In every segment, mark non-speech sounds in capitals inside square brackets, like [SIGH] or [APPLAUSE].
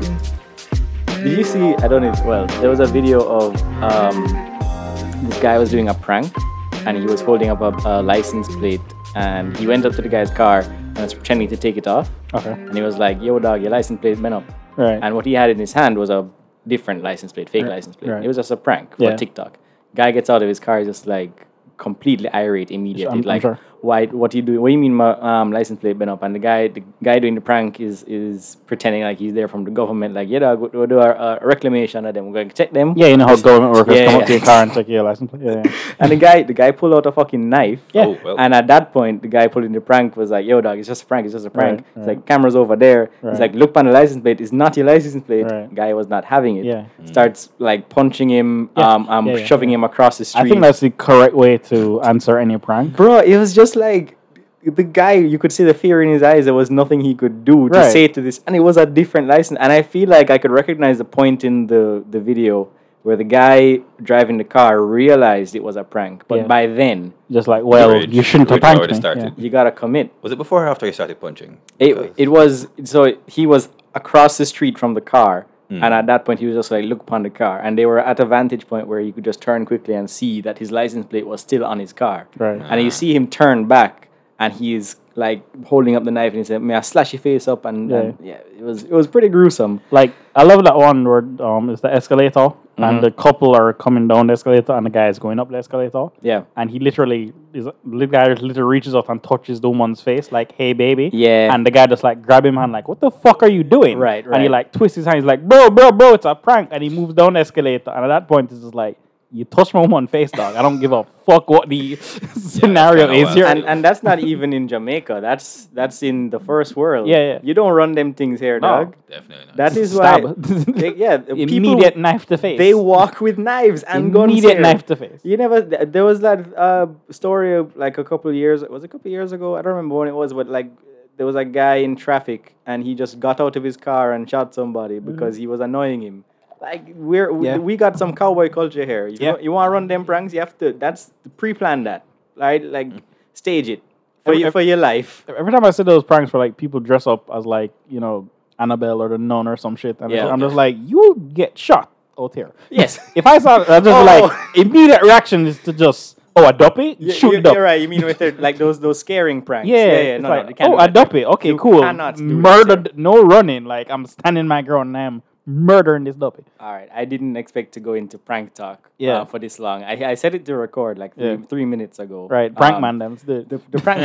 Did you see? I don't know. if- Well, there was a video of um, this guy was doing a prank, and he was holding up a, a license plate, and he went up to the guy's car and was pretending to take it off, Okay. and he was like, "Yo, dog, your license plate went up," Right. and what he had in his hand was a different license plate, fake license plate. right. It was just a prank for Yeah. TikTok. Guy gets out of his car, he's just like completely irate immediately, I'm- I'm like, sure. "Why? What do you do? What do you mean my um, license plate went up?" And the guy, the guy doing the prank is is pretending like he's there from the government, like, "Yeah, dog, we'll do a, a reclamation of them. We're going to check them." yeah, you know how government workers Yeah, come yeah. up to your car and take your license plate. Yeah, [LAUGHS] yeah. And the guy, the guy pulled out a fucking knife. Yeah. Oh, well. And at that point, the guy pulling the prank was like, "Yo, dog, it's just a prank. It's just a prank." Right, It's right. like cameras over there. It's Right. like, "Look on the license plate. It's not your license plate." Right. Guy was not having it. Yeah. Mm. Starts like punching him. Yeah. Um, um Yeah, yeah, shoving him across the street. I think that's the correct way to answer any prank. bro. It was just like. The guy, you could see the fear in his eyes. There was nothing he could do to Right. say to this, and it was a different license. And I feel like I could recognize the point in the the video where the guy driving the car realized it was a prank, but Yeah. by then Just like, well, Rage. you shouldn't have Rage already pranked me. started. you gotta commit. Was it before or after you started punching? It, it was so he was across the street from the car, and at that point he was just like look upon the car, and they were at a vantage point where he could just turn quickly and see that his license plate was still on his car. Right. And you see him turn back, and he's like holding up the knife, and he said, "May I slash your face up?" And and, yeah, it was it was pretty gruesome. Like I love that one where um it's the escalator Mm-hmm. and the couple are coming down the escalator and the guy is going up the escalator. Yeah. And he literally is the guy just literally reaches out and touches the woman's face like, "Hey, baby." Yeah. And the guy just like grab him hand like, "What the fuck are you doing?" Right, And he right. like twists his hand. He's like, "Bro, bro, bro, it's a prank." And he moves down the escalator. And at that point, it's just like, "You touched my woman's face, dog. I don't give a fuck [LAUGHS] what the [LAUGHS] scenario kinda is here." [LAUGHS] wild. And, and that's not even in Jamaica. That's that's in the first world. Yeah, yeah. You don't run them things here, dog. Definitely not. That is why. Stab. [LAUGHS] They- yeah, people- Immediate knife to face. They walk with knives and guns. Immediate here. knife to face. You never. th- There was that uh, story of like a couple of years. Was it a couple of years ago? I don't remember when it was, but like there was a guy in traffic and he just got out of his car and shot somebody because he was annoying him. Like we're we- Mm-hmm. Yeah. we got some cowboy culture here. You, Yeah. wa- you want to run them pranks? You have to. That's pre-plan that, right? Like stage it for Mm. Every- you, for your life. Every time I see those pranks where like people dress up as like you know Annabelle or the nun or some shit, and Yeah. I'm just like, you will get shot out here. Yes. [LAUGHS] If I saw, I just Oh. like immediate reaction is to just oh a duppy, You- shoot you, dup. you're right. You mean with the, like those those scaring pranks? [LAUGHS] Yeah, yeah, it's no, like, no, they can't oh do a that. duppy. Okay, You cool. cannot do this here. Murdered, no running. Like I'm standing my ground and I'm murdering this duppy. All right, I didn't expect to go into prank talk Yeah. uh, for this long. I, I said it to record like three, Yeah. three minutes ago. Right, prank Um, man. Them. It's the- [LAUGHS] The prank.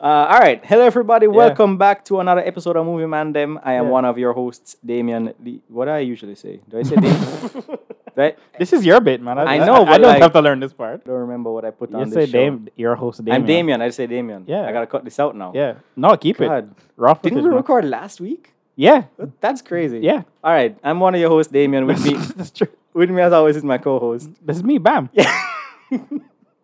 uh, all right, hello everybody. Welcome back to another episode of Movie Man Them. I am Yeah. one of your hosts, Damien. Lee. What do I usually say? Do I say [LAUGHS] Damien? right? this is your bit, man. I, I know, I, but, don't like- have to learn this part. I don't remember what I put You on this say show. Dame, your host Damien. I'm Damien. I say Damien. Yeah. I gotta cut this out now. Yeah. No, keep it. God. Raw footage, Didn't we man. record last week? Yeah. [LAUGHS] That's crazy. Yeah. All right, I'm one of your hosts, Damien. With [LAUGHS] me, that's true. with me as always is my co-host. [LAUGHS] This is me, Bam. [LAUGHS]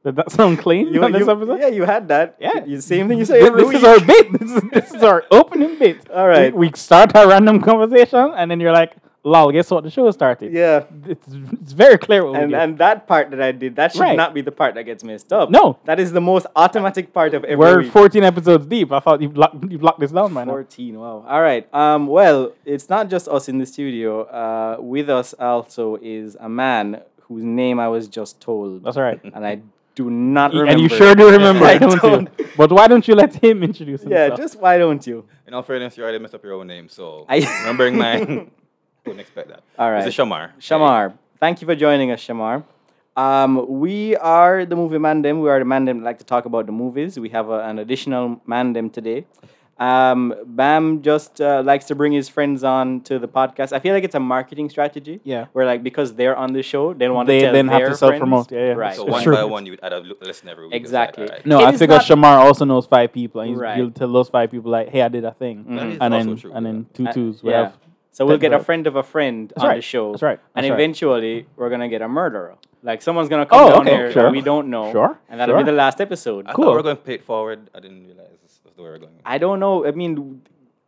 Did that sound clean You- on this you- episode? yeah, you had that. Yeah. You, same thing you say. Th- every This is week. our bit. This is, this [LAUGHS] is our opening bit. All right. We, we start our random conversation, and then you're like, lol, guess what? The show started. Yeah. It's, it's very clear what we And do. and that part that I did, that should Right. not be the part that gets messed up. No. That is the most automatic part of every We're week. 14 episodes deep. I thought you've locked, you've locked this down by now. 14, wow. All right. Um, well, it's not just us in the studio. Uh, with us also is a man whose name I was just told. That's [LAUGHS] all right. And I do not remember. [LAUGHS] And you sure do [LAUGHS] remember, I don't, you? don't. [LAUGHS] But why don't you let him introduce [LAUGHS] Yeah, himself? just why don't you? In all fairness, you already messed up your own name, so I- [LAUGHS] remembering mine, wouldn't expect that. All right. This is Shamar. Shamar, thank you for joining us, Shamar. Um, we are the movie mandem. We are the mandem that like to talk about the movies. We have a, an additional mandem today. Um, Bam just uh, likes to bring his friends on to the podcast. I feel like it's a marketing strategy. Yeah. Where like because they're on the show, they want They to tell then have their to self-promote. friends. Yeah, yeah. Right. So It's one true. by one, you would add a l- listen every week. It's like, Exactly. all right. No, It I is figure not- Shamar also knows five people, and he's, Right. he'll tell those five people like, "Hey, I did a thing," That is and also then true, and yeah. then two Uh, twos. we yeah. have So we'll That's get a right. friend of a friend on the right. show. That's right. and That's right. eventually we're gonna get a murderer. Like someone's gonna come Oh, down okay, here sure. and we don't know. Sure, And that'll sure. be the last episode. I Cool. thought we were going to pay it forward. I didn't realize this was the way we were going. I don't know. I mean,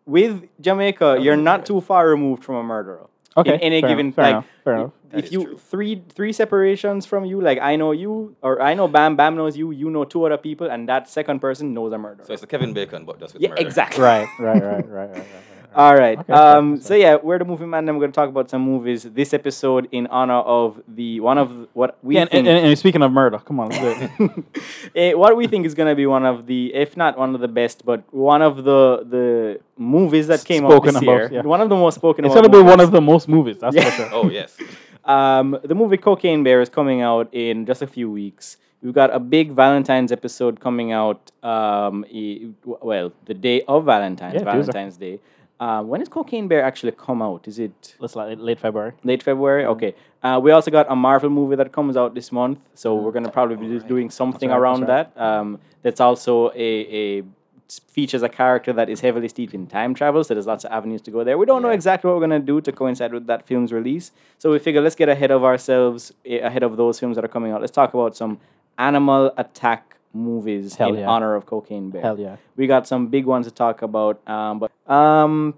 with Jamaica, you're is not right. too far removed from a murderer. Okay, in any fair given enough, fair like, enough, fair enough. That if is you true. three three separations from you, like I know you or I know Bam, Bam knows you, you know two other people, and that second person knows a murderer. So it's the Kevin Bacon, but just with yeah, murder. exactly. [LAUGHS] right, right, right, right, right, right, [LAUGHS] right. [LAUGHS] All right. Okay, fair, um, so yeah, we're the movie man, and we're gonna talk about some movies this episode in honor of the one of what we Yeah, and, think, and, and speaking of murder, [LAUGHS] come on, let's do it. [LAUGHS] eh, what we think is gonna be one of the, if not one of the best, but one of the the movies that came out Spoken this about, year. yeah. One of the most spoken. it's about gonna be movies. one of the most movies. That's Yeah. for sure. [LAUGHS] Oh yes. Um, the movie Cocaine Bear is coming out in just a few weeks. We've got a big Valentine's episode coming out. Um, e- w- well, the day of Valentine's, Yeah, Tuesday. Valentine's Day. Um, when does Cocaine Bear actually come out? Is it It's like late February. late February? Mm-hmm. Okay. Uh, we also got a Marvel movie that comes out this month, so we're gonna probably be just doing something right, around Mm-hmm. that's that. Um, that's also a, a s- features a character that is heavily steeped in time travel, so there's lots of avenues to go there. We don't know Yeah. exactly what we're gonna do to coincide with that film's release, so we figure let's get ahead of ourselves, eh, ahead of those films that are coming out. Let's talk about some animal attack movies Hell in yeah. honor of Cocaine Bear. Hell yeah. We got some big ones to talk about, um, but um,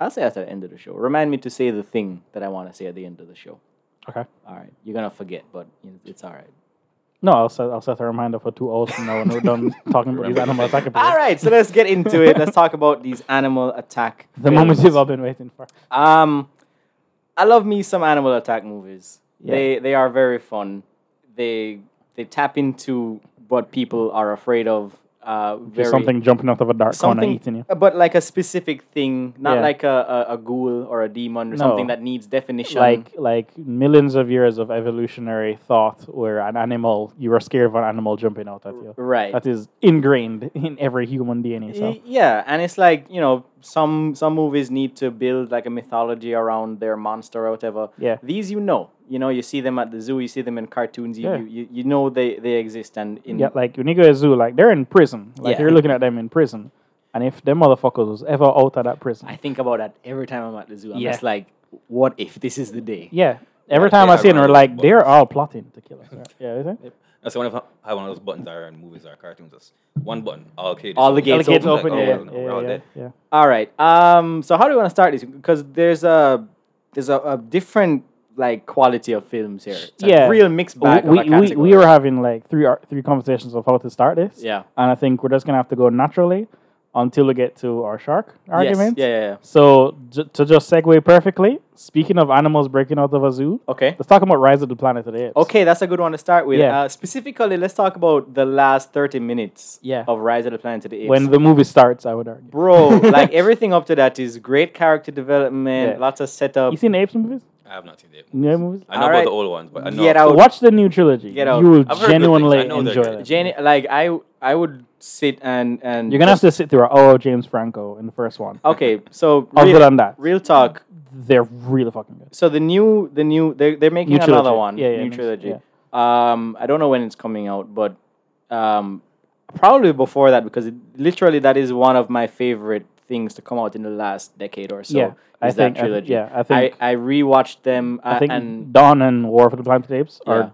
I'll say at the end of the show. Remind me to say the thing that I want to say at the end of the show. Okay. All right, you're gonna forget, but you- it's all right. No, I'll set I'll set a reminder for two hours from now when we're [LAUGHS] done talking about these Remember animal the attack thing. episodes. All right, so let's get into it. Let's talk about these animal attack. The moment films. you've all been waiting for. Um, I love me some animal attack movies. Yeah. They they are very fun. They they tap into what people are afraid of. Uh, very Just something jumping out of a dark corner something, uh, eating you. but like a specific thing, not Yeah. like a, a, a ghoul or a demon or something No. that needs definition. Like like millions of years of evolutionary thought where an animal you were scared of an animal jumping out at you. right. That is ingrained in every human DNA. So Y- Yeah, and it's like you know some some movies need to build like a mythology around their monster or whatever. Yeah. these you know, you know, you see them at the zoo, you see them in cartoons, you Yeah. you, you, you know they they exist and in yeah, like when you go to zoo, like they're in prison. Like Yeah. you're looking at them in prison. And if them motherfuckers was ever out of that prison. I think about that every time I'm at the zoo. I'm Yeah. just like, what if this is the day? yeah. Every Yeah, time they I are see them, they're running like, bugs. they're all plotting to [LAUGHS] kill us. Yeah, yeah you think? That's one of how- how one of those buttons are in movies or cartoons. That's one button, all cages. All the open. gates All the gates open, open, Like, yeah, oh, no, we're yeah, all yeah, dead. yeah. All right. Um. So how do you want to start this? Because there's a there's a, a different like quality of films here. It's Yeah. a real mixed bag. we, of a we, we, we category. were having like three ar- three conversations of how to start this. Yeah. And I think we're just gonna have to go naturally until we get to our shark Yes, argument. Yeah, yeah, yeah. So j- to just segue perfectly, speaking of animals breaking out of a zoo, Okay. let's talk about Rise of the Planet of the Apes. Okay, that's a good one to start with. Yeah. Uh, specifically, let's talk about the last 30 minutes Yeah. of Rise of the Planet of the Apes. When the movie starts, I would argue. [LAUGHS] Bro, like everything up to that is great character development, Yeah. lots of setup. you seen the apes movies? I have not seen it. Yeah, movies. I know Alright. about the old ones, but I know Get out. Watch the new trilogy. Get out. You will I've heard good things. genuinely I know they're enjoy good. it. Jenny, like I, I would sit and and You're gonna have to sit through. Oh, James Franco in the first one. Okay, so Other real, than that, real talk. they're really fucking good. So the new, the new, they're they're making New another trilogy. one, Yeah, yeah, new next- trilogy. Um, I don't know when it's coming out, but um, probably before that because it, literally that is one of my favorite things to come out in the last decade or so. Yeah, is I that think- I thi- trilogy. yeah, I think- I, I rewatched them. Uh, I think and Dawn and War for the Planet of the Apes Yeah. are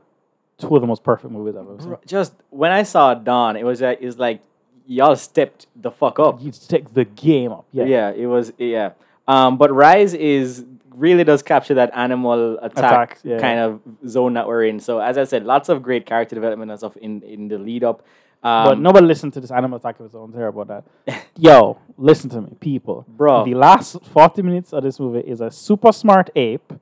two of the most perfect movies I've ever seen. just when I saw Dawn, it was like, it was like y'all stepped the fuck up. You take the game up. Yeah. Yeah, it was. Yeah. Um, but Rise is really does capture that animal attack Attack, yeah, kind of zone that we're in. So as I said, lots of great character development and stuff in in the lead up. Um, But nobody listened to this animal attack of its own. Sorry about that. [LAUGHS] Yo, listen to me, people. Bro. The last 40 minutes of this movie is a super smart ape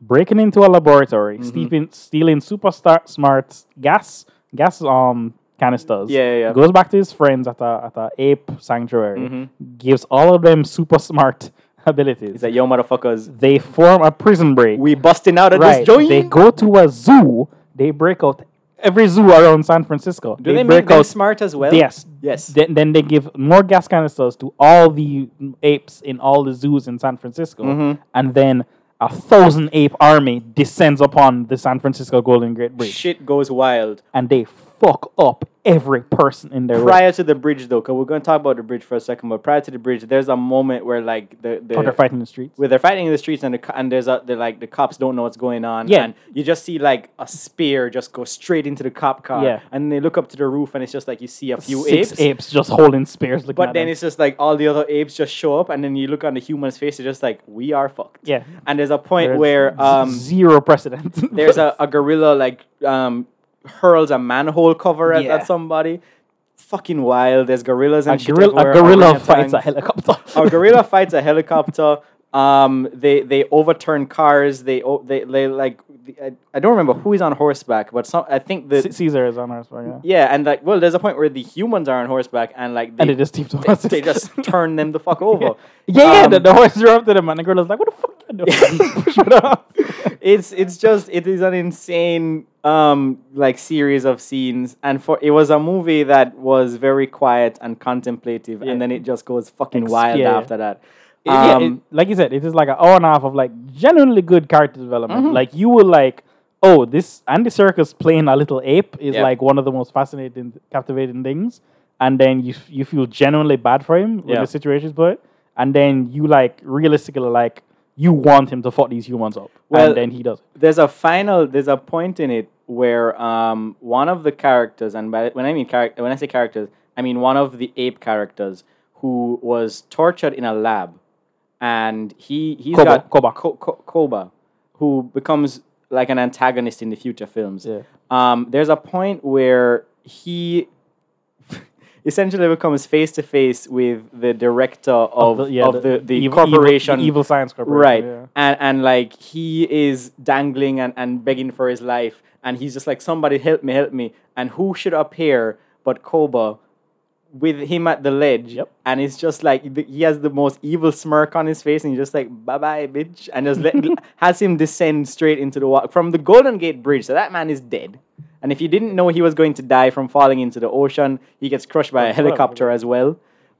breaking into a laboratory, Mm-hmm. steeping, stealing super star- smart gas, gas um canisters. Yeah, yeah, yeah. Goes back to his friends at a, at a ape sanctuary, gives all of them super smart [LAUGHS] abilities. Mm-hmm. He's like, yo, motherfuckers, they form a prison break. we busting out of Right. this joint. They go to a zoo. They break out every zoo around San Francisco. Do they, break make them out. smart as well? Yes. Yes. Then, then they give more gas canisters to all the apes in all the zoos in San Francisco, Mm-hmm. and then a thousand ape army descends upon the San Francisco Golden Great Bridge, Shit goes wild. and they fuck up every person in their way. prior to the bridge though, because we're going to talk about the bridge for a second. But prior to the bridge, there's a moment where like the, the Or they're fighting in the streets. where they're fighting in the streets and the, co- and there's a they're like the cops don't know what's going on. Yeah. and you just see like a spear just go straight into the cop car. Yeah. and they look up to the roof and it's just like you see a few Six apes. apes. just holding spears. Looking But at then them. it's just like all the other apes just show up, and then you look on the human's face, they're just like, we are fucked. Yeah. And there's a point There's where z- um, zero precedent. [LAUGHS] there's a, [LAUGHS] a gorilla like um, hurls a manhole cover at, Yeah. at somebody. Fucking wild. There's gorillas and a shit gorilla, everywhere, a gorilla orangutans. fights a helicopter. a gorilla fights a helicopter. Um, they they overturn cars. They o- they they like I, I don't remember who is on horseback, but some I think the [LAUGHS] C- Caesar is on Earth. [LAUGHS] Yeah. yeah and like well, there's a point where the humans are on horseback and like they And it is Steve Thomas. they, they [LAUGHS] just turn them the fuck over. Yeah, [LAUGHS] yeah, the, Um, the horse drove to them, and the gorilla's like, "What the [LAUGHS] fuck?" You doing? [LAUGHS] Shut up. it's it's just it is an insane um like series of scenes and for it was a movie that was very quiet and contemplative Yeah. and then it just goes fucking wild yeah, yeah. after that It- yeah, it- Um, like you said, it is like an hour and a half of like genuinely good character development. Mm-hmm. Like you will like, oh, this Andy Circus playing a little ape is Yeah. like one of the most fascinating, captivating things. And then you f- you feel genuinely bad for him when Yeah. the situation is put. And then you like realistically like you want him to fuck these humans up, Well, and then he does. there's a final there's a point in it where um one of the characters and by, when i mean character when i say characters i mean one of the ape characters who was tortured in a lab and he he's Koba- got Koba. Ko- Ko- Koba, who becomes like an antagonist in the future films Yeah. um there's a point where he [LAUGHS] essentially becomes face to face with the director of, of the, yeah, the, evil- evil- corporation the evil science corporation, right yeah. and and like he is dangling and, and begging for his life and he's just like somebody help me help me and who should appear but koba with him at the ledge Yep. and it's just like the, he has the most evil smirk on his face and he's just like bye bye bitch and just let, [LAUGHS] has him descend straight into the water from the golden gate bridge so that man is dead and if you didn't know he was going to die from falling into the ocean he gets crushed by a well, helicopter as well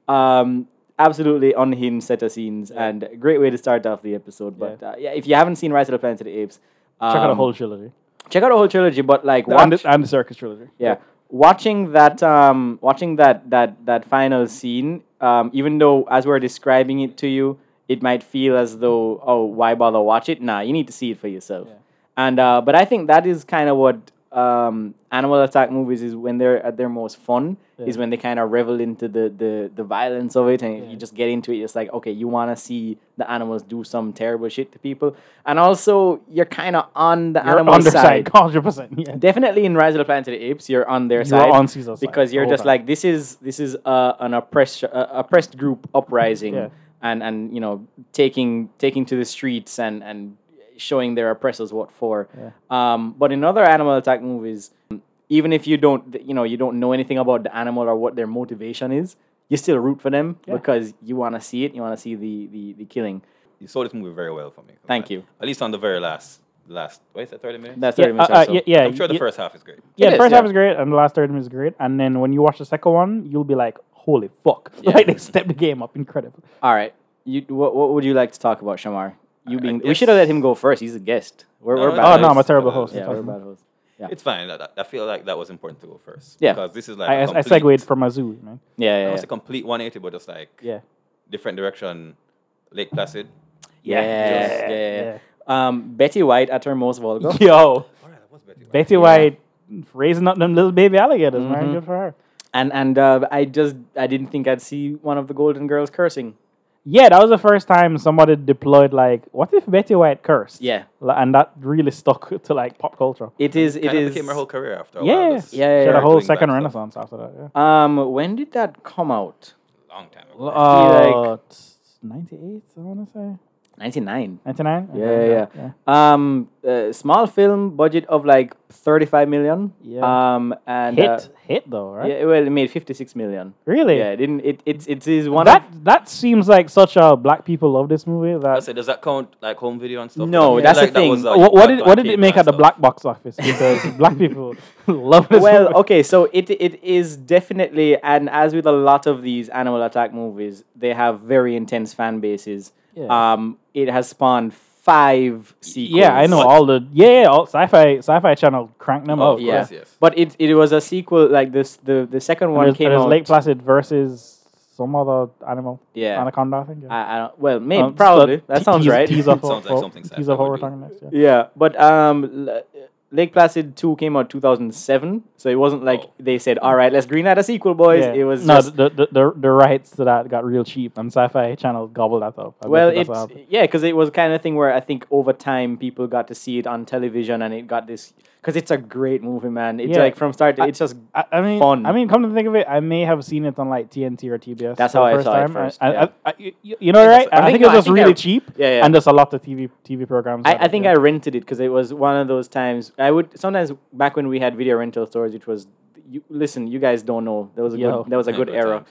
um, absolutely unhinged set of scenes and a great way to start off the episode. But yeah, uh, yeah if you haven't seen Rise of the Planet of the Apes, um, Check out the whole trilogy, check out the whole trilogy. But like, the watch- Andy, Andy Circus trilogy. yeah, watching that, um, watching that that that final scene, um, even though as we're describing it to you, it might feel as though oh why bother watch it? Nah, you need to see it for yourself. And uh, but I think that is kind of what um, animal attack movies is when they're at their most fun is when they kind of revel into the, the the violence of it and you just get into it. It's like okay, you want to see the animals do some terrible shit to people, and also you're kind of on the You're animal side [LAUGHS] underside, hundred percent. Yeah. definitely in Rise of the Planet of the Apes, you're on their You're side. on Caesar's side because the you're whole just time. like this is this is uh, an oppressed uh, oppressed group uprising Yeah. and and you know taking taking to the streets and and showing their oppressors what for. Um, but in other animal attack movies, even if you don't you know you don't know anything about the animal or what their motivation is, you still root for them because you want to see it. You want to see the, the the killing. You saw this movie very well for me. Thank Like, you. At least on the very last, last. What is that? Thirty minutes. That's Yeah, thirty minutes uh, uh, or so. yeah, yeah, I'm sure the yeah. first half is great. Yeah, It is, first half yeah. is great, and the last thirty minutes is great. And then when you watch the second one, you'll be like, "Holy fuck!" [LAUGHS] like they stepped the game up, incredible. All right. You what, what would you like to talk about, Shamar? You I being we guess- should have let him go first. He's a guest. We're, No, we're no, bad Oh hosts. no, I'm a it's- terrible uh, host. Yeah, we're bad hosts. Yeah. It's fine. I, I feel like that was important to go first. Yeah. Because this is like I, I, a I complete- segued from a zoo, man. yeah, It yeah, was a complete 180, but just like [LAUGHS] Yeah, different direction. Lake Placid. yeah, yeah, yeah, yeah, yeah, yeah. Um, Betty White at her most [LAUGHS] vulgar. yo, All right, that was Betty White. Betty White raising up them little baby alligators, man. Mhm. Good for her. and and uh, I just I didn't think I'd see one of the Golden Girls cursing. Yeah, that was the first time somebody deployed like, "What if Betty White cursed?" Yeah, Li- and that really stuck [LAUGHS] to like pop culture. it is. It Kind of is. became her whole career after. a Yeah, while, yeah, just Oh, Yeah, yeah, She had yeah. a whole doing that second stuff. renaissance after that. Yeah, um, when did that come out? Long time ago. feel uh, ninety-eight, I want to say Ninety nine. ninety-nine. Yeah, yeah, yeah. Um, uh, small film budget of like thirty five million. Yeah. Um, and Hit, uh, hit though, right? yeah, well, it made fifty six million. Really? Yeah, it didn't it it's it is one that of that seems like such a black people love this movie. I That said, Oh, does that count like home video and stuff? No, I feel that's the thing. was, what, what that did got what did it cable make and at the stuff. black box [LAUGHS] office? Because black people [LAUGHS] love this. well, movie. okay, so it it is definitely and as with a lot of these animal attack movies, they have very intense fan bases. Yeah. Um it has spawned five sequels. Yeah, I know all the yeah, yeah, all sci-fi sci-fi channel crank them Oh, out. Yeah, Yes, yes. but it it was a sequel. Like this, the the second one There's, came there's out. Lake Placid versus some other animal. Yeah. anaconda, I think. Yeah. I, I don't, well, maybe Um, probably but that te- sounds tease- right. Tease off [LAUGHS] Sounds of like what- something tease sci-fi off what would we're be. talking next. Yeah. [LAUGHS] Yeah, but um, L- Lake Placid two came out two thousand seven, so it wasn't like Oh. they said, "All right, let's green light a sequel, boys." Yeah. It was no just, the, the, the the rights to that got real cheap and Sci-Fi Channel gobbled that up. I bet well, you that's it's what happened. yeah, because it was kind of thing where I think over time people got to see it on television, and it got this because it's a great movie, man. It's Yeah. like from start, to, I- it's just I, I mean, fun. I mean, come to think of it, I may have seen it on like TNT or TBS. That's for how the I first saw it time. first, I, I- yeah. I- I- you- you know, right? I I, think- no, think it was I just think really I- cheap. Yeah, yeah. And just a lot of TV TV programs. I, I think I rented it because it was one of those times I would sometimes back when we had video rental stores, it was you listen, you guys don't know there was a Yo. good that was a Yeah, good good era.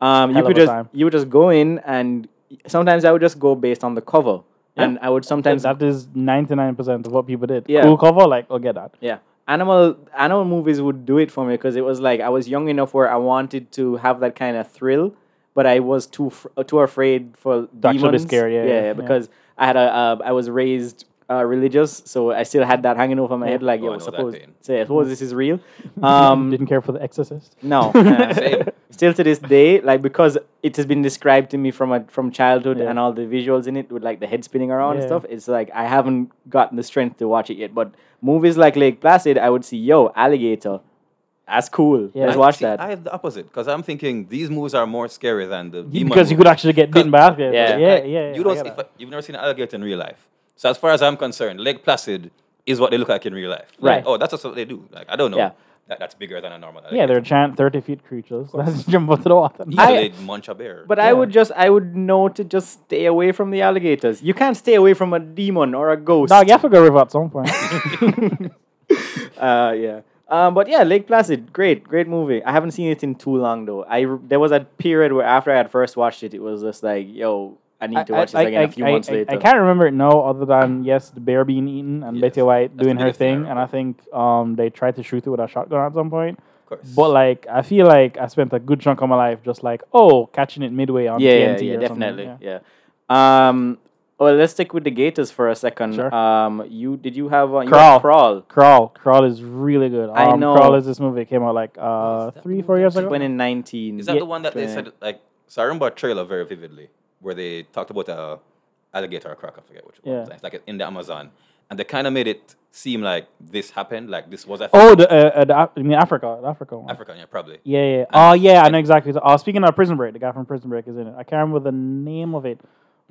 Um, you Hell could of a just time. you would just go in and sometimes I would just go based on the cover, Yeah. and I would sometimes that is ninety nine percent of what people did. Yeah. Cool cover, like I'll get that. [LAUGHS] yeah. Animal animal movies would do it for me because it was like I was young enough where I wanted to have that kind of thrill, but I was too fr- uh, too afraid for To actually be demons. scared, yeah, yeah, yeah. because I had a uh, I was raised uh, religious, so I still had that hanging over my head like Oh, I yo, know that suppose pain. say, I suppose this is real. Um, [LAUGHS] Didn't care for the Exorcist. [LAUGHS] no, Same. [LAUGHS] still to this day, like because it has been described to me from a, from childhood Yeah. and all the visuals in it with like the head spinning around and Yeah. stuff. It's like I haven't gotten the strength to watch it yet. But movies like Lake Placid, I would see yo alligator. That's cool. Yeah. Let's I- watch see, that. I have the opposite because I'm thinking these movies are more scary than the demon Because you could movies. actually get bitten by alligators. Yeah. yeah, Like, yeah. yeah, You I don't. get If, that. you've never seen an alligator in real life. So as far as I'm concerned, Lake Placid is what they look like in real life. Like, Right. oh, that's just what they do. Like I don't know. Yeah. That, that's bigger than a normal. yeah, they're giant thirty feet creatures. [LAUGHS] Let's jump into the water. I- they munch a bear. but I would just I would know to just stay away from the alligators. You can't stay away from a demon or a ghost. Dog, you have to go river at some point. uh, yeah. Um, but yeah, Lake Placid, great, great movie. I haven't seen it in too long though. I r- there was a period where after I had first watched it, it was just like, yo, I need to watch this again a few months I- later. I can't remember it now, other than yes, the bear being eaten and Yes, Betty White that's doing the her biggest thing I thing, and I remember. think um they tried to shoot it with a shotgun at some point. Of course. But like, I feel like I spent a good chunk of my life just like, oh, catching it midway on yeah, yeah, TNT yeah, or something, definitely, yeah. yeah. Um, well, let's stick with the Gators for a second. Sure. Um, you did you have uh, you had Crawl. crawl Crawl, Crawl is really good. Um, I know. Crawl is this movie that came out like uh that three, movie? four years ago. twenty nineteen? Is that the one that they yeah. said like? So I remember a trailer very vividly where they talked about a alligator or croc. I forget which one. Yeah. It's like- like in the Amazon, and they kind of made it seem like this happened, like this was a Oh, the uh, uh, the Af- I mean Africa, the Africa one. Africa, yeah, probably. Yeah, Uh, yeah. Oh, yeah. I know exactly. Oh, speaking of Prison Break, the guy from Prison Break is in it. I can't remember the name of it,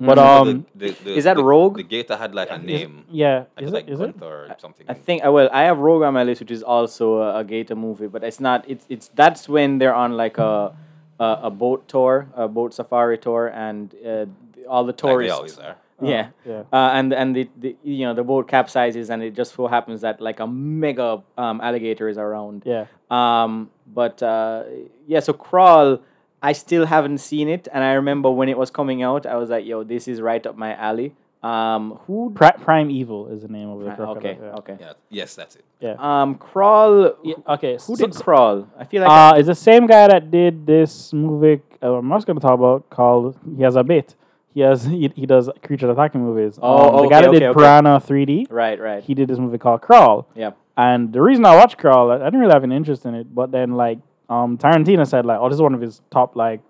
but Remember um, the- the- the- is that the- Rogue? The gator had like a name. yeah, I is think it? like Is it? Gunther or something. I think I well I have Rogue on my list, which is also a, a Gator movie, but it's not. It's it's that's when they're on like a a, a boat tour, a boat safari tour, and uh, all the Like they tourists. always are. Yeah. yeah. Uh, and and the, the you know the boat capsizes and it just so happens that like a mega um, alligator is around. Yeah. Um, but uh, yeah, so crawl. I still haven't seen it, and I remember when it was coming out, I was like, "Yo, this is right up my alley." Um, who? Pri- Prime Evil is the name of the crocodile. okay, yeah. okay. Yeah. Yes, that's it. Um, crawl. Yeah, okay. Who so- did Crawl? I feel like uh, it's the same guy that did this movie uh, I'm also going to talk about called He Has a Bit. He has he, he does creature attacking movies. Um, Oh, the guy okay, that did okay, okay. Piranha 3D. right, right. He did this movie called Crawl. yeah, And the reason I watched Crawl, I I didn't really have an interest in it. But then, like, um, Tarantino said, like, oh, this is one of his top, like,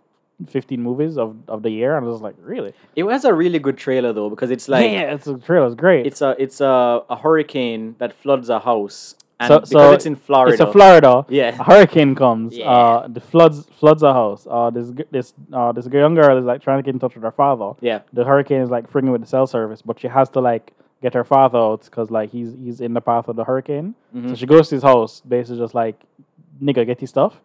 15 movies of, of the year. And I was like, really? it was a really good trailer though because it's like yeah, it's a trailer. It's great. it's a it's a, a hurricane that floods a house, and So- because so it's in Florida, It's a Florida. Yeah. A hurricane comes. Yeah. Uh, the floods floods a house. Uh, this g- this uh, this young girl is like trying to get in touch with her father. yeah, The hurricane is like frigging with the cell service, but she has to like get her father out because like he's he's in the path of the hurricane. Mm-hmm. So she goes to his house, basically just like nigga get his stuff.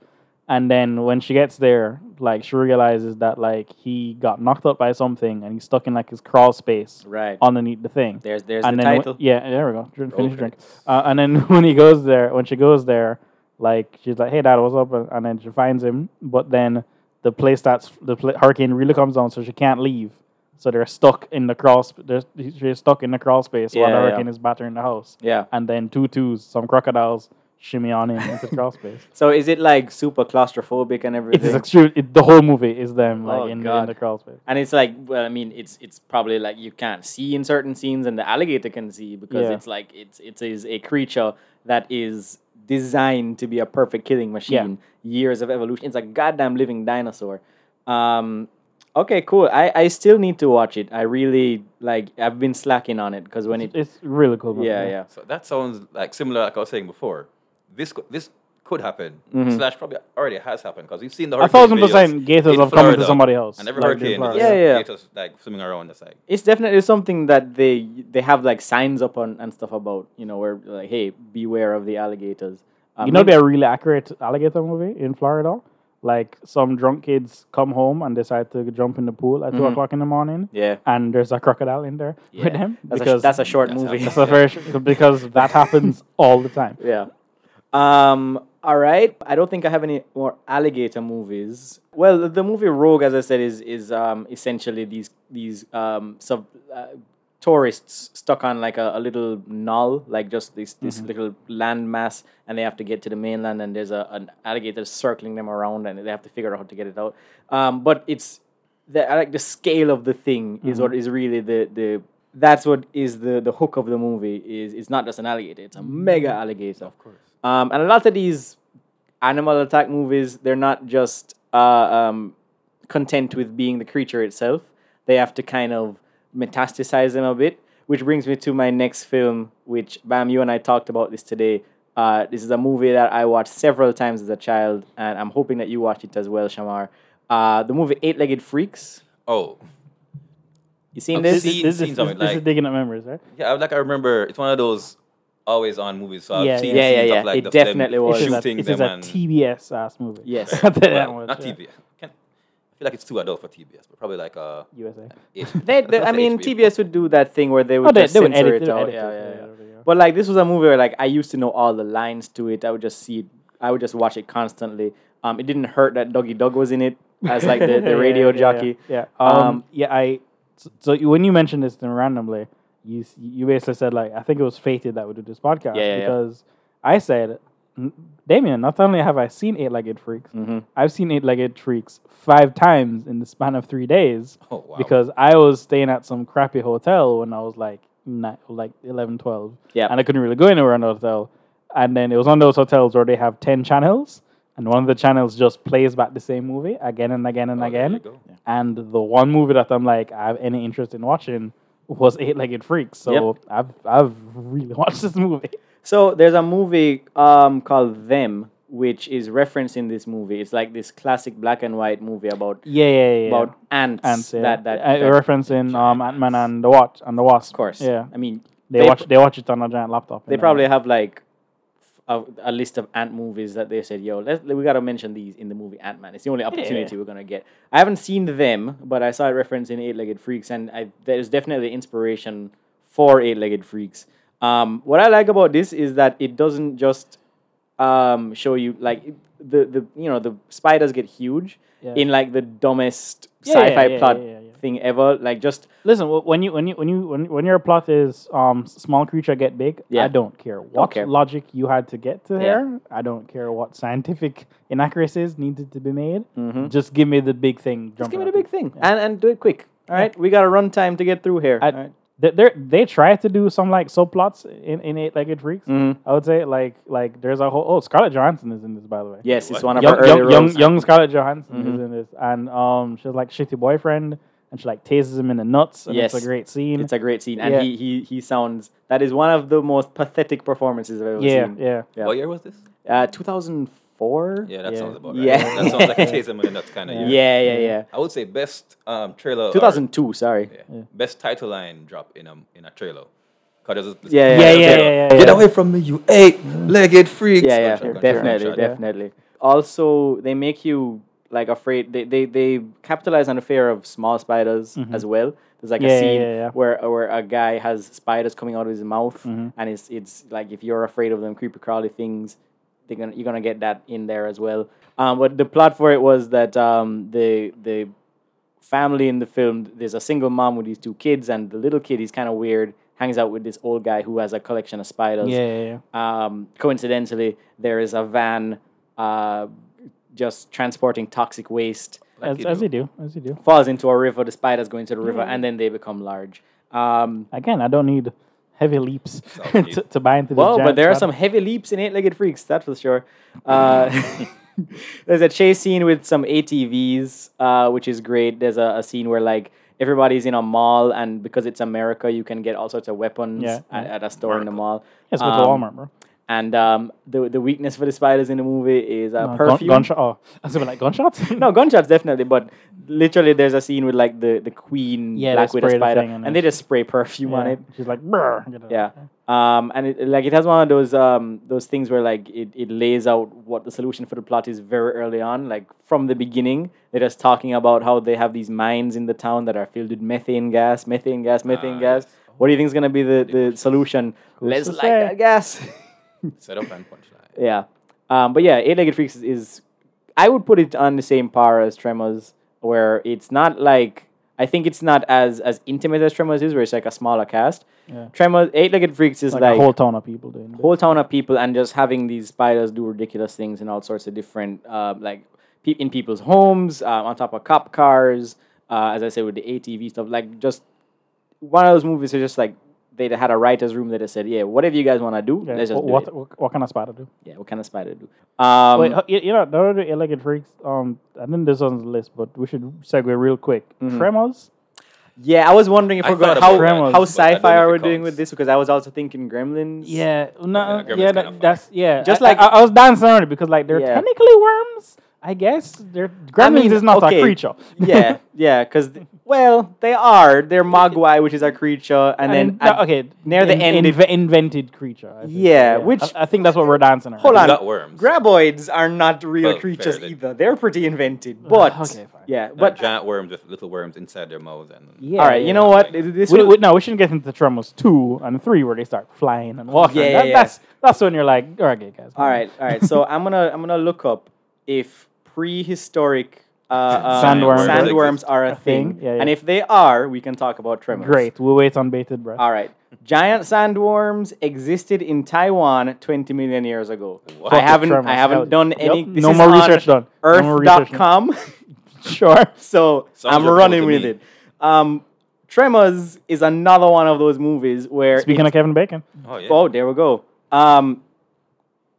And then when she gets there, like she realizes that like he got knocked out by something and he's stuck in like his crawl space right. underneath the thing There's there's and the then wh- title. yeah, there we go. Drink, finish Okay. drink. Uh, and then [LAUGHS] when he goes there, when she goes there, like she's like, "Hey, dad, what's up?" And, and then she finds him, but then the place that's the pla hurricane really comes on, so she can't leave. So they're stuck in the crawl. Sp- they're, she's stuck in the crawl space while Yeah, the yeah. hurricane is battering the house. yeah, And then two twos, some crocodiles shimmy on him into the crawl [LAUGHS] space. So is it like super claustrophobic and everything? It is extreme. It, the whole movie is them like Oh, in, the, in God. the crawl space. and it's like, well, I mean, it's it's probably like you can't see in certain scenes, and the alligator can see because Yeah. it's like it's it is a creature that is designed to be a perfect killing machine. Years of evolution. It's a goddamn living dinosaur. Um, okay, cool. I I still need to watch it. I really like. I've been slacking on it because when [LAUGHS] it, It's really cool. movie, yeah yeah. So that sounds like similar, like I was saying before. This co- this could happen. Slash probably already has happened because we've seen the Mm-hmm. A thousand hurricane videos percent gators in have come to Florida, somebody else, And every like in hurricane, Florida. there's just Yeah, yeah. gators like swimming around. That's like It's definitely something that they they have like signs up on and stuff about. You know, where like, hey, beware of the alligators. Um, You know, they're really accurate alligator movie in Florida. Like some drunk kids come home and decide to jump in the pool at two o'clock in the morning. Mm-hmm. Yeah. and there's a crocodile in there yeah. with them That's, a, sh- because that's a short That's movie. how- [LAUGHS] that's a very sh- because that [LAUGHS] happens all the time. Yeah. Um, all right. I don't think I have any more alligator movies. Well, the movie Rogue, as I said, is is um, essentially these these um, sub uh, tourists stuck on like a, a little knoll, like just this this little landmass, and they have to get to the mainland, and there's a an alligator circling them around, and they have to figure out how to get it out. Um, but it's the I like the scale of the thing is what is really the the that's what is the the hook of the movie is it's not just an alligator it's a mega alligator Mm-hmm. of course um, and a lot of these animal attack movies they're not just uh, um, content with being the creature itself they have to kind of metastasize them a bit which brings me to my next film which bam you and i talked about this today uh, this is a movie that i watched several times as a child and i'm hoping that you watched it as well shamar uh, the movie eight-legged freaks oh you seen I've this This, Scenes- this, scenes this, of this, it, this is like- digging up memories, right? yeah, I- like I remember it's one of those always on movies. So I've Yeah, seen yeah. Yeah, scenes yeah, of like it the, them definitely was. This is a, shooting this them is a and TBS ass movie. Yes. [LAUGHS] That well, was, not yeah. TBS. Can, I feel like it's too adult for TBS, but probably like uh, USA. H- They, [LAUGHS] that's they- not I the mean, HBO. TBS would do that thing where they would Oh, they- just they would censor edit- it they would out. edit Yeah, it, yeah, yeah. yeah, yeah, yeah. But like this was a movie where like I used to know all the lines to it. I would just see it. I would just watch it constantly. Um, it didn't hurt that Doggy Dog was in it [LAUGHS] as like the, the [LAUGHS] Yeah, radio yeah, yeah, jockey. Yeah. Um, Um, yeah, I. So, so you- when you mentioned this then randomly, you s- you basically said like I think it was fated that we do this podcast Yeah, yeah, yeah. because I said, "N- Damien, not only have I seen Eight Legged Freaks, Mm. Mm-hmm. I've seen Eight Legged Freaks five times in the span of three days Oh, wow. because I was staying at some crappy hotel when I was like ni- like 11, 12. Yeah. and I couldn't really go anywhere in the hotel. And then it was one of those hotels where they have ten channels, and one of the channels just plays back the same movie again and again and Oh, there again. you go. And the one movie that I'm like, I have any interest in watching was Eight Legged Freaks. So I've I've really [LAUGHS] watched this movie. So there's a movie um, called Them, which is referenced in this movie. It's like this classic black and white movie about Yeah, yeah, yeah. about ants. ants, yeah. That that, I- that- Uh, referencing um, Ant Man and the Watch and the Wasp. of course. Yeah, I mean, they, they watch they watch it on a giant laptop. they in the- probably have like a, a list of ant movies that they said, "Yo, let we gotta mention these in the movie Ant Man." It's the only opportunity we're gonna get. I haven't seen them, but I saw a reference in Eight Legged Freaks, and I, there's definitely inspiration for Eight Legged Freaks. Um, what I like about this is that it doesn't just um, show you like it- the the you know the spiders get huge Yeah. in like the dumbest Yeah, yeah, sci-fi yeah, plot yeah, yeah, yeah. thing ever. Like just Listen, wh- when you when you when you when, when your plot is um s- small creature get big, Yeah. I don't care what care. logic you had to get to there. I don't care what scientific inaccuracies needed to be made. Just give me the big thing. Mm-hmm. just give it a big thing and and do it quick. All right, we got a run time to get through here. All right. They they they try to do some like subplots in in eight legged freaks. Mm. Mm-hmm. I would say like like there's a whole oh Scarlett Johansson is in this by the way. Yes, it's What? one of our young, early young, young, roles. Mm-hmm. young Scarlett Johansson is in this, and um she's like shitty boyfriend, and she like tases him in the nuts, and it's Yes. a great scene. It's a great scene, and Yeah. he, he he sounds. That is one of the most pathetic performances I've ever yeah, seen. yeah. Yeah. What year was this? Uh, 2004. Yeah, that Yeah. sounds about right. Yeah. That sounds like a taste of my nuts kind of yeah, year. yeah, yeah. I would say best um, trailer. or- 2002. Sorry. yeah, Best title line drop in a in a trailer. 'Cause there's this- Yeah, yeah, Yeah, yeah, yeah, yeah. yeah, yeah, Get yeah. away from me, you eight-legged freaks. Yeah, yeah, Gunshot, gunshot, definitely, gunshot. definitely. Also, they make you like afraid. They they, they capitalize on the fear of small spiders as well. There's like a Mm-hmm. Yeah, scene yeah, Mm-hmm. yeah. where where a guy has spiders coming out of his mouth, and it's it's like if you're afraid of them creepy crawly things, they're gonna you're gonna get that in there as well. Um, but the plot for it was that um the the family in the film. There's a single mom with these two kids, and the little kid is kind of weird, hangs out with this old guy who has a collection of spiders. Yeah, yeah, yeah. Um, coincidentally, there is a van uh, just transporting toxic waste, As, you as do. they do, as they do. falls into a river, the spiders go into the river, Mm. and then they become large. Um, Again, I don't need heavy leaps Sounds [LAUGHS] to, to buy into this. well, but giant there are crab. some heavy leaps in eight-legged freaks, that's for sure. [LAUGHS] Uh, [LAUGHS] there's a chase scene with some ATVs, uh, which is great. There's a, a scene where like everybody's in a mall, and because it's America, you can get all sorts of weapons Yeah, at, yeah. at a store in the mall. Yes, go to Um, Walmart, bro. And um, the the weakness for the spiders in the movie is uh, No, gun, perfume. gunshot. Oh, I was gonna be like gunshots. [LAUGHS] [LAUGHS] no gunshots definitely, but literally there's a scene with like the the queen Yeah, they black widow spray the spider, thing on and it. they just spray perfume on Yeah. it. She's like, "Brr," you know. Yeah. Um, and it, like it has one of those um those things where like it, it lays out what the solution for the plot is very early on, like from the beginning. They're just talking about how they have these mines in the town that are filled with methane gas, methane gas, methane Ah, gas. yes. What do you think is gonna be the, the solution? Let's to light say? that gas. [LAUGHS] Set up and punchline. yeah. Um, but yeah, Eight Legged Freaks is, is I would put it on the same par as Tremors, where it's not like I think it's not as as intimate as Tremors is, where it's like a smaller cast. Yeah. Tremors Eight Legged Freaks is Like, like, a whole town of people doing. it. whole town of people and just having these spiders do ridiculous things in all sorts of different uh, like pe- in people's homes uh, on top of cop cars uh, as i said with the atv stuff like just one of those movies are just like they had a writer's room that they said yeah whatever you guys want to do Yeah, let's just what, do what, it. what, what kind of spider do? yeah what kind of spider do um, Wait, h- you, you know, the other elegant freaks. Um, I think this one's on the list, but we should segue real quick. Mm-hmm. Tremors. yeah i was wondering if I we're going thought how, about Gremlins, how but I don't sci-fi know if are it we doing counts. with this because i was also thinking gremlins Yeah, no, Okay, that yeah, grammar's that, kinda that's yeah. Just I- like- I, I was dancing around it because like they're Yeah. technically worms, I guess. They're gremlins I mean, is not okay. a creature. [LAUGHS] yeah, yeah, because well, they are. They're Mogwai, which is a creature, and I then mean, no, at- okay, near the end, it- inve- invented creature. I think. Yeah, which- I, I think that's what we're dancing around. Hold on. Not worms. Graboids are not real Well, creatures fairly. either. They're pretty invented, but okay, fine. yeah, They're but giant worms with little worms inside their mouths. And Yeah. all right. You know what? Like- This We, will- we, no, we shouldn't get into Tremors two and three where they start flying and walking. Yeah, yeah, That- yeah. that's that's when you're like, all right, okay, guys. all right, all right. So I'm gonna I'm gonna look up if prehistoric. Uh, uh, Sandworms. sandworms are a thing, thing, yeah, yeah. and if they are, we can talk about tremors. great. We'll wait on bated breath. All right. Giant sandworms existed in Taiwan 20 million years ago. What? I haven't Tremors, I hell haven't done yeah. any Yep, this no is more on research done. No more research earth.com. Sure. [LAUGHS] so Sounds I'm reputable running to with me. it. Um, Tremors is another one of those movies where Speaking it- of [LAUGHS] Kevin Bacon, oh, yeah. Oh, there we go. Um,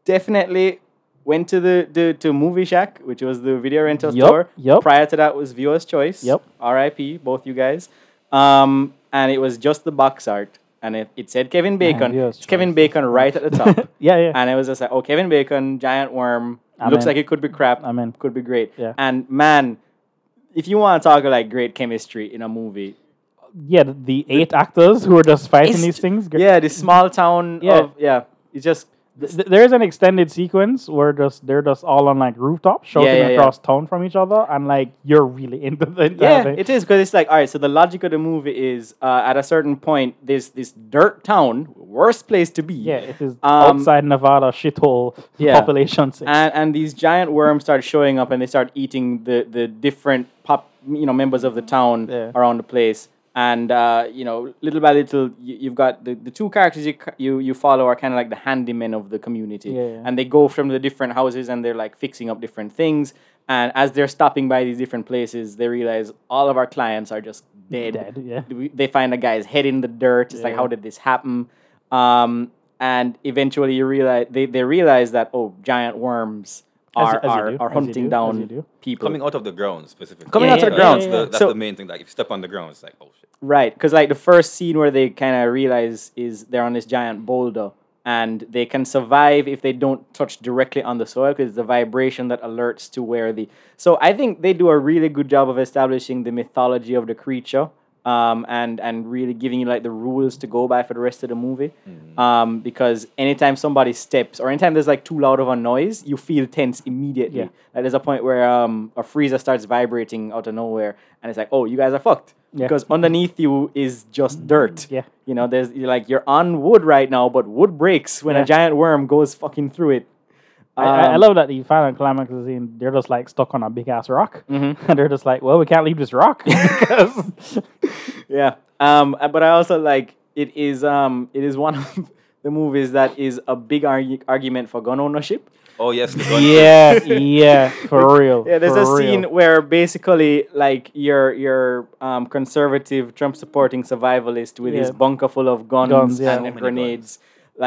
definitely went to the, the to Movie Shack, which was the video rental Yup, store. yup. Prior to that was Viewer's Choice. Yup. R.I.P. Both you guys. Um, and it was just the box art, and it, it said Kevin Bacon. Viewer's it's Kevin Bacon right at [LAUGHS] the top. yeah, yeah. And it was just like, oh, Kevin Bacon, giant worm. I'm looks in. like it could be crap. I'm in. Could be great. Yeah. And man, if you want to talk like great chemistry in a movie, yeah, the, the eight actors who are just fighting It's- these things. gr- yeah, this small town Yeah. of yeah, it's just Th- there's an extended sequence where just they're just all on like rooftops shouting yeah, yeah. across town from each other, and like you're really into the entire Yeah, thing. it is because it's like all right. So the logic of the movie is uh, at a certain point, there's this dirt town, worst place to be. yeah, it is Um, outside Nevada shithole Yeah. population. six. And and these giant worms start showing up, and they start eating the the different pop, you know, members of the town Yeah. around the place. And uh, you know, little by little, you, you've got the, the two characters you c- you you follow are kind of like the handymen of the community, Yeah, yeah. and they go from the different houses and they're like fixing up different things. And as they're stopping by these different places, they realize all of our clients are just dead. Dead, yeah. We- They find a guy's head in the dirt. It's like, how did this happen? Um, and eventually, you realize they, they realize that oh, giant worms As- are as you are, do, are as you hunting do, as you down do. people. Coming out of the ground specifically. Coming out of the That's ground. the- That's So- the main thing. Like if you step on the ground, it's like oh shit. Right, because like the first scene where they kind of realize is they're on this giant boulder, and they can survive if they don't touch directly on the soil because the vibration that alerts to where the. So I think they do a really good job of establishing the mythology of the creature, um, and and really giving you like the rules to go by for the rest of the movie, Mm-hmm. um, because anytime somebody steps or anytime there's like too loud of a noise, you feel tense immediately. Yeah. Like there's a point where um, a freezer starts vibrating out of nowhere, and it's like, oh, you guys are fucked Yeah. Mm-hmm. because underneath you is just dirt. Yeah. You know, there's you're like you're on wood right now, but wood breaks when Yeah. a giant worm goes fucking through it. I, I- I Um, love that the final climax is in. They're just like stuck on a big ass rock, Mm-hmm. [LAUGHS] and they're [LAUGHS] just like, "Well, we can't leave this rock because Yeah. Um. uh, Um, But I also like it is um it is one of [LAUGHS] the movies that is a big argu- argument for gun ownership. Oh yes, the gun. yeah, [LAUGHS] yeah, for real. Yeah, there's for a real. scene where basically like your your um, conservative Trump supporting survivalist with his Yeah. bunker full of guns, Guns, yeah. and So many grenades.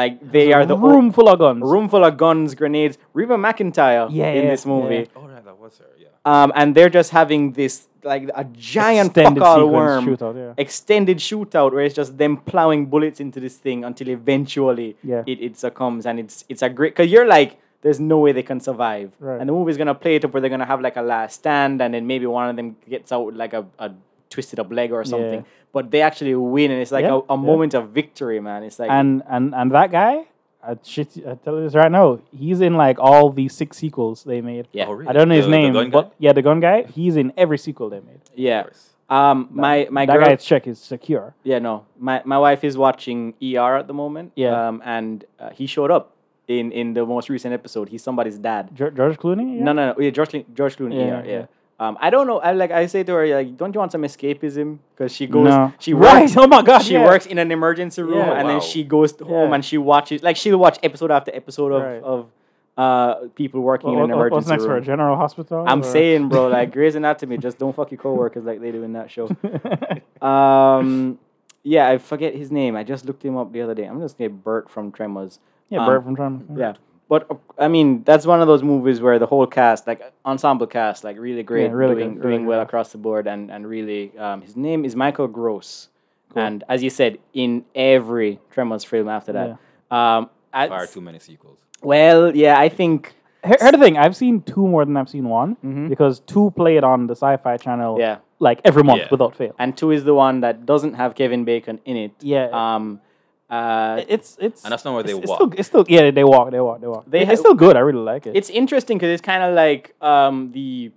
Like they are the o- room full of guns. room full of guns, grenades. Reba McIntyre Yeah, in yeah, this movie. yeah. Oh right, that was her. Yeah. Um, and they're just having this like a giant Extended fuck all sequence worm shootout, yeah. extended shootout where it's just them plowing bullets into this thing until eventually Yeah. it, it succumbs and it's it's a great because you're like there's no way they can survive Right. and the movie's gonna play it up where they're gonna have like a last stand and then maybe one of them gets out with like a, a twisted up leg or something but they actually win and it's like Yeah, a, a yeah. moment of victory man it's like And and and that guy, I, shit, I tell you this right now, he's in like all the six sequels they made. Yeah. Oh, really? I don't know his The- the name, gun but guy? yeah, the gun guy. He's in every sequel they made. yeah course. um my my that girl guy's check is secure. Yeah, no. My my wife is watching ER at the moment. Yeah. Um, and uh, he showed up in in the most recent episode. He's somebody's dad. Ge- George Clooney. Yeah? No, no, no. Yeah, George Clo- George Clooney. Yeah, ER. Yeah. yeah. Um, I don't know. I like. I say to her, like, don't you want some escapism? Because she goes, No. she Right, works. oh my God, she yeah. works in an emergency room, Yeah. and then Wow. she goes to home Yeah. and she watches. Like she'll watch episode after episode of Right. of uh people working What, in an what- emergency what's next room. for a general hospital? I'm or- [LAUGHS] saying, bro, [LAUGHS] like Grey's Anatomy, just don't fuck your coworkers like they do in that show. Um, yeah, I forget his name. I just looked him up the other day. I'm just gonna say Bert from Tremors. yeah, Um, Bert from Trump. Yeah, but uh, I mean that's one of those movies where the whole cast, like ensemble cast, like really great, really doing, good, really doing well good. across the board, and and really, um, his name is Michael Gross, and as you said, in every Tremors film after that. Um, I- Far too many sequels. well, yeah, I think Here, here's the thing. I've seen two more than I've seen one because two played on the Sci-Fi Channel. Yeah. Like every month Yeah. without fail. and two is the one that doesn't have Kevin Bacon in it. Yeah. Um, uh, It's it's And that's not where they it's, it's walk. still, it's still yeah they walk they walk they walk. They They ha- it's still good. I really like it. it's interesting because it's kind of like um, the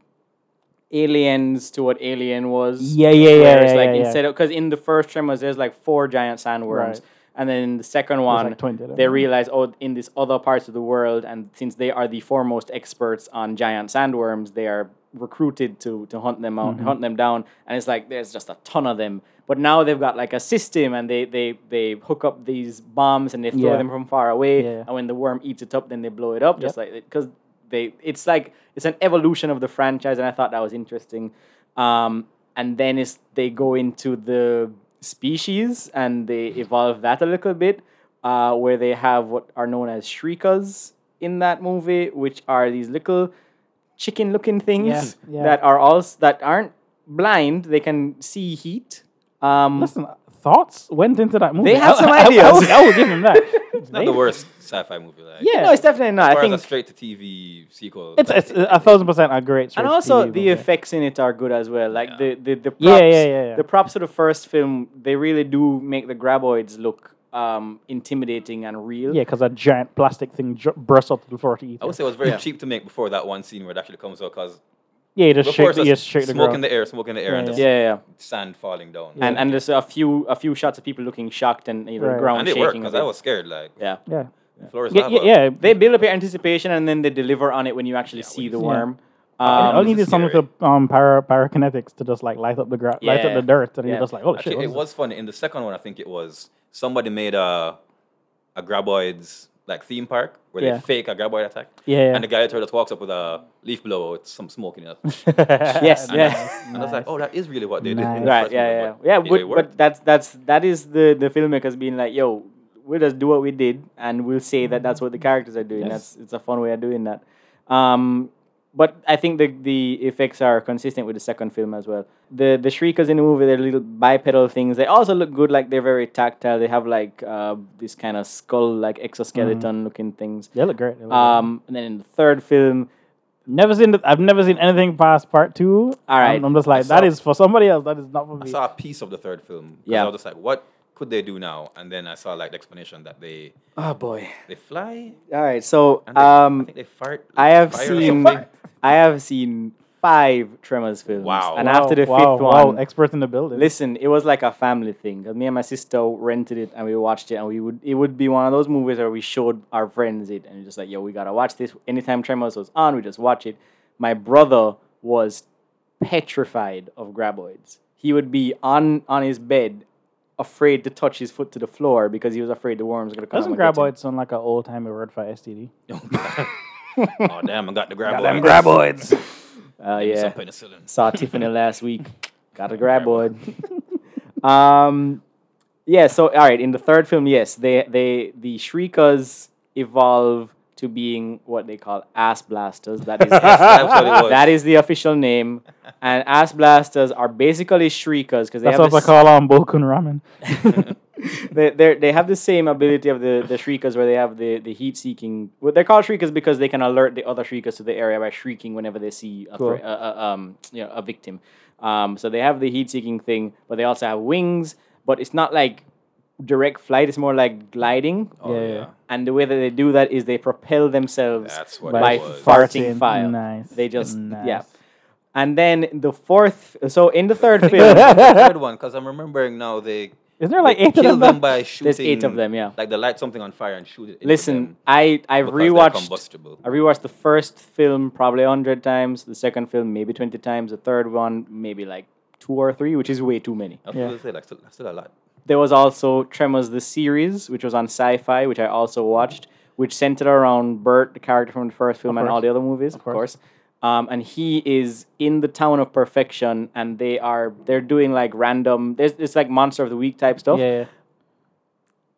aliens to what Alien was. Yeah, yeah, yeah, where it's yeah, like yeah, yeah. instead of because in the first Tremors there's like four giant sandworms. Right. And then in the second one, 20 of them. they realize, oh, in these other parts of the world, and since they are the foremost experts on giant sandworms, they are recruited to to hunt them Mm-hmm. out, hunt them down. And it's like there's just a ton of them. But now they've got like a system, and they they they hook up these bombs and they throw Yeah. them from far away. Yeah. And when the worm eats it up, then they blow it up, just like because they. It's like it's an evolution of the franchise, and I thought that was interesting. Um, and then it's, they go into the species and they evolve that a little bit, uh, where they have what are known as shriekas in that movie, which are these little chicken-looking things Yeah, yeah. that are also that aren't blind; they can see heat. Um, Listen, thoughts went into that movie. They had I- some I- I- I, ideas. would, I would give them that. Not the worst sci-fi movie. Like, Yeah. no, it's definitely not. As I far think as a straight to TV sequel. It's, it's a thousand percent a great. and straight also TV the movie. effects in it are good as well. Like the the the props, Yeah, yeah, yeah, yeah. the props of the first film, they really do make the graboids look um, intimidating and real. Yeah, because a giant plastic thing ju- bursts up to the floor to eat. I would say it was very cheap to make before that one scene where it actually comes out because Yeah, you just shake, before it's the- you just shake just the smoke in ground. the air, smoke in the air, and Yeah, just yeah, yeah. yeah. sand falling down. And and there's a few a few shots of people looking shocked and you know the Right. ground and it shaking. worked a because bit. I was scared. Like yeah. yeah. floor is Yeah, lava. yeah, yeah. They build up your anticipation and then they deliver on it when you actually see the see it. worm. I Um, only needed some of the scary. um, para, pyrokinetics to just like light up the gra- light Yeah. up the dirt, and Yeah. you're just like, oh shit. Actually, what it is was funny. In the second one, I think it was somebody made a a graboids like theme park where Yeah. they fake a graboid attack. Yeah, yeah. And the guy literally just walks up with a leaf blower with some smoke in it. this?" [LAUGHS] yes, And, yeah. and I was like, oh, that is really what they Nice. did. right yeah yeah yeah, but, but that's that's that is the the filmmakers being like yo we'll just do what we did and we'll say that that's what the characters are doing that's it's a fun way of doing that um but I think the the effects are consistent with the second film as well. The the shriekers in the movie, they're little bipedal things. They also look good, like they're very tactile. They have like uh, this kind of skull like exoskeleton Mm-hmm. looking things. they look great. They look Um, and then in the third film, great. Never seen. The, I've never seen anything past part two. All right. I'm, I'm just like, saw- that is for somebody else. That is not for I me. saw a piece of the third film. 'cause Yeah. I was just like, what could they do now? And then I saw like the explanation that they oh boy! they fly. All right, so And they, I um, think they fart. I have fire or seen something. I have seen five Tremors films. Wow. And Wow, after the wow, fifth wow, one, experts in the building. listen, it was like a family thing. 'Cause Me and my sister rented it and we watched it, and we would it would be one of those movies where we showed our friends it and just like, yo, we gotta watch this. Anytime Tremors was on, we just watch it. My brother was petrified of graboids. He would be on on his bed afraid to touch his foot to the floor because he was afraid the worms were going to come. Doesn't and get him. graboid sound like an old timey word for STD? oh damn! I got the grab. Them [LAUGHS] graboids. Uh, yeah. Some penicillin. [LAUGHS] Saw Tiffany last week. Got a graboid. [LAUGHS] um, yeah. So all right, in the third film, yes, they they the Shriekas evolve to being what they call ass blasters. That [LAUGHS] is [LAUGHS] That's what it was. that is the official name, and ass blasters are basically Shrikas because they That's have what the I s- call on Bokun ramen. they they're- they have the same ability of the the shriekers where they have the the heat seeking. Well, they're called shriekers because they can alert the other shriekers to the area by shrieking whenever they see a, Cool. thre- a- a- um you know a victim. Um, so they have the heat seeking thing, but they also have wings. But it's not like direct flight; it's more like gliding. Oh, Yeah, yeah, yeah. And the way that they do that is they propel themselves That's what by it was. farting Farting. fire. Nice. They just Nice. yeah. And then the fourth, so in the third [LAUGHS] film, The Isn't third one, because I'm remembering now [LAUGHS] they there like they eight of kill them? them though? by shooting. eight of them, yeah. Like they light something on fire and shoot it. into listen, them I I because they're rewatched Combustible. I rewatched the first film probably 100 times, the second film maybe 20 times, the third one maybe like two or three, which is way too many. I was Yeah. gonna say like still, still a lot. There was also Tremors the series, which was on sci fi, which I also watched, which centered around Bert, the character from the first film, and all course. the other movies, of course. course. Um, and he is in the town of perfection, and they are they're doing like random. There's it's like monster of the week type stuff. Yeah, yeah.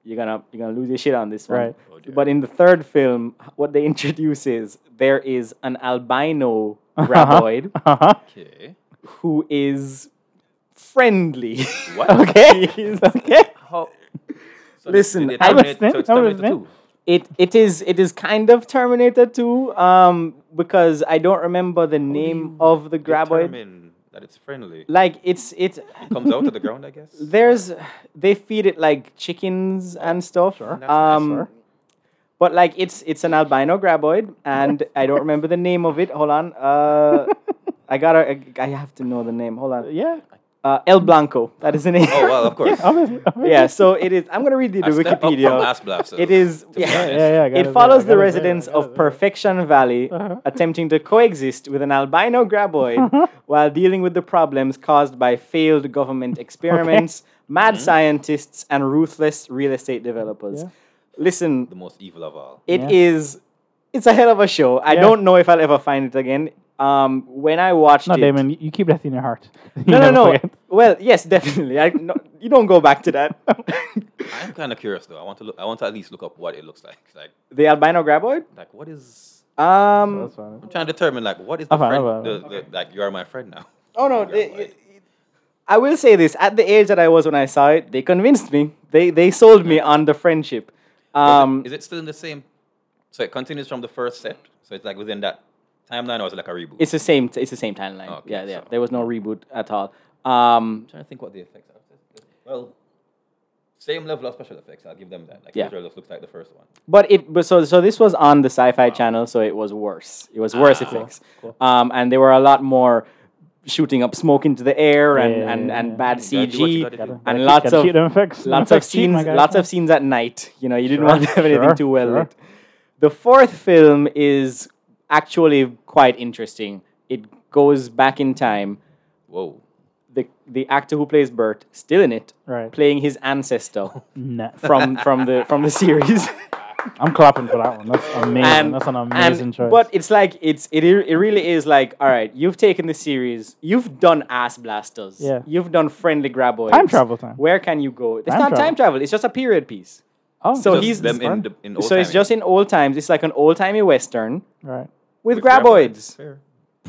You're gonna you're gonna lose your shit on this one. Right. Oh, dear. but in the third film, what they [LAUGHS] introduce is there is an albino graboid [LAUGHS] Uh-huh. [LAUGHS] Okay. who is friendly. [LAUGHS] What? [LAUGHS] Okay. okay. How? So Listen, did they I was terminate- then- so it's I was Terminator then- 2. it it is it is kind of Terminator 2 um because I don't remember the name of the graboid. Determine that it's friendly. Like it's it's Comes out to the ground, I [LAUGHS] guess. there's they feed it like chickens and stuff. Sure. That's nice, Um sure. But like it's it's an albino graboid and I don't remember the name of it. Hold on. Uh I gotta I, I have to know the name. Hold on. [LAUGHS] Yeah. Uh, El Blanco. That is the name. Oh well, of course. Obviously. obviously. [LAUGHS] yeah, so it is. I'm going to read you the I step up from Wikipedia. ass blasters, It is. to be Yeah. honest. Yeah, yeah. I got It there, follows I the got it there, I Uh-huh. residents got it of there. Perfection Valley attempting to coexist with an albino [LAUGHS] graboid while dealing with the problems caused by failed government experiments, mad Mm. scientists, and ruthless real estate developers. Yeah. Listen, The most evil of all. it is Yeah. It's a hell of a show. I Yeah. don't know if I'll ever find it again. Um, when I watched No, it, Damon, you- you keep that in your heart. [LAUGHS] You [LAUGHS] no, no, never no. forget. Well, yes, definitely. I, no, you don't go back to [LAUGHS] that. I'm kind of curious though. I want to look. I want to at least look up what it looks like. Like, the albino graboid. like what is? Um. That's fine. I'm trying to determine like what is the Uh-huh, Okay, friend? okay, the, the, Like you are my friend now. [LAUGHS] oh no. Graboid. they- it- I will say this: at the age that I was when I saw it, they convinced me. They they sold me on the friendship. Um. is it still in the same? So it continues from the first set. So it's like within that timeline, or is it like a reboot? It's the same. It's the same timeline. Okay, yeah, yeah. so- There was no reboot at all. Um. I'm trying to think what the effects are. Well, same level of special effects. I'll give them that. Like Yeah. visual looks like the first one. But it but so so this was on the Sci-Fi Channel, so it was worse. It Ah, was worse effects, um, and there were a lot more shooting up smoke into the air and Yeah, and, yeah, and yeah. bad You gotta do what you CG gotta do. Gotta and keep- lots gotta of keep them [LAUGHS] lots effects- them of effects cheap, scenes my guy. lots of scenes at night. You know, you didn't want to have anything sure, too well sure. lit. The fourth film is actually quite interesting. It goes back in time. Whoa. The the actor who plays Bert still in it, Right. playing his ancestor Nah. [LAUGHS] from from the from the series. [LAUGHS] I'm clapping for that one. [LAUGHS] That's amazing. That's an and- amazing choice. Um, But it's like it's it, i- it really is like all right, you've taken the series, you've done ass blasters, Yeah. you've done friendly graboids. Time travel time. Where can you go? It's Time not travel. time travel. It's just a period piece. oh, so Just he's- them fun. in, the, in old so it's timing. just in old times. It's like an old timey western right. with, With graboids. Fair.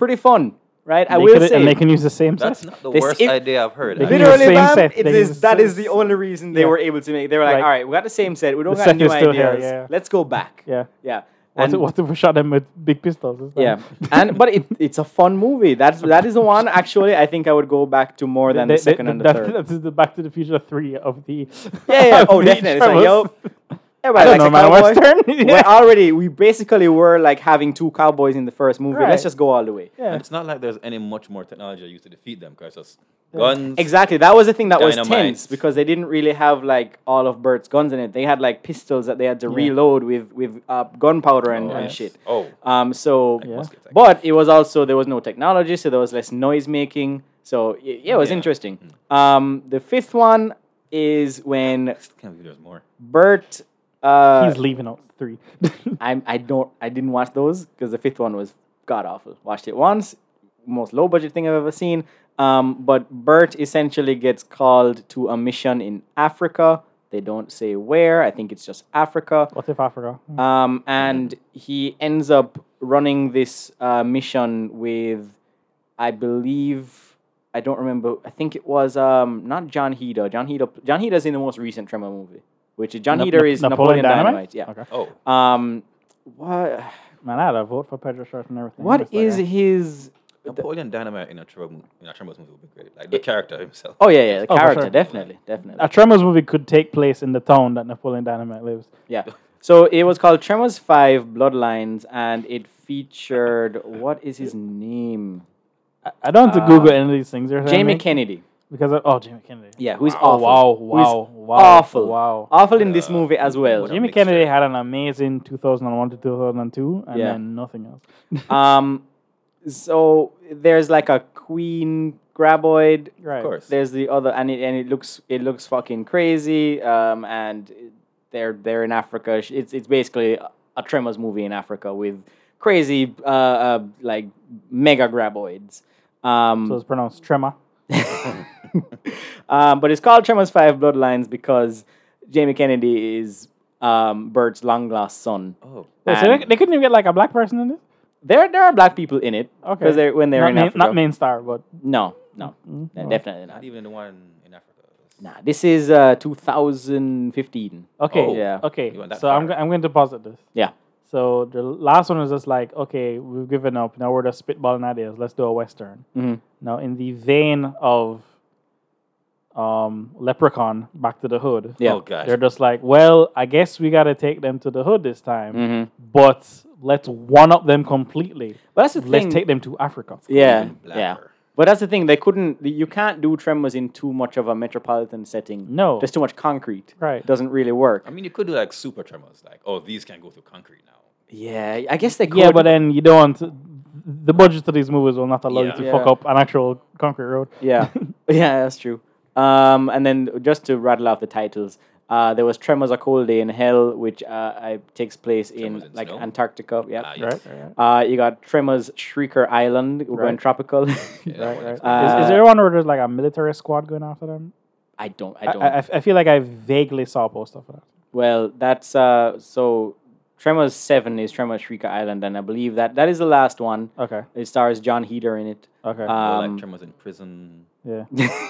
Pretty fun, right? I They will could- say and they can use the same That's set. not the This worst is- idea I've heard. They actually. use the Literally, same ma'am, set. it They is, use that the is same the only reason they Yeah. were able to make. They were like, Like- all right, we got the same set. We don't The got set new is still here, ideas. yeah. Let's go back. Yeah. yeah. What, And- what if we shot them with big pistols? It's [LAUGHS] Yeah, fine. and but it, it's a fun movie. That's that is the one actually. I think I would go back to more than They- the they- second and the that- third. This is the Back to the Future three of [LAUGHS] the. Yeah, [LAUGHS] yeah. of Oh, the definitely. It's like, travels. yo, everybody I don't likes know, a man, cowboy. Western? [LAUGHS] We're Yeah. already we basically were like having two cowboys in the first movie. Right. Let's just go all the way. [LAUGHS] Yeah. And it's not like there's any much more technology used to defeat them because it's guns. Exactly. That was the thing that was Dynamite. tense because they didn't really have like all of Bert's guns in it. They had like pistols that they had to reload with with uh, gunpowder and, Oh, and yes. shit. Oh. Um. So, Yeah. Must get that. but it was also there was no technology, so there was less noise making. So y- yeah, it was Yeah. interesting. Um. The fifth one is when can't believe there's more. Bert. Uh, He's leaving out three. [LAUGHS] I'm, I don't. I didn't watch those because the fifth one was god awful. Watched it once, most low budget thing I've ever seen. Um, but Bert essentially gets called to a mission in Africa. They don't say where. I think it's just Africa. what if I forgot? Um, and he ends up running this uh, mission with, I believe, I don't remember. I think it was um, not John Heder. John Heder. John Heder's in the most recent Tremor movie, which is John Na- Heder Na- is Napoleon, Dynamite. Yeah. Okay. Oh, Um, what? Man, I had a vote for Pedro Short and everything. What It's like, is eh. his? Napoleon Dynamite in a Tremors mo- in a Tremors movie would be great. Like the character himself. Oh yeah, yeah, the Oh, for character sure. Ah. definitely, definitely. A Tremors movie could take place in the town that Napoleon Dynamite lives. Yeah. So it was called Tremors Five: Bloodlines, and it featured what is his name? I, I don't have to Uh, Google any of these things. You're saying Jamie me? Kennedy. Because of, oh, Jamie Kennedy. Yeah, who's wow, awful. Wow, Who's wow, wow, awful. wow. Uh, Awful in this Yeah. movie as well. What a Jamie mixture. Kennedy had an amazing 2001 to 2002, and Yeah. then nothing else. Um, so there's like a Queen graboid. Right. of course. There's the other, and it and it looks it looks fucking crazy. Um, and they're they're in Africa. Sh- It's it's basically a- a Tremors movie in Africa with crazy uh, uh like mega graboids. Um, So it's pronounced Tremor. [LAUGHS] um, but it's called Tremors Five Bloodlines because Jamie Kennedy is um Bert's long lost son. Oh. Wait, so And- they, they couldn't even get like a black person in this? There there are black people in it. Okay. Because when they're not in main, Africa. Not Mm-hmm. main star, but No, no, no, no. definitely Not not. even the one in Africa. Nah, this is uh 2015. okay. Oh, yeah. Okay. you went that So I'm, far. go- I'm going to pause at this. Yeah. So the last one was just like, okay, we've given up. Now we're just spitballing ideas. Let's do a Western. Mhm. Now, in the vein of um, Leprechaun, Back to the Hood, Yeah. Oh gosh. they're just like, well, I guess we got to take them to the hood this time, Mhm. but let's one up them completely. But that's the Let's thing. take them to Africa. yeah, Even yeah. blacker. But that's the thing. They couldn't. You can't do tremors in too much of a metropolitan setting. No. there's too much concrete. Right. doesn't really work. I mean, you could do like super tremors, like oh, these can go through concrete now. Yeah, I guess they could. Yeah, but then you don't want to, the budget of these movies will not allow Yeah. you to Yeah. fuck up an actual concrete road. [LAUGHS] Yeah, yeah, that's true. Um, and then just to rattle off the titles, uh, there was Tremors: A Cold Day in Hell, which uh, I, takes place in, Tremors in like Snow? Antarctica. Yeah. Ah, Right? yes. Right. Uh, you got Tremors: Shrieker Island. We're going Right. tropical. [LAUGHS] [LAUGHS] Yeah, that right, one right. is- Uh, is, is there one where there's like a military squad going after them? I don't. I I, don't. I, I feel like I vaguely saw post of that. Well, that's uh so Tremors Seven is Tremors Shrieker Island, and I believe that that is the last one. Okay. It stars John Heder in it. Okay. Or, um, like tremors in prison. yeah.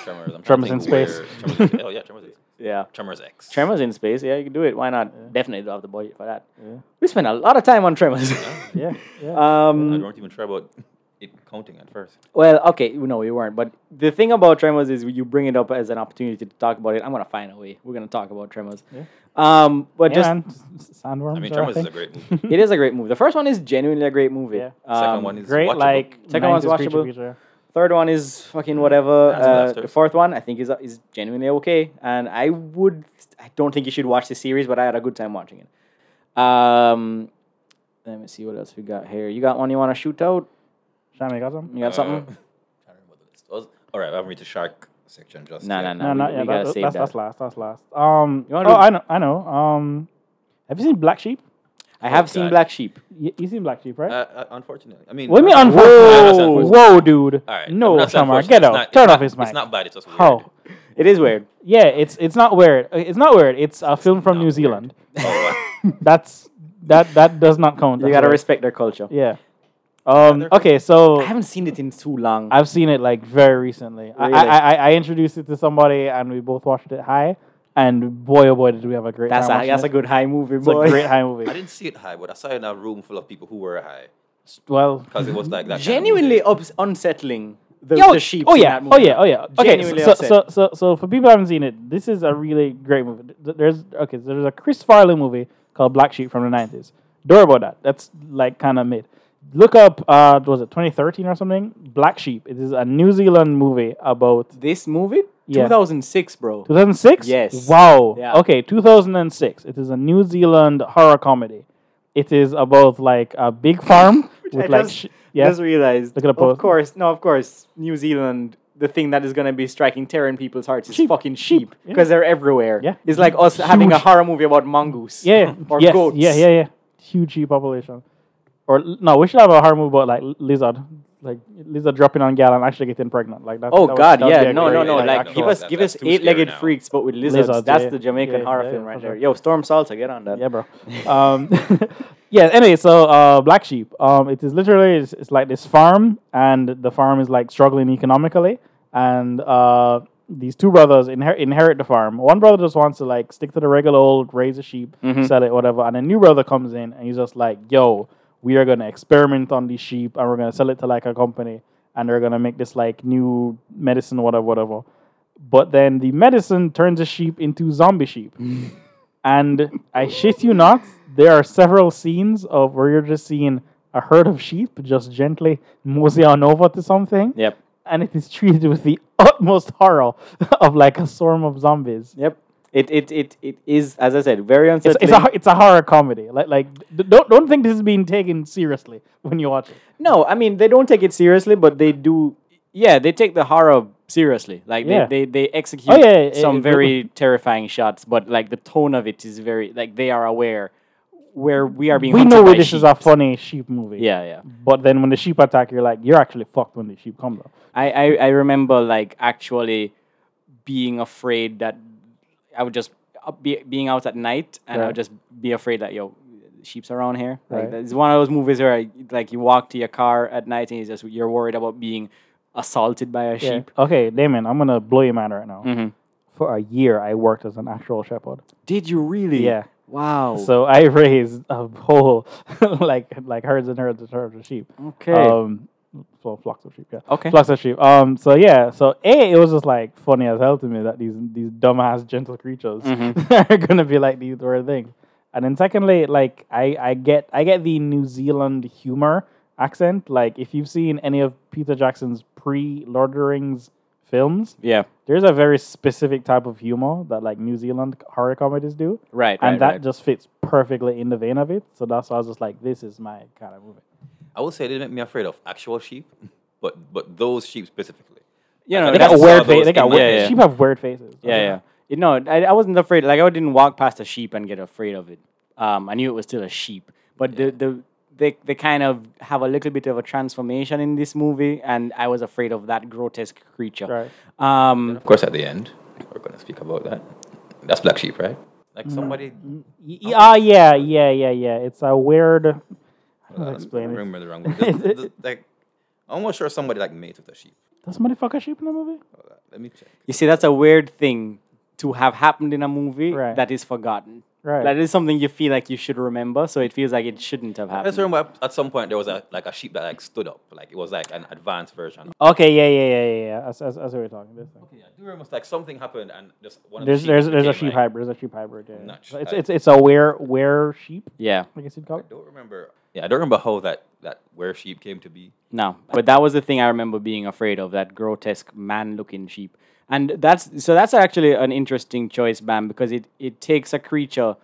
Tremors. I'm trying to Tremors in think where- space. Tremors in- oh yeah, tremors. in- Yeah, Tremors X. Tremors in space. Yeah, you can do it. Why not? Definitely don't have the budget for that. Yeah. We spent a lot of time on Tremors. Yeah. [LAUGHS] Uh, yeah. Mm. [LAUGHS] I um. don't even try about it counting at first. Well, okay. No, we weren't. But the thing about Tremors is you bring it up as an opportunity to talk about it. I'm gonna find a way. We're gonna talk about Tremors. Um. But yeah, just man. S- s- Sandworms. I mean, are Tremors is thing. a [LAUGHS] great movie. it is a great movie. The first one is genuinely a great movie. Yeah. Second Um, one is great watchable. like Second one's 90s creature watchable. feature. Third one is fucking whatever. That's Uh, Blasters. the fourth one, I think, is is genuinely okay, and I would. I don't think you should watch the series, but I had a good time watching it. Um, let me see what else we got here. You got one you want to shoot out? Shami got some? You got Uh, [LAUGHS] something? I don't remember the list. Was- All right, I haven't reached the shark section just No, yet. no, No, we- not we yeah. gotta That, save that's, that. that's last. That's last. Um, You wanna oh, do- I know. I know. Um, have you seen Black Sheep? I have seen God. Black Sheep. You, you seen Black Sheep, right? Uh, uh, unfortunately, I mean. what do you mean unfortunately? I unfortunate? understand Whoa, unfortunate. whoa, dude. All right. I'm No, not saying Summer, unfortunate. get It's out. not- Turn it's off not- his mic. It's not bad. It's just weird. How? It is weird. Yeah, it's it's not weird. Uh, It's not weird. It's a film from not New weird. Zealand. Oh, [LAUGHS] wow. That's that that does not count. You as gotta weird. respect their culture. Yeah. Um. they're- Okay. So I haven't seen it in too long. I've seen it like very recently. I Really? I, I I introduced it to somebody and we both watched it high. And boy, oh boy, did we have a great that's time. a watching that's it. a good high movie, It's a boy. great high movie. I didn't see it high, but I saw it in a room full of people who were high Well, because it was like that. kind of Genuinely movie. ups- unsettling. The, Yo, the sheep. Oh in yeah, that oh movie. yeah, oh yeah. Okay, Genuinely so, upset. so so so for people who haven't seen it, this is a really great movie. Th- th- There's okay, so there's a Chris Farley movie called Black Sheep from the nineties. Don't worry about that. That's like kind of mid. Look up, uh, was it 2013 or something? Black Sheep. It is a New Zealand movie about This movie, Yeah. 2006, bro. 2006? Yes. Wow. Yeah. Okay, 2006. It is a New Zealand horror comedy. It is about like a big farm [LAUGHS] with I like just, sh- yeah. just realized. Look at the Of post. course, no, of course, New Zealand the thing that is going to be striking terror in people's hearts is Sheep. fucking Sheep. sheep because they're everywhere. Yeah. It's like us having a Huge. horror movie about mongoose. Yeah, [LAUGHS] Or yes, goats. yeah, yeah, yeah. Huge sheep population. Or l- no, we should have a horror movie about like l- lizard, like lizard dropping on gal and actually getting pregnant. Like that. Oh that would- God, that would be yeah, a no, great, no, no! like, Like, actual- give us, that- give that's us too scary eight-legged now. freaks, but with lizards. Lizards, that's yeah. the Jamaican Yeah, horror yeah, film for right sure. there. Yo, Storm Salsa, get on that. Yeah, bro. Um, [LAUGHS] yeah. Anyway, so uh, black sheep. Um, it is literally it's, it's like this farm, and the farm is like struggling economically, and uh, these two brothers inher- inherit the farm. One brother just wants to like stick to the regular old raise a sheep, sell it, whatever, and a new brother comes in and he's just like, "Yo, we are gonna experiment on these sheep, and we're gonna sell it to like a company, and they're gonna make this like new medicine, whatever, whatever." But then the medicine turns the sheep into zombie sheep. And I shit you not, there are several scenes of where you're just seeing a herd of sheep just gently mosey on over to something. Yep. And it is treated with the [LAUGHS] utmost horror of like a swarm of zombies. Yep. It, it, it, it is, as I said, very It's, unsettling. it's, a, hor- it's a horror comedy. Like, like d- don't, don't think this is being taken seriously when you watch it. No, I mean they don't take it seriously, but they do. Yeah, they take the horror seriously. Like Yeah. they, they, they execute Oh, yeah, yeah, some it- it- very terrifying shots, but like the tone of it is very like they are aware where we are being. We hunted know where by this is sheep. a funny sheep movie. Yeah, yeah. But then when the sheep attack, you're like, you're actually fucked when the sheep come though. I, I I remember like actually being afraid that I would just uh, be being out at night and I Right. would just be afraid that yo sheep's around here. Like Right. it's one of those movies where I, like you walk to your car at night and you just you're worried about being assaulted by a sheep. Okay, Damon, I'm gonna blow your mind right now. Mhm. For a year, I worked as an actual shepherd. Did you really? Yeah. Wow. So I [LAUGHS] raised a whole [LAUGHS] like like herds and herds and herds of sheep. Okay. Um, well, flocks of sheep. Yeah. Okay. Flocks of sheep. Um. So yeah. So a it was just like funny as hell to me that these these dumbass [LAUGHS] gentle creatures Mm-hmm. [LAUGHS] are gonna be like these weird things. And then secondly, like I I get I get the New Zealand humor accent. Like if you've seen any of Peter Jackson's pre Lord of the Rings films, yeah. there's a very specific type of humor that like New Zealand horror comedies do. Right, right, And that right. just fits perfectly in the vein of it. So that's why I was just like, this is my kind of movie. I would say they make me afraid of actual sheep, [LAUGHS] but but those sheep specifically. You Like, know, I They think got I that's- saw weird those faces. They got in- weird yeah, faces. yeah. Sheep have weird faces. yeah, yeah. You know, I, I wasn't afraid. Like I didn't walk past a sheep and get afraid of it. Um, I knew it was still a sheep, but the the they, they kind of have a little bit of a transformation in this movie, and I was afraid of that grotesque creature. Right. Um, Of course, at the end, we're going to speak about that. That's black sheep, right? Like somebody. Y- y- Ah, yeah, yeah, yeah, yeah. It's a weird. Well, Uh, I explain it. remember uh, the wrong word. Th- [LAUGHS] th- th- like, I'm almost sure somebody like mate with a sheep. Does somebody fuck a sheep in the movie? Hold on, Let me check. you see, that's a weird thing to have happened in a movie Right. that is forgotten. Right. That is something you feel like you should remember, so it feels like it shouldn't have I just happened. remember at- at some point there was a like a sheep that like stood up, like it was like an advanced version. Okay, yeah, yeah, yeah, yeah. yeah. That's, that's, that's what we're talking about. Yeah, I do remember like something happened and just one of There's the sheep there's there's a became, sheep like- hybrid. There's a sheep hybrid. Yeah. Nuts. So It's I- it's it's a where where sheep. Yeah. I guess you'd call I it. don't remember. Yeah, I don't remember how that that where sheep came to be. No, but that was the thing I remember being afraid of that grotesque man looking sheep. And that's so that's actually an interesting choice, Bam, because it, it takes a creature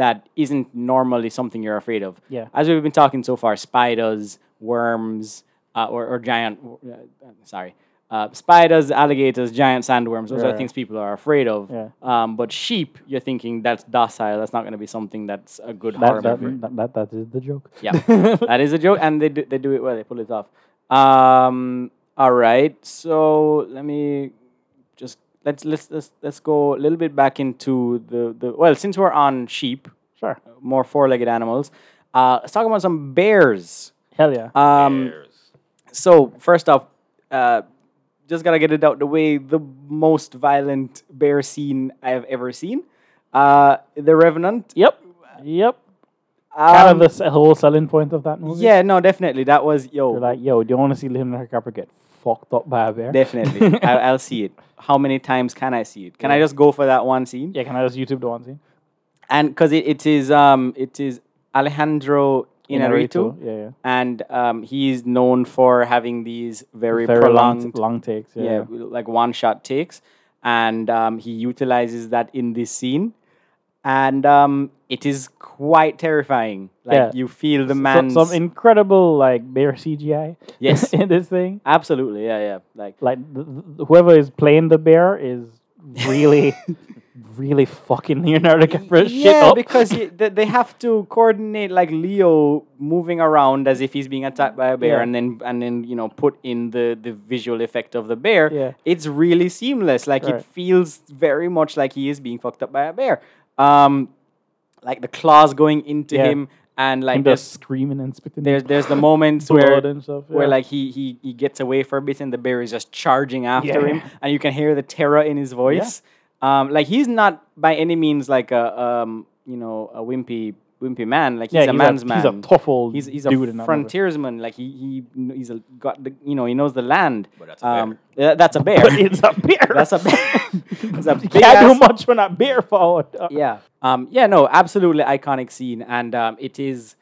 that isn't normally something you're afraid of. Yeah. As we've been talking so far, spiders, worms, uh, or, or giant, uh, sorry, uh, spiders, alligators, giant sandworms, those are Right. things people are afraid of. Yeah. Um, but sheep, you're thinking that's docile, that's not going to be something that's a good horror That, that, movie. that, that, that is the joke. Yeah, that is a joke, and they do, they do it well. They pull it off. Um, all right, so let me just let's let's let's let's go a little bit back into the the well. Since we're on sheep, [LAUGHS] Sure. more four-legged animals, uh, let's talk about some bears. Hell yeah. Um, Mm. Bears. so first off, uh, just gotta get it out the way. The most violent bear scene I have ever seen. Uh, the Revenant. Yep. Yep. kind Um, of the s- whole selling point of that movie. yeah, no, definitely. That was yo. You're like, yo, do you want to see Leonardo DiCaprio get fucked up by a bear? [LAUGHS] Definitely. I, I'll see it. How many times can I see it? Can I just go for that one scene? Yeah, can I just YouTube the one scene? And because it, it is um it is Alejandro Inarritu, Yeah, yeah. and um, he's known for having these very, Very prolonged, long, long takes. Yeah. yeah, like one shot takes, and um, he utilizes that in this scene. and um, it is quite terrifying. Like Yeah. you feel the So- man's some incredible like bare CGI. Yes. in this thing, absolutely, yeah, yeah. Like like th- th- whoever is playing the bear is really, really fucking Leonardo DiCaprio shit yeah, up. because you, they, they have to coordinate like Leo moving around as if he's being attacked by a bear, Yeah. and then and then you know put in the the visual effect of the bear. Yeah. it's really seamless. Like Right. it feels very much like he is being fucked up by a bear. Um, like the claws going into Yeah. him, and like and there's just screaming and spitting. there's there's the moments blood where and stuff, where yeah. like he, he he gets away for a bit and the bear is just charging after Yeah. him and you can hear the terror in his voice. Um, like he's not by any means like a um you know a wimpy wimpy man. Like he's yeah, a man's man. He's a tough old He's, he's dude in a that movie. frontiersman. Like he he kn- he's a, got the, you know he knows the land. Um, But that's a yeah, that's a bear. [LAUGHS] But it's a bear. that's a bear. [LAUGHS] that's a you big can't do ass much when that bear fall. yeah um yeah no absolutely iconic scene and um it is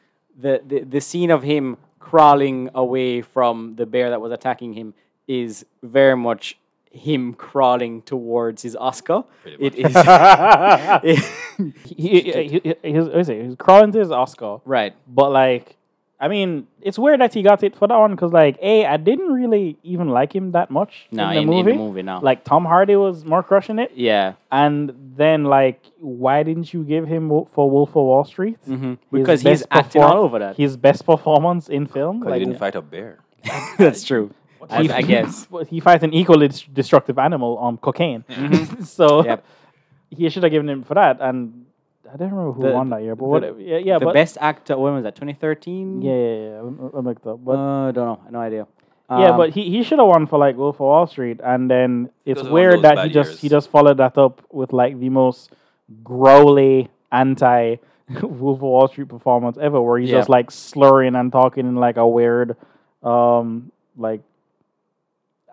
the the, the scene of him crawling away from the bear that was attacking him is very much him crawling towards his Oscar. Pretty It is [LAUGHS] he, he, he, he, he's, what is it? he's crawling to his Oscar. [LAUGHS] right. But like, I mean, it's weird that he got it for that one because like, a, I didn't really even like him that much No, in in- the in the movie. movie, no. Like Tom Hardy was more crushing it, [LAUGHS] Yeah, and then like, why didn't you give him Wo- for Wolf of Wall Street? His Mm-hmm. Because he's best acting perform- all over that. His best performance in film. But Like, he didn't fight a bear. that's true. I, he- I guess. but [LAUGHS] he fights an equally dest- destructive animal on cocaine. [LAUGHS] so Mm-hmm. Yep. he should have given him for that. And I don't remember who The- won that year, but the- whatever. Yeah, yeah the but best actor. When was that? Twenty thirteen. Yeah, yeah, yeah. I'm, I'm like that. But Uh, don't know. No idea. yeah, Um, but he, he should have won for like Wolf of Wall Street, and then it's was one of weird those that bad he just he years. just followed that up with like the most growly anti [LAUGHS] Wolf of Wall Street performance ever, where he's Yeah. just like slurring and talking in like a weird, um, like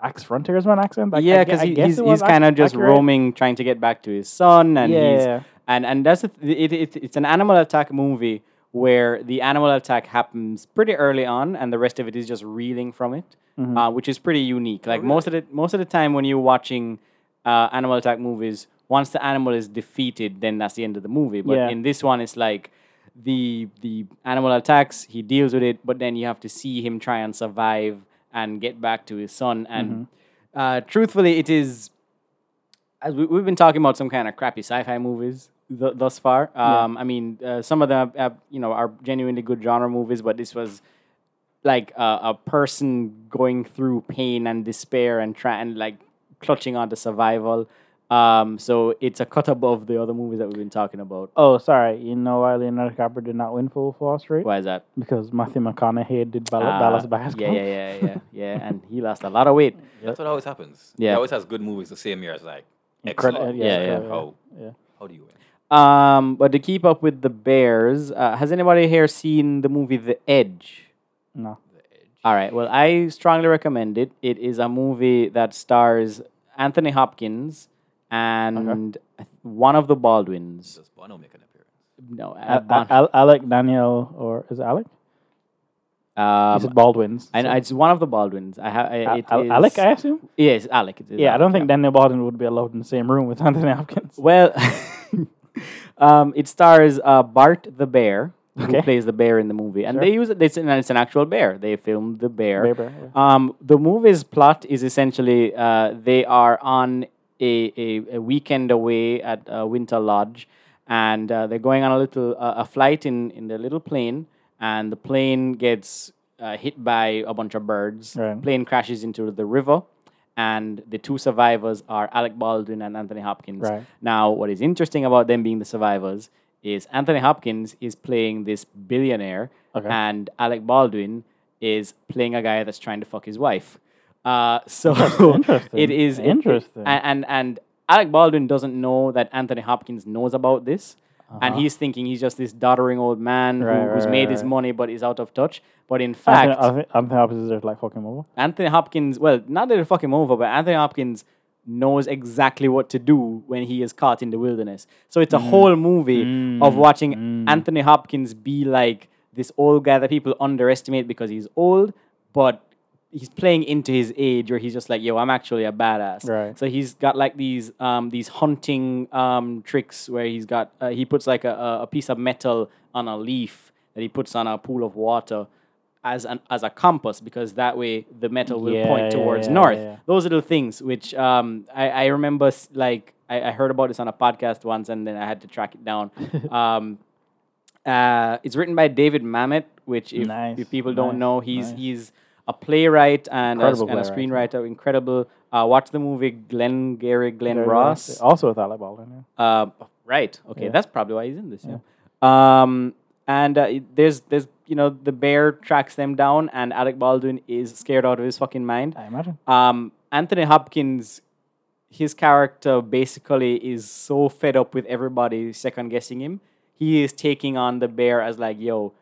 axe frontiersman accent. I- I yeah, gue- because I he, guess he's, it was he's kind of ac- just accurate. roaming, trying to get back to his son, and Yeah. he's and and that's the th- it, it, it's an animal attack movie where the animal attack happens pretty early on, and the rest of it is just reeling from it, uh, which is pretty unique. Like most of the most of the time when you're watching uh, animal attack movies, once the animal is defeated, then that's the end of the movie. But Yeah. in this one, it's like. The the animal attacks, he deals with it, but then you have to see him try and survive and get back to his son. And uh, truthfully, it is as we, we've been talking about some kind of crappy sci-fi movies th- thus far. Um, I mean, uh, some of them, have, have, you know, are genuinely good genre movies, but this was like a, a person going through pain and despair and try and like clutching on to survival. Um, so it's a cut above the other movies that we've been talking about. Oh, sorry. You know why Leonardo DiCaprio did not win for Wolf of Wall Street? Why is that? Because Matthew McConaughey did Ball- Uh, Dallas Buyers yeah, Club. yeah, yeah, yeah, yeah. And he lost a lot of weight. That's what always happens. Yeah. He always has good movies the same year as like. Incredi- Excellent. yeah, yeah. How, yeah. how do you win? Um, but to keep up with the Bears, uh, has anybody here seen the movie The Edge? No. All right. Well, I strongly recommend it. It is a movie that stars Anthony Hopkins and one of the Baldwins. Does Bono make an appearance? No, A- uh, A- Bon- Al- Alec Daniel or is it Alec? um, uh, Is it Baldwin's? and it's one of the Baldwins. I have Al- it Al- is- Alec, I assume. Yes, Alec. It is Yeah, I Alec, don't think Daniel Baldwin would be allowed in the same room with [LAUGHS] Anthony Hopkins. Well, [LAUGHS] um, it stars uh, Bart the bear, who Okay. plays the bear in the movie, and Sure. they use it. It's an, it's an actual bear. They filmed the bear. Bear, bear, yeah. Um, the movie's plot is essentially uh, they are on a, a, a weekend away at uh, Winter Lodge, and uh, they're going on a little uh, a flight in in their little plane, and the plane gets uh, hit by a bunch of birds. Right. Plane crashes into the river. And the two survivors are Alec Baldwin and Anthony Hopkins. Right. Now, what is interesting about them being the survivors is Anthony Hopkins is playing this billionaire, Okay. and Alec Baldwin is playing a guy that's trying to fuck his wife. Uh, [LAUGHS] [LAUGHS] so it is it- it- Interesting. a- and, and Alec Baldwin doesn't know that Anthony Hopkins knows about this, and he's thinking he's just this doddering old man who- Uh-huh. Right, who's right, made right, his right. money but is out of touch. But in fact, Anthony, Anthony, Anthony Hopkins is just like fucking over. Anthony Hopkins, well, not that they fuck him over, but Anthony Hopkins knows exactly what to do when he is caught in the wilderness. So it's a whole movie of watching Anthony Hopkins be like this old guy that people underestimate because he's old, but he's playing into his age where he's just like, yo, I'm actually a badass. Right. So he's got like these um, these hunting um, tricks where he's got uh, he puts like a, a- a piece of metal on a leaf that he puts on a pool of water as an as a compass because that way the metal will Yeah, point yeah, towards yeah, north. yeah. Those little things which um, I, I remember s- like I, I heard about this on a podcast once and then I had to track it [LAUGHS] down. um, uh, it's written by David Mamet, which if, Nice, if people don't nice, know, he's nice. he's a playwright and, a, Incredible and a playwright, screenwiter, incredible. Uh, watch the movie Glenn Gary, Glenn Very Ross. nice. Also with Alec Baldwin. Yeah. Uh, right. Okay, Yeah. that's probably why he's in this. Yeah. Um, and uh, it- there's there's you know the bear tracks them down, and Alec Baldwin is scared out of his fucking mind. I imagine. Um, Anthony Hopkins, his character basically is so fed up with everybody second guessing him. He is taking on the bear as like, yo,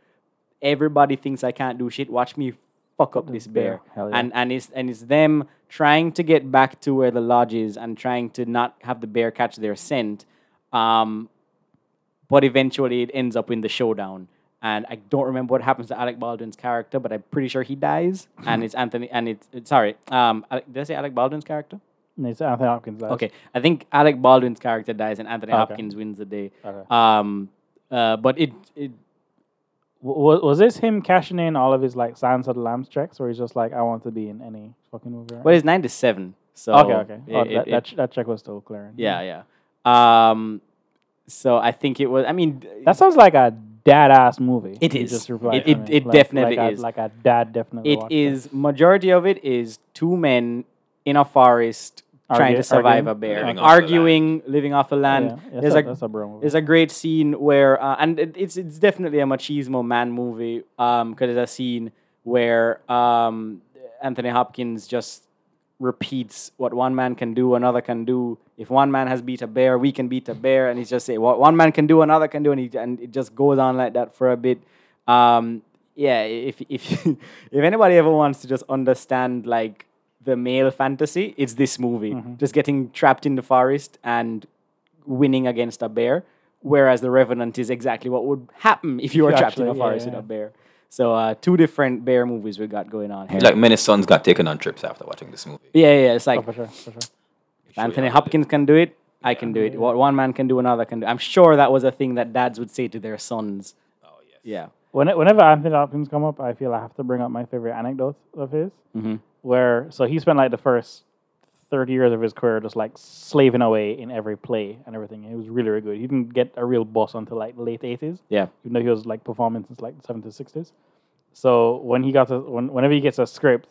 everybody thinks I can't do shit. Watch me fuck up this bear. bear. Hell yeah. And and it's and it's them trying to get back to where the lodge is and trying to not have the bear catch their scent. Um, but eventually it ends up in the showdown. And I don't remember what happens to Alec Baldwin's character, but I'm pretty sure he dies. and [LAUGHS] it's Anthony. And it's, it's- sorry. Um, Alec, did I say Alec Baldwin's character? And it's Anthony Hopkins. last. Okay, I think Alec Baldwin's character dies, and Anthony Okay. Hopkins wins the day. Okay. Um, uh, but it it Was, was this him cashing in all of his like Silence of the Lambs checks, where he's just like, I want to be in any fucking movie? Right? well, it's ninety seven. So okay, okay. it- oh, it- that, it- that, ch- that check was still clearing. yeah, yeah. Um, so I think it was. I mean, d- That sounds like a dad ass movie. It You is. Just replied It- to it- me. it Like- definitely like a- is. like a dad definitely. it watched is majority of it is two men in a forest trying Argu- to survive arguing? a bear, Living off the land. arguing, living off the land. Yeah, that's There's a- a, that's a bro movie. there's a great scene where, uh, and it, it's it's definitely a machismo man movie. Um, because there's a scene where um Anthony Hopkins just repeats what one man can do, another can do. If one man has beat a bear, we can beat a bear, and he's just say what one man can do, another can do, and he, and it just goes on like that for a bit. Um, yeah, i- if if [LAUGHS] if anybody ever wants to just understand like the male fantasy, it's this movie. Just getting trapped in the forest and winning against a bear, whereas the Revenant is exactly what would happen if you were trapped in a Actually, yeah, forest yeah. with a bear. So uh, two different bear movies we got going on here. Like many sons got taken on trips after watching this movie. yeah, yeah, it's like Oh, For sure, for sure. Show you Anthony how to Hopkins can do it. I can do it. What one man can do, another can do. I'm sure that was a thing that dads would say to their sons. live. Oh, yes. Yeah. When, whenever Anthony Hopkins come up, I feel I have to bring up my favorite anecdote of his, where so he spent like the first thirty years of his career just like slaving away in every play and everything. He was really, really good. He didn't get a real boss until like late eighties, Yeah. even though he was like performing since like the seventies, sixties. So when he got to, when, whenever he gets a script,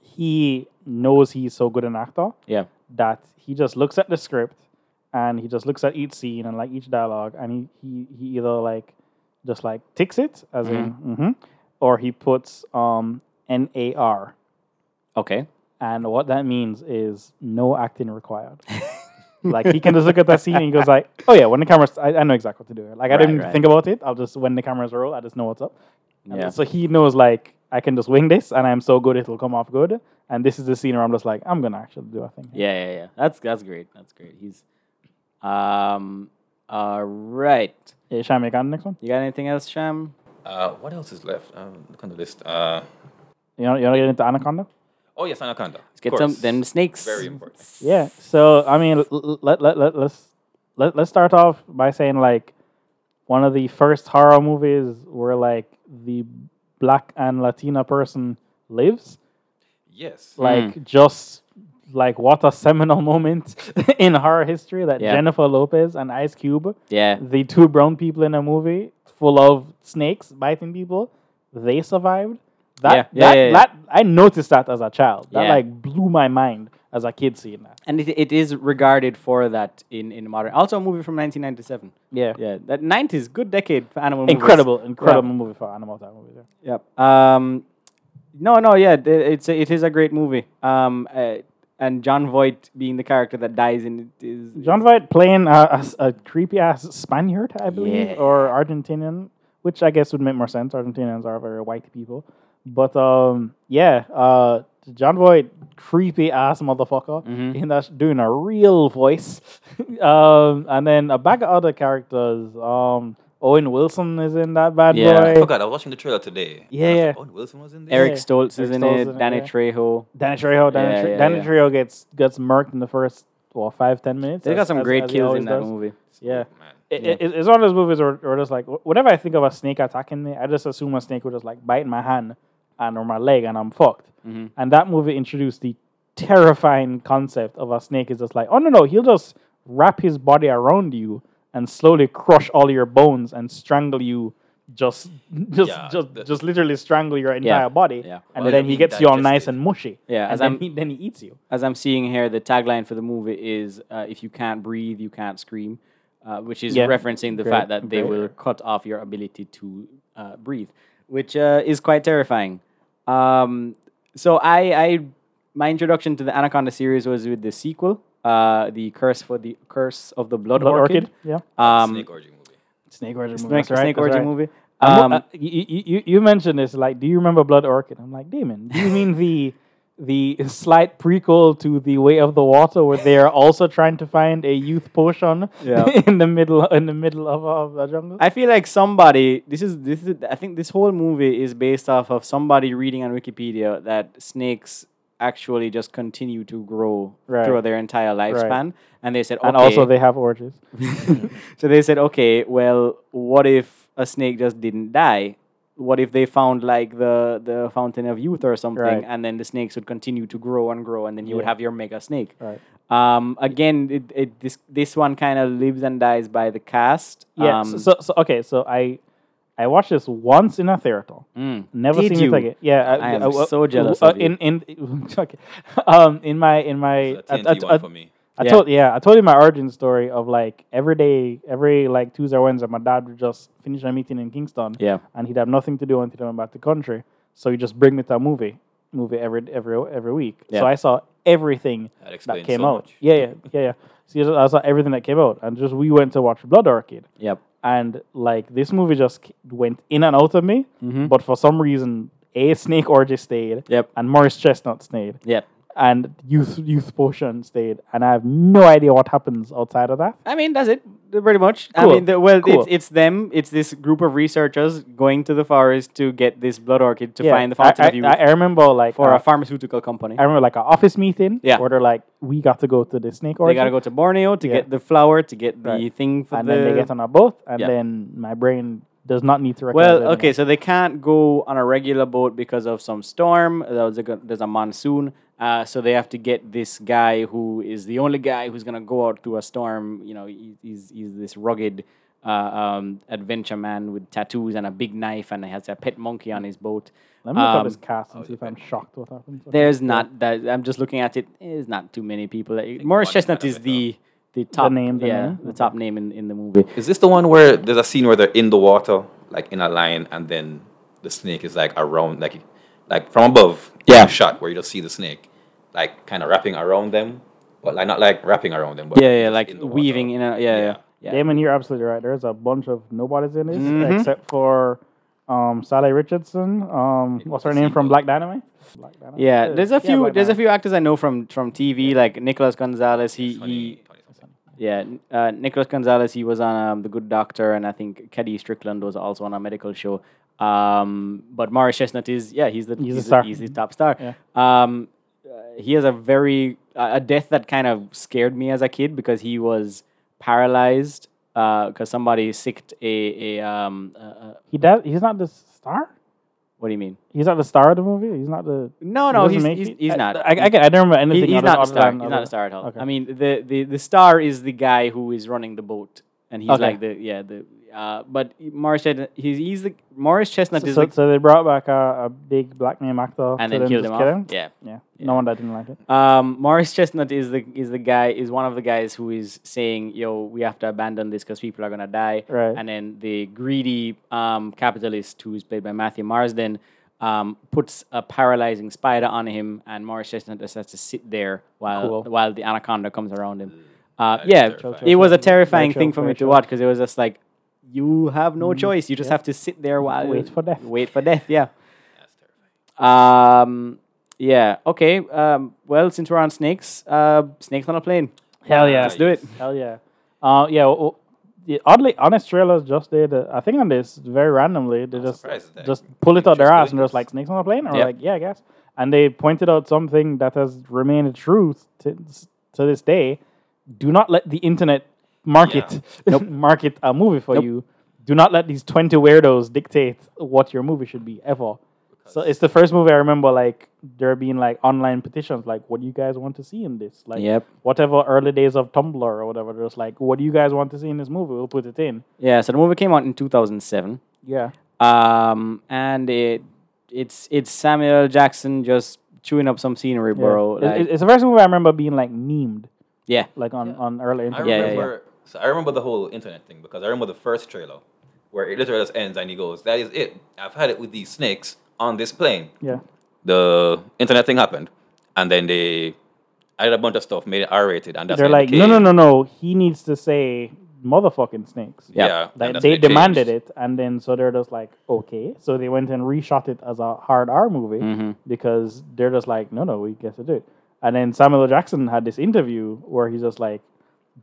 he knows he's so good an actor Yeah. that he just looks at the script and he just looks at each scene and like each dialogue and he he, he either like just like ticks it as Mm-hmm. in hmm or he puts um NAR Okay. and what that means is no acting [LAUGHS] required. like he can just look at that scene and he goes like, "Oh yeah, when the cameras, I, I know exactly what to do. Like I Right, didn't right. think about it. I'll just when the cameras roll, I just know what's up." And Yeah. So he knows like I can just wing this, and I'm so good it'll come off good. And this is the scene where I'm just like, I'm gonna actually do a thing. Yeah, yeah, yeah. That's that's great. That's great. He's um all right. Yeah, Shami, Eh, you got the next one? You got anything else, Sham? Uh, what else is left? Um, look on the list. Uh, You know, you want to get into Anaconda? oh, yes, Anaconda. Of Let's get some course. them snakes. Very important. Yeah. So I mean, l- l- let let let let's let, let's start off by saying like one of the first horror movies where like the black and Latina person lives. Yes. Like just like what a seminal [LAUGHS] moment in horror history that Yeah. Jennifer Lopez and Ice Cube, Yeah. the two brown people in a movie full of snakes biting people, they survived. That Yeah. Yeah, that, yeah, yeah. that I noticed that as a child. That Yeah. like blew my mind as a kid seeing that. And it, it is regarded for that in, in modern also a movie from nineteen ninety seven. Yeah. Yeah. That nineties, good decade for animal movies. Incredible, incredible movie for animal time movie. Yeah. Yep. Um, no, no, yeah, th- it's a, it is a great movie. Um, uh, and John Voight being the character that dies in it is John Voight playing a, a s- a creepy ass Spaniard, I believe, Yeah. or Argentinian, which I guess would make more sense. Argentinians are very white people, but um, yeah, uh, John Voight, creepy ass motherfucker, Mm-hmm. in that sh- doing [LAUGHS] a real voice, um, and then a bag of other characters. Um, Owen Wilson is in that bad Yeah. boy. I I forgot. Oh, I was watching the trailer today. Yeah, And I was yeah. like, Owen Wilson was in this. Eric Yeah. Stoltz is Eric in Stoltz is it. in it, Danny yeah. Trejo. Danny Trejo. Danny, Yeah, Tre- yeah, Danny yeah. Trejo gets gets murked in the first well five ten minutes. They got as- some as- great as he kills always in that does. movie. Yeah. Oh, man. It, Yeah. it- it's one of those movies where, where just like wh- whenever I think of a snake attacking me, I just assume a snake would just like bite my hand and or my leg and I'm fucked. Mm-hmm. And that movie introduced the terrifying concept of a snake is just like, oh no no, he'll just wrap his body around you and slowly crush all your bones and strangle you. Just, [LAUGHS] just, Yeah, just, the- just literally strangle your entire body, yeah. and Well, then you're he being gets you all nice digested. and mushy. Yeah, and as then I'm- he then he eats you. As I'm seeing here, the tagline for the movie is uh, "If you can't breathe, you can't scream," uh, which is Yeah. referencing the Great, fact that they great. will cut off your ability to uh, breathe, which uh, is quite terrifying. Um, so I, I, my introduction to the Anaconda series was with the sequel, uh, the Curse for the Curse of the Blood, Blood Orchid. orchid, yeah. Um, Snake Orgy movie. Snake origin. movie, Snake, that's right, snake that's Origin right. movie. Um, Um, uh, you, you, you mentioned this, like, do you remember Blood Orchid? I'm like, Damon, do you mean the [LAUGHS] the slight prequel to The Way of the Water, where they are also trying to find a youth potion Yeah. [LAUGHS] in the middle in the middle of, of the jungle? I feel like somebody. This is this is. I think this whole movie is based off of somebody reading on Wikipedia that snakes actually just continue to grow Right. throughout their entire lifespan, and they said, okay. and also, they have orgies. so they said, okay, well, what if a snake just didn't die? What if they found like the the fountain of youth or something, Right. and then the snakes would continue to grow and grow, and then you would Yeah. have your mega snake. Right. Um, again, it, it, this this one kind of lives and dies by the cast. Yeah. Um, so, so, so, okay, so I I watched this once in a theater. mm. Never Did seen you? it again. Yeah, I am so jealous uh, of you. In in [LAUGHS] okay, um, in my in my uh, The I- I- TNT one I- for me. I Yeah. told yeah, I told you my origin story of like every day, every like Tuesday or Wednesday, my dad would just finish a meeting in Kingston. Yeah. And he'd have nothing to do until I'm back to country. So he just bring me to a movie. Movie every every every week. Yeah. So I saw everything That that, explains came so out. much. Yeah, yeah, yeah, yeah. So I saw everything that came out. And just we went to watch Blood Orchid Yep. and like this movie just k- went in and out of me. But for some reason, a snake orgy stayed. Mm-hmm. Yep. And Morris Chestnut stayed. Yep. And youth youth portion stayed. And I have no idea what happens outside of that. I mean, that's it, th- pretty much. I Cool. mean, the, well, Cool. it's, it's them. It's this group of researchers going to the forest to get this blood orchid to find the I, fountain I, of youth I, I remember like for a uh, pharmaceutical company. I remember like an office meeting Yeah. where they're like, we got to go to the snake orgy. they gotta go to Borneo to Yeah. get the flower to get the Right. thing for and the. then they get on a boat, and Yeah. then my brain does not need to recognize. well, it anymore. okay, so they can't go on a regular boat because of some storm. There was a go- There's a monsoon, uh, so they have to get this guy who is the only guy who's gonna go out to a storm. You know, he- he's he's this rugged uh, um, adventure man with tattoos and a big knife, and he has a pet monkey on his boat. Let me look Um, up his cast and see if I'm shocked what happens. Okay. There's not that. I'm just looking at it. There's not too many people. That, Morris one Chestnut had a is bit the the top name, the yeah, name. the top name in, in the movie. Is this the one where there's a scene where they're in the water, like in a line, and then the snake is like around, like, like from above? Yeah. Shot where you just see the snake, like kind of wrapping around them, but like not like wrapping around them. But Yeah, yeah, just like in the water. weaving in a yeah, yeah, Yeah. yeah. Damon, you're absolutely right. There's a bunch of nobodies in this Mm-hmm. except for um, Sally Richardson. Um, what's her name from Black Dynamite? Black Dynamite. Yeah, there's a few. Black there's a Dynamite. few actors I know from from TV, like Nicholas Gonzalez. He he. Funny- funny something. Yeah, n- uh, Nicholas Gonzalez. He was on um, The Good Doctor, and I think Keddy Strickland was also on a medical show. Um, but Morris Chestnut is yeah, he's the He's a the- star. he's the top star. Yeah. Um, uh, he has a very a a death that kind of scared me as a kid because he was paralyzed because somebody sicked a a um uh, uh, He does. He's not the star. what do you mean? He's not the star of the movie. He's not the. No, he no, doesn't he's make he's, it? he's I- not. I, I, can- I don't remember anything. He- he's other- not a other star. than- He's other not than- a star at all. Okay. I mean, the, the the star is the guy who is running the boat, and he's Okay. like the yeah the. Uh, but Morris Chestnut, he's, he's the Morris Chestnut so, is so, the, so they brought back a, a big black name actor and to then then killed just him kill off. Yeah. Yeah. Yeah. No one that didn't like it. Um, Morris Chestnut is the is the guy is one of the guys who is saying, "Yo, we have to abandon this because people are gonna die." Right. And then the greedy um, capitalist, who is played by Matthew Marsden, um, puts a paralyzing spider on him, and Morris Chestnut just has to sit there while Cool. while the anaconda comes around him. Uh, that is yeah, terrifying. it was a terrifying Very thing for chill, me very to chill. watch because it was just like, you have no choice. You just have to sit there while Wait for death. Wait for death. Yeah. That's terrifying. Um, yeah. Okay. Um, well, since we're on snakes, uh, snakes on a plane. Hell yeah. Let's do it. Hell yeah. Uh, yeah. w- w- the- oddly, Honest Trailers just did. uh, I think on this very randomly, they I'm just surprised that just pull it out their just ass did and they're this. just like snakes on a plane. And we're Yep. like, yeah, I guess. And they pointed out something that has remained a truth to, to this day. Do not let the internet [LAUGHS] market market a movie for you. Do not let these twenty weirdos dictate what your movie should be ever. So it's the first movie I remember like there being like online petitions like what do you guys want to see in this like Yep. whatever early days of Tumblr or whatever they're just like what do you guys want to see in this movie we'll put it in Yeah, so the movie came out in 2007. yeah Um, and it it's it's Samuel Jackson just chewing up some scenery, bro. It's- like- it's, it's the first movie I remember being like memed yeah. like on on early I internet Yeah, yeah, remember. So I remember the whole internet thing because I remember the first trailer where it literally just ends and he goes, "That is it. I've had it with these snakes on this plane." yeah The internet thing happened, and then they added a bunch of stuff, made it R-rated, and that's they're when it like no no came. no no he needs to say motherfucking snakes Yeah, Yeah. and Like, that's they when it demanded changed. it, and then so they're just like, okay. So they went and reshot it as a hard R movie Mm-hmm. because they're just like, no, no, we get to do it. And then Samuel L. Jackson had this interview where he's just like,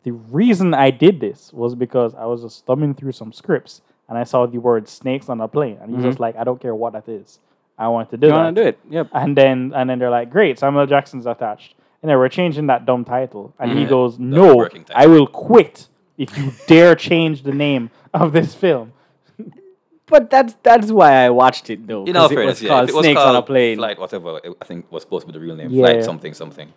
the reason I did this was because I was just thumbing through some scripts and I saw the word snakes on a plane, and he's just like, I don't care what that is, I want to Mm-hmm. do You that. want to do it? Yep. And then and then they're like, great, Samuel L. Jackson's attached. And then we're changing that dumb title. And Mm-hmm. he goes, no, working title. I will quit if [LAUGHS] you dare change the name of this film. But that's that's why I watched it though. In 'cause all it fairness, was yeah, called if it was Snakes on a called Plane. Flight, whatever. it- I think was supposed to be the real name. Yeah. Flight something something.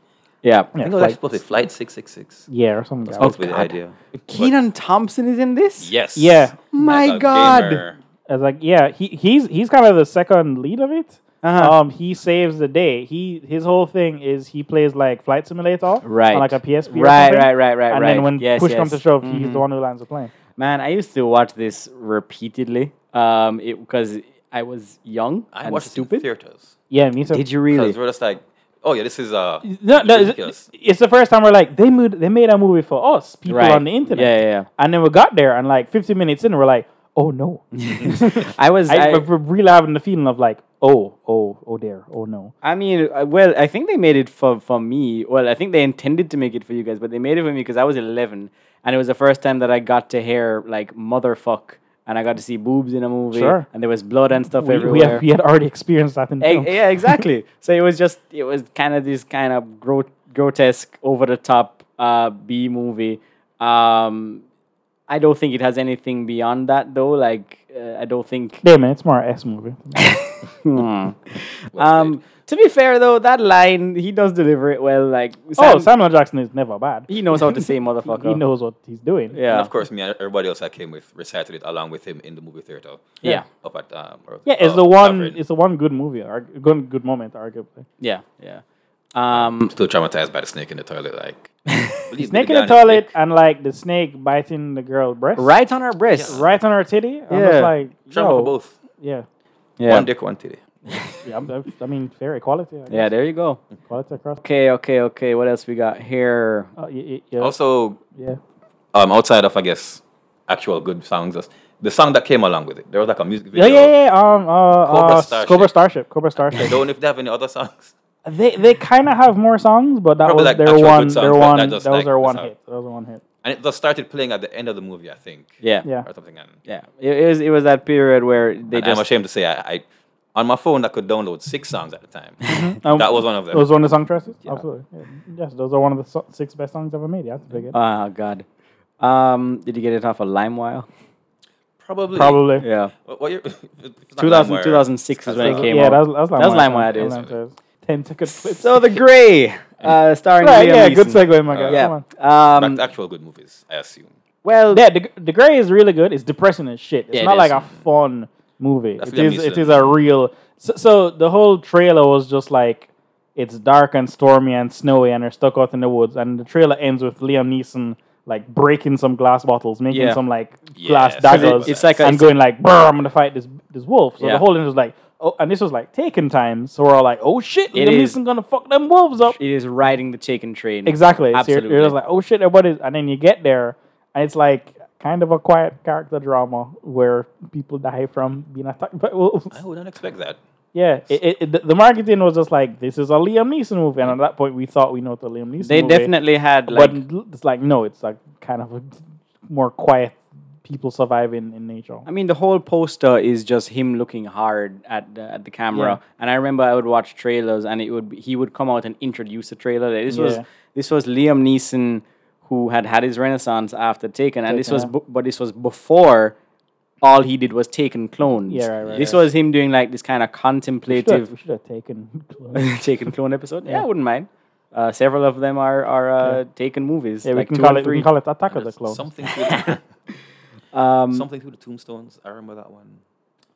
yeah. I Yeah, think it was actually Flight- Oh, supposed to be Flight Six Six Six. yeah, or something. like that. Supposed to be the God. idea. Keenan Thompson is in this. Yes. Yeah. My As a God. gamer. I was like, yeah, he, he's he's kind of the second lead of it. Uh-huh. Um, he saves the day. He his whole thing is he plays like flight simulator, Right. On like a PSP, or Right, something. right, right, right, And right. then when Yes, push comes to yes. Mm-hmm. shove, he's the one who lands the plane. Man, I used to watch this repeatedly. Um, it because I was young I and watched it in stupid. theaters. Yeah, me too. Did you really? Because we're just like, oh yeah, this is uh, No, no, it's, ridiculous. it's the first time we're like they made they made a movie for us people Right. on the internet. Yeah, yeah, yeah. And then we got there and like 15 minutes in, we're like, oh no. I was. I, I, we're really having the feeling of like, oh, oh, oh there, oh no. I mean, uh, well, I think they made it for, for me. Well, I think they intended to make it for you guys, but they made it for me because I was 11 and it was the first time that I got to hear like motherfuck and I got to see boobs in a movie Sure. and there was blood and stuff We, everywhere. we, have, we had already experienced that in E- film. yeah, [LAUGHS] exactly. so it was just it was kind of this kind of gro- grotesque, over the top uh, B movie. Um, I don't think it has anything beyond that though. Like uh, I don't think. Damn, it's more a S movie. Hmm. um, to be fair though, that line he does deliver it well. Like oh, Sam- Samuel Jackson is never bad. He, he knows [LAUGHS] how to say motherfucker. knows what he's doing. Yeah. And of course, me and everybody else I came with recited it along with him in the movie theater. Yeah. Up at um. or- Yeah, it's uh, the one. Sovereign. It's the one good movie. Arg- good, good moment, arguably. Yeah. Yeah. Um, still traumatized by the snake in the toilet. [LAUGHS] Like please Snake in let the me down, toilet snake. and like the snake biting the girl's breast, right on our breast. Yeah. right on her titty. I'm Yeah. just like, Trauma yo, for both. yeah, One dick, one titty. yeah. I'm- I'm- i mean, fair equality. I guess. yeah. There you go. equality across. Okay. Okay. Okay. What else we got here? Uh, y- y- yeah, Also, yeah. um, outside of I guess actual good songs, us- the song that came along with it, there was like a music Yeah, video. yeah, yeah. Um, uh, Cobra uh, Starship. Cobra Starship. Cobra I Starship. don't know if they have any other songs. they they kind of have more songs, but that Probably, was like, their actual good one. songs, their but one. that That just, was like, their that's one how- hit. That was their one hit. And it just started playing at the end of the movie, I think. Yeah. Yeah. Or something. And, Yeah. It, it was. It was that period where they and just I'm ashamed to say, I, I on my phone I could download six songs at the [LAUGHS] time. Um, that was one of It them. was one of the song choices. Absolutely. Yeah. Yes, those are one of the so- six best songs ever made. Yeah, that's pretty good. Uh, Oh God. Um, did you get it off of [LAUGHS] LimeWire? Probably. Probably. Yeah. What, what year? [LAUGHS] it's not 2000, LimeWire. 2006 is when it That's- came yeah, out. that That was was, Lime LimeWire Wire. days. Lime Wire days. Ten ticket flips. So the Gray, uh, starring right, Liam yeah, good Neeson. segue, my guy. Come Yeah. on. Back Um, to actual good movies, I assume. well, Yeah, the, the Gray is really good. It's depressing as shit. It's Yeah, it not like is. a fun movie. That's it Liam is. It Neeson. is a real. So, so the whole trailer was just like it's dark and stormy and snowy, and they're stuck out in the woods. And the trailer ends with Liam Neeson like breaking some glass bottles, making Yeah. some like Yes, glass I remember daggers, that. It's like a- and it's- going like, "Brr, I'm gonna fight this this wolf." So Yeah. the whole thing was like, oh, and this was like taken time. So we're all like, "Oh shit, It Liam is. Neeson gonna fuck them wolves up." it is riding the chicken train. Exactly. So you're- Absolutely. you're, just like, oh shit, everybody's, and then you get there, and it's like kind of a quiet character drama where people die from being attacked by wolves. [LAUGHS] I would not expect that. Yeah, it, it, it- the- the marketing was just like, this is a Liam Neeson movie, and at that point we thought we know it's a Liam Neeson they movie. definitely had like but it's like no, it's like kind of a more quiet people surviving in nature. I mean, the whole poster is just him looking hard at the, at the camera. And I remember I would watch trailers, and it would be, he would come out and introduce the trailer. This was Yeah. this was Liam Neeson who had had his renaissance after Taken, and this Taken, was yeah. bu- but this was before all he did was Taken clones. Yeah, right, right, This right. was him doing like this kind of We should have- contemplative we should have taken. [LAUGHS] [LAUGHS] Taken clone episode. Yeah, Yeah. I wouldn't mind. Uh, several of them are are uh, Taken movies. yeah, we like can two call and it. We three. can call it Attack of the Clones. Something through the, [LAUGHS] Um, something through the tombstones. I remember that one.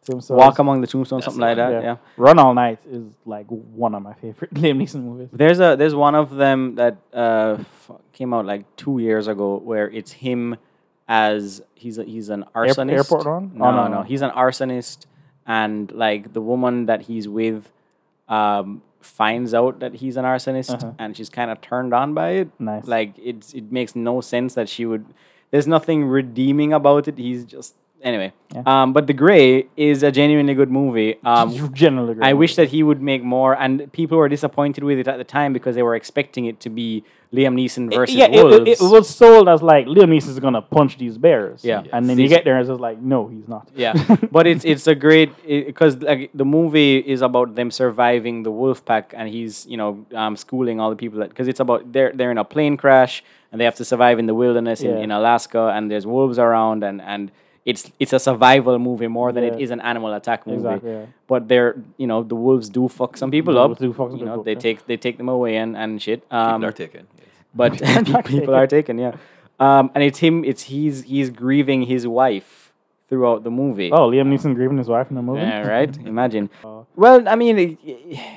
Tombstones. Walk among the tombstones, That's something the like one, that. yeah. Run All Night is like one of my favorite [LAUGHS] Liam Neeson movies. There's a there's one of them that uh, f- came out like two years ago where it's him as he's a, he's an Air- arsonist. airport Run? No, Oh, no, no, no. He's an arsonist, and like the woman that he's with, um, finds out that he's an arsonist, Uh-huh. and she's kind of turned on by it. Nice. Like it's it makes no sense that she would. There's nothing redeeming about it. He's just anyway. Yeah. Um, but The Gray is a genuinely good movie. Um, you generally agree I with wish it. that he would make more, and people were disappointed with it at the time because they were expecting it to be Liam Neeson versus Eh, yeah, it- wolves. it, it, was sold as like Liam Neeson's gonna punch these bears. Yeah. and then you get there and it's just like, no, he's not. [LAUGHS] yeah, but it's it's a great because like the movie is about them surviving the wolf pack, and he's you know um, schooling all the people that because it's about they're they're in a plane crash and they have to survive in the wilderness in, Yeah. in Alaska, and there's wolves around, and and it's it's a survival movie more than it Yeah. is an animal attack movie. Exactly, yeah. But they're you know the wolves do fuck some people wolves up. do fuck some you know people they up, yeah. take they take them away and and shit. People Um, are taken. Yes. [LAUGHS] but [LAUGHS] people, are are taken. Yeah, um, and it's him. It's he's he's grieving his wife throughout the movie. Oh, Liam Neeson grieving his wife in the movie. [LAUGHS] Uh, yeah, right. Imagine. Well, I mean, it-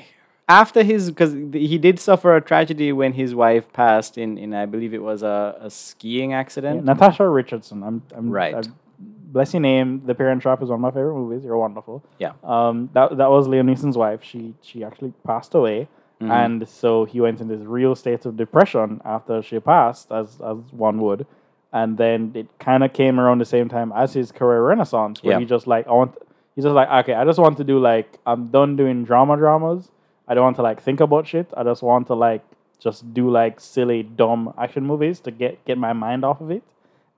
[SIGHS] after his because he did suffer a tragedy when his wife passed in in I believe it was a, a skiing Yeah, accident. Natasha Richardson. I'm, I'm Right. I'm- bless your name. The Parent Trap is one of my favorite movies. You're wonderful. Yeah. Um, that that was Liam Neeson's wife. She she actually passed away, Mm-hmm. and so he went in this real state of depression after she passed, as as one would. And then it kind of came around the same time as his career renaissance, where Yeah. he just like I want. He's just like okay, I just want to do like I'm done doing drama dramas. I don't want to like think about shit. I just want to like just do like silly dumb action movies to get get my mind off of it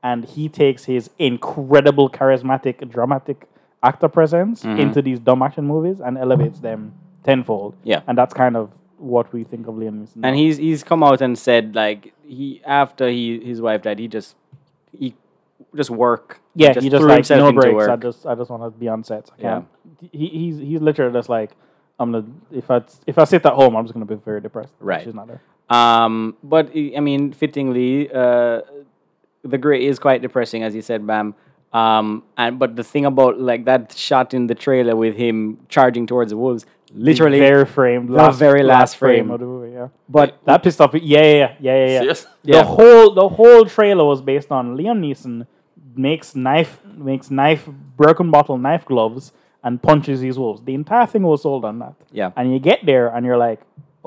and he takes his incredible charismatic dramatic actor presence Mm-hmm. into these dumb action movies and elevates them tenfold Yeah. and that's kind of what we think of liam neeson And he's he's come out and said like he after he his wife died he just he just work yeah he just threw like himself no into breaks work. i just i just want to be on set I Yeah. can't. he, he's he's literally just like i'm gonna if i if i sit at home i'm just gonna be very depressed that Right. she's not there Um, but I I mean, fittingly, uh, the gray is quite depressing, as you said, Bam. Um, and but the thing about like that shot in the trailer with him charging towards the wolves, literally. very framed the very last frame. of the movie yeah but That pissed off. Yeah, yeah, yeah, yeah, yeah. Serious? Yeah. The whole the whole trailer was based on Liam Neeson makes knife makes knife broken bottle knife gloves and punches these wolves. The entire thing was sold on that. Yeah. And you get there and you're like,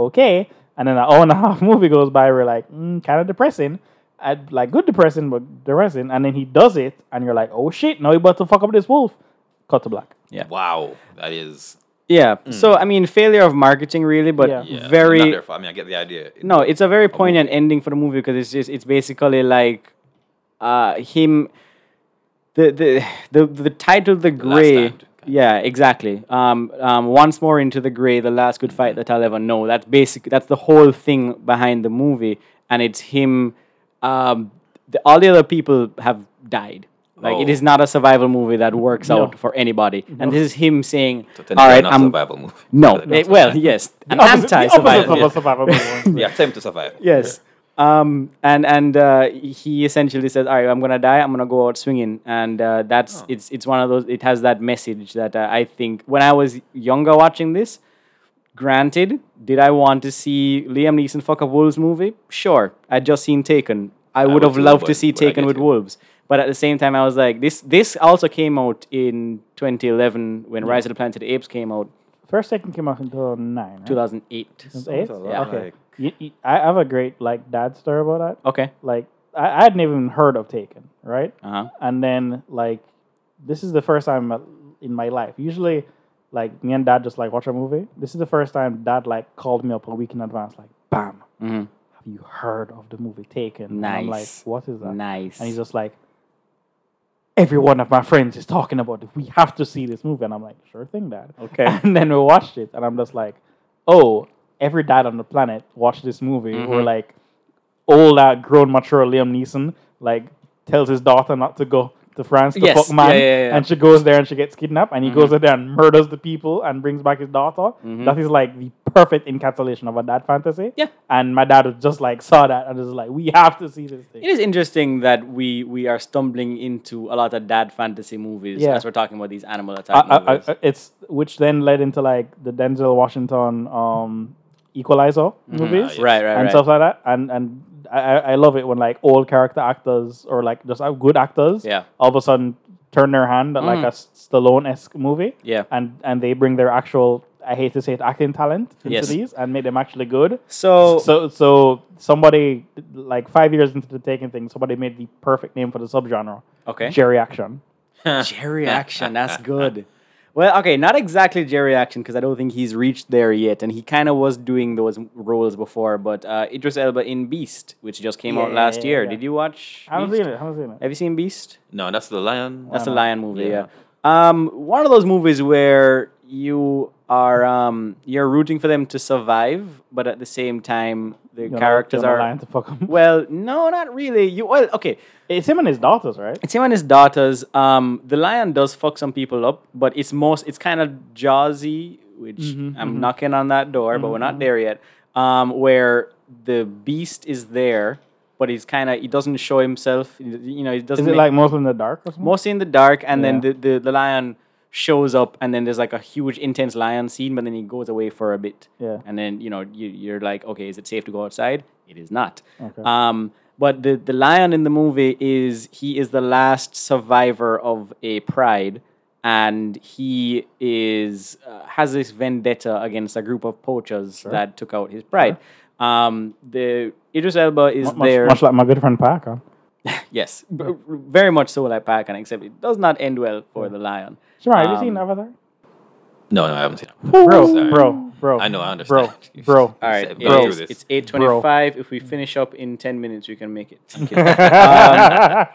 okay. And then an hour and a half [LAUGHS] movie goes by. We're like, mm, kind of depressing. i like good depressing, but depressing. And then he does it, and you're like, oh shit! Now you about to fuck up this wolf. Cut to black. Yeah. Wow, that is yeah, so I mean, failure of marketing, really, but Mm. Yeah. yeah, very. Not their fault. I mean, I get the idea. no, it's a very poignant ending for the movie because it's just it's basically like uh him the the the, the title The Last Grey. Stand, kind Yeah, exactly. Um, um, once more into the grey, the last good fight that I'll ever know. That's basic. That's the whole thing behind the movie, and it's him. Um, the, all the other people have died. Like it Oh. is not a survival movie that works No. out for anybody. And this is him saying, Technically "All right, not I'm survival movie. no." Technically eh, [LAUGHS] not well, survival. yes, an The opposite- the anti-survival. opposite of Yeah. a survival [LAUGHS] movie. The attempt to survive. Yes. Um, and and uh, he essentially says, "All right, I'm gonna die. I'm gonna go out swinging." And uh, Oh. that's it's it's one of those. It has that message that uh, I think when I was younger watching this. Granted, did I want to see Liam Neeson fuck up wolves movie? Sure, I'd just seen Taken. I would would have too, loved to but see would I Taken get with you? wolves, but at the same time, I was like, this this also came out in 2011 Mm. when Rise of the Planet of the Apes came out, First second came out in 2009. right? 2008. Eight? a lot Yeah. Okay. like- You- you- I have a great like dad story about that. Okay, Like I, I hadn't even heard of Taken, right? uh huh, And then like this is the first time in my life. Usually, like me and dad just like watch a movie. This is the first time dad like called me up a week in advance, like bam, Mhm. have you heard of the movie Taken? And I'm like, Nice. what is that? nice. And he's just like, every one of my friends is talking about it. We have to see this movie. And I'm like, sure thing, Dad. Okay. [LAUGHS] And then we watched it, and I'm just like, oh, every dad on the planet watched this movie. Mm-hmm. Where like old, uh, grown, mature Liam Neeson like tells his daughter not to go to France to Yes. fuck man, Yeah, yeah, Mm-hmm. yeah. and she goes there and she gets kidnapped, and he goes there and murders the people and brings back his daughter. That is like the perfect encapsulation of a dad fantasy. Mm-hmm. Yeah. And my dad was just like saw that and was like, we have to see this thing. It is interesting that we we are stumbling into a lot of dad fantasy movies Yeah. as we're talking about these animal attack I, I, movies. I, it's which then led into like the Denzel Washington um, Equalizer Mm-hmm. Uh, movies, yeah. right, right, and right. stuff like that. And and I, I I love it when like old character actors or like just uh, good actors, Yeah. Mm. all of a sudden turn their hand at like a Stallone esque movie, Yeah. and and they bring their actual I hate to say it acting talent into Yes. these and make them actually good. so, So so somebody like five years into the taking thing, somebody made the perfect name for the subgenre, okay, Jerry Action. [LAUGHS] Jerry action. That's [LAUGHS] good. Well, okay, not exactly Jerry action because I don't think he's reached there yet, and he kind of was doing those roles before. But uh, Idris Elba in Beast, which just came out Yeah, last yeah, year. yeah. Did you watch? I haven't Beast? seen it. I haven't seen it. Have you seen Beast? No, that's the lion. That's the lion movie. Yeah. Yeah. Um, one of those movies where you are um, you're rooting for them to survive, but at the same time the You know, characters you know, are. lying to fuck 'em. Well, no, not really. You well, okay. It's him and his daughters, right? It's him and his daughters. Um, the lion does fuck some people up, but it's most it's kind of jawsy, which Mm-hmm, I'm knocking on that door, but we're not there yet. Um, where the beast is there, but he's kind of he doesn't show himself. You know, he doesn't. Is it make- like Mostly in the Dark or something? Mm-hmm. mostly in the dark, and then Yeah. the, the, the lion shows up, and then there's like a huge, intense lion scene, but then he goes away for a bit. Yeah. And then, you know, you, you're like, okay, is it safe to go outside? It is not. Okay. Um, but the, the lion in the movie is he is the last survivor of a pride. And he is uh, has this vendetta against a group of poachers that took out his pride. Um, the Idris Elba is much, there. much like my good friend Parker. Yes, b- r- very much so like Pakan, except it does not end well for the lion. Shamar, have you Um, seen Avatar? No, no, I haven't seen it. Bro, sorry. bro, bro. I know, I understand. Bro, [LAUGHS] bro. [LAUGHS] All right, Said, it "Go is- through this." it's eight twenty-five. If we finish up in ten minutes, we can make it. Uh,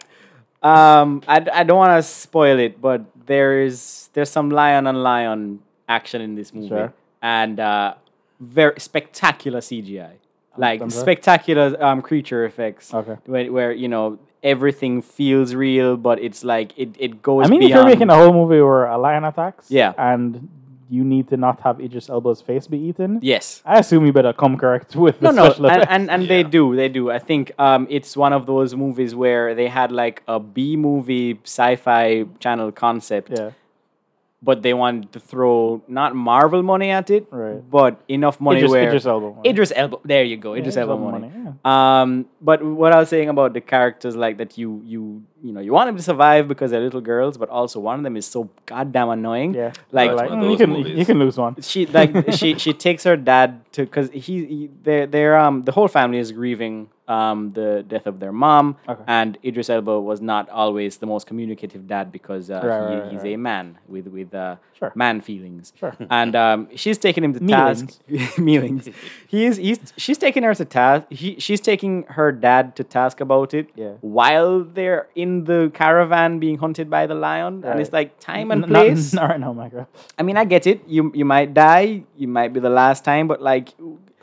um, I, d- I don't want to spoil it, but there is there's some lion on lion action in this movie, Sure. and uh, very spectacular CGI, like I'm sure. spectacular um, creature effects. Okay. where, where you know everything feels real, but it's like it it goes. I mean, if you're beyond- making a whole movie where a lion attacks, Yeah. and you need to not have Idris Elba's face be eaten, yes, I assume you better come correct with no, the no, special [LAUGHS] and effects. and, and they do, they do. I think um, it's one of those movies where they had like a B movie sci-fi channel concept, yeah, but they wanted to throw not Marvel money at it, Right. but enough money Idris, where Idris Elba. one. Idris Elba. There you go, Idris Idris Elba Elba money. money, Um, but what I was saying about the characters, like that, you you you know, you want them to survive because they're little girls, but also one of them is so goddamn annoying. Yeah, like, They're That's one of mm, you those can movies. you can lose one. she like she she takes her dad to because he, he they're, they're um the whole family is grieving um the death of their mom Okay. and Idris Elba was not always the most communicative dad because uh, Right, he, right, right, he's right. a man with with uh, Sure. man feelings Sure. [LAUGHS] and um she's taking him to task [LAUGHS] mealings he's he's she's taking her to task he, she's taking her dad to task about it Yeah. while they're in the caravan being hunted by the lion and it's like time and N- not- place [LAUGHS] All right, no, my girl. I mean, I get it. You you might die. You might be the last time, but like,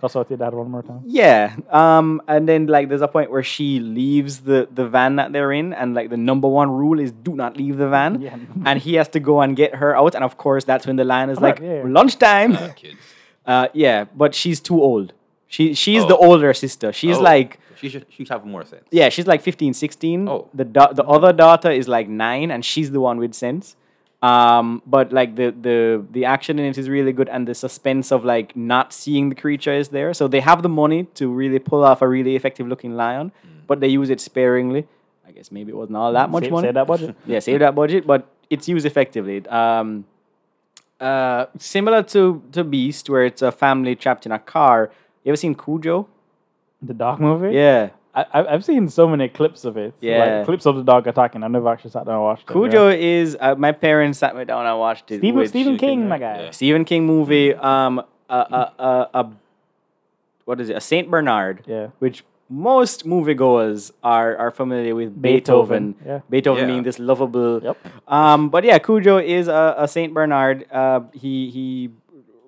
Cuss out your dad one more time. yeah. Um, and then like, there's a point where she leaves the the van that they're in, and like the number one rule is do not leave the van. Yeah. [LAUGHS] And he has to go and get her out, and of course, that's when the lion is like Right, yeah. lunchtime. Uh, kids. Uh, yeah, but she's too old. She she's Oh. the older sister. She's Oh, like. she should, she should have more sense. Yeah, she's like 15, 16. Oh. The da- the other daughter is like 9 and she's the one with sense. Um but like the the the action in it is really good and the suspense of like not seeing the creature is there. So they have the money to really pull off a really effective looking lion, but they use it sparingly. I guess maybe it wasn't all that much Mm. Save- money. save [LAUGHS] that budget. Yeah, save that budget, but it's used effectively. Um uh similar to to Beast where it's a family trapped in a car. You ever seen Cujo? The dog movie. Yeah. I, I- I've seen so many clips of it. Yeah. Like clips of the dog attacking. I never actually sat down and watched it. Cujo is uh, my parents sat me down. I watched it. Stephen, which- Stephen King, my yeah. guy. Stephen King movie. Um, a a a, a what is it? A Saint Bernard. Yeah. Which most moviegoers are are familiar with Beethoven. Beethoven, yeah. Beethoven Yeah. being this lovable. Yep. Um, but yeah, Cujo is a, a Saint Bernard. Uh, he he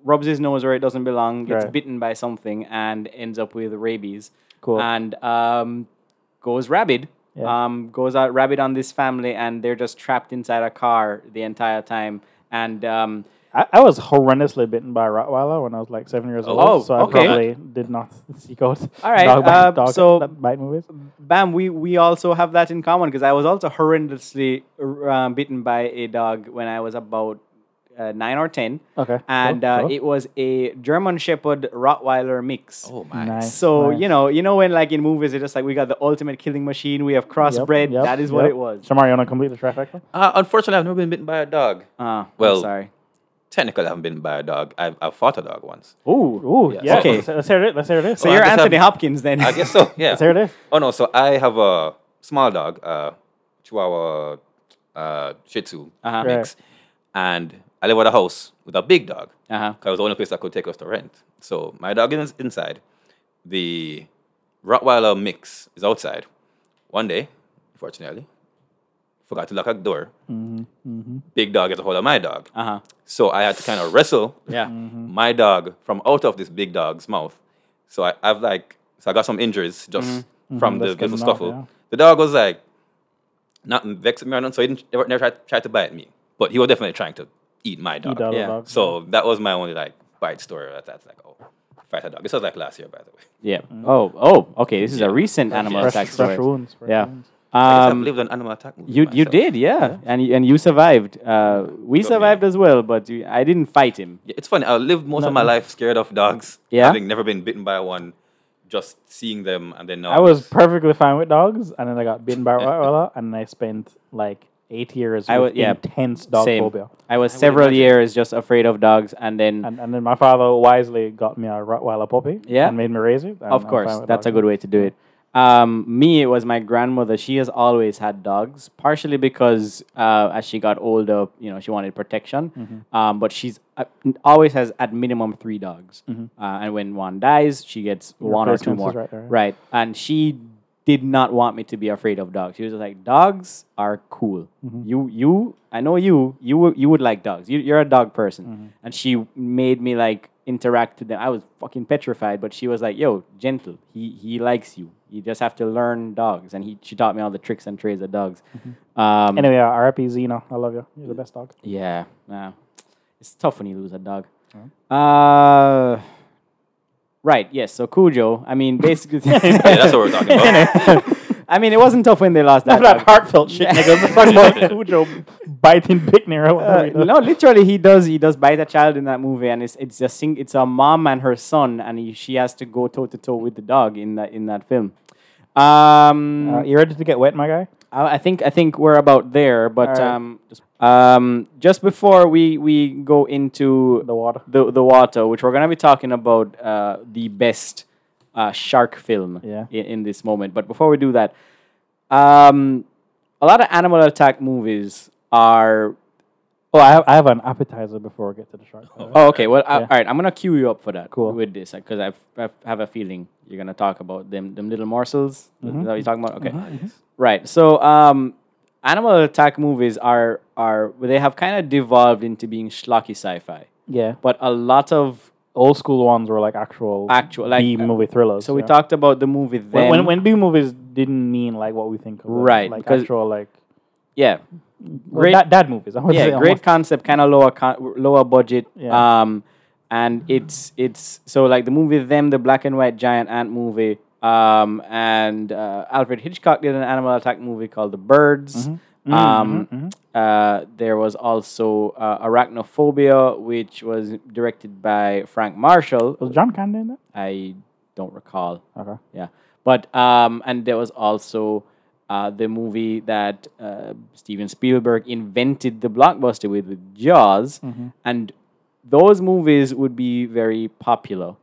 rubs his nose where it doesn't belong, gets Right. bitten by something, and ends up with rabies. Uh, Cool. And um, goes rabid. Yeah. Um, goes out rabid on this family, and they're just trapped inside a car the entire time. And um, I, I was horrendously bitten by a Rottweiler when I was like seven years old, Oh, so I okay. probably did not [LAUGHS] seek out All right, dog, bite, uh, dog so- bite movies. Bam, we, we also have that in common because I was also horrendously uh, um, bitten by a dog when I was about uh, nine or ten. Okay, And cool, uh, cool. it was a German Shepherd Rottweiler mix. Oh my. Nice. So nice. you know, you know when like in movies it's just like we got the ultimate killing machine, we have crossbred. Yep, that is what yep. it was. Shamar, you want to complete the trifecta? Uh, unfortunately, I've never been bitten by a dog. Uh, Well- I'm sorry. Technically, I haven't been bitten by a dog. I've, I've fought a dog once. Ooh, Yes. Yeah. Okay. Let's, let's hear it. Let's hear it. So Well, I you're guess I'm- Anthony Hopkins then. I guess so. Yeah. let's hear it. Oh no, so I have a small dog, uh, Chihuahua, uh, Shih Tzu Uh-huh. mix, and I live at a house with a big dog. [LAUGHS] Uh-huh. 'cause it was the only place I could take us to rent. So my dog is inside. The Rottweiler mix is outside. One day, fortunately, forgot to lock a door. Big dog gets a hold of my dog. Uh-huh. So I had to kind of wrestle Yeah. my dog from out of this big dog's mouth. So I, I've like, so I got some injuries just from Mhm, the that's good little enough, scuffle. yeah. The dog was like, not vexing me or nothing, so he didn't, never, never tried, tried to bite me. But he was definitely trying to eat my dog. Eat other Yeah. dogs. So that was my only like bite story. That, that's like, oh, fight a dog. This was like last year, by the way. Yeah. Oh. Oh. Okay. This is a recent animal fresh, Mm. attack fresh story. wounds. fresh Yeah. wounds. I guess Um, I've lived an animal attack movie. You you myself. did, yeah, and you, and you survived. Uh, we Got me. survived as well, but you, I didn't fight him. Yeah, it's funny. I lived most of my life scared of dogs. Yeah? Having never been bitten by one, just seeing them and then now I I'm was just- perfectly fine with dogs, and then I got bitten by [LAUGHS] a Rottweiler, and I spent like eight years I with was- yeah, intense dog Same. phobia. I was several imagine. years just afraid of dogs, and then And, and then my father wisely got me a Rottweiler puppy. Yeah. And made me raise it. and I'm of fine course with that's a dogs. good way to do it. Um, me, it was my grandmother. She has always had dogs, partially because uh, as she got older, you know, she wanted protection. Mm-hmm. Um, but she's uh, always has at minimum three dogs, Mm-hmm. uh, and when one dies, she gets one or two Replacements more. is right there, yeah. Right. And she did not want me to be afraid of dogs. She was just like, dogs are cool. You, you, I know you, you, wou- you would like dogs. You, you're a dog person. And she made me like interact with them. I was fucking petrified, but she was like, yo, gentle. He, he likes you. You just have to learn dogs. And he, she taught me all the tricks and trades of dogs. Um, Anyway, uh, RIP Zeno. I love you. You're the best dog. yeah. Nah. It's tough when you lose a dog. Uh, right. Yes. So Cujo, I mean, basically. [LAUGHS] Yeah, that's what we're talking about. [LAUGHS] I mean, it wasn't tough when they lost [LAUGHS] that. That's not dog. heartfelt shit, nigga. Let's talk about [LAUGHS] Cujo biting Big Nero. Uh, no, literally, he does. He does bite a child in that movie, and it's it's a sing, it's a mom and her son, and he, she has to go toe to toe with the dog in that in that film. Um, Uh, you ready to get wet, my guy? I I think I think we're about there, but Alright. um, um, just before we we go into The water. the the water, which we're gonna be talking about uh, the best uh, shark film Yeah. in, in this moment. But before we do that, um, a lot of animal attack movies are. Oh, I have, I have an appetizer before we get to the shark. alright? Oh, okay. Well, I- all right. I'm gonna cue you up for that. Cool. With this, uh, because I I have a feeling you're gonna talk about them them little morsels. Mm-hmm. Is that what you're talking about? Okay. Right. So, um, animal attack movies are are they have kind of devolved into being schlocky sci-fi, Yeah. but a lot of Old school ones were like actual Actual, like, B uh, movie thrillers. so we yeah. talked about the movie then. when, when when B movies didn't mean like what we think of, them, Right, Like because- actual like yeah, well, Great- dad, dad movies. I would say yeah, great almost. concept, kind of lower con- lower budget. Yeah. Um, and it's it's so like the movie them, the black and white giant ant movie. Um, and uh, Alfred Hitchcock did an animal attack movie called The Birds. Mm-hmm. Um, Uh, there was also uh, Arachnophobia, which was directed by Frank Marshall. Was John Candy in that? I don't recall. Okay. Yeah. But um, and there was also uh, the movie that uh, Steven Spielberg invented the blockbuster with, with Jaws, and those movies would be very popular,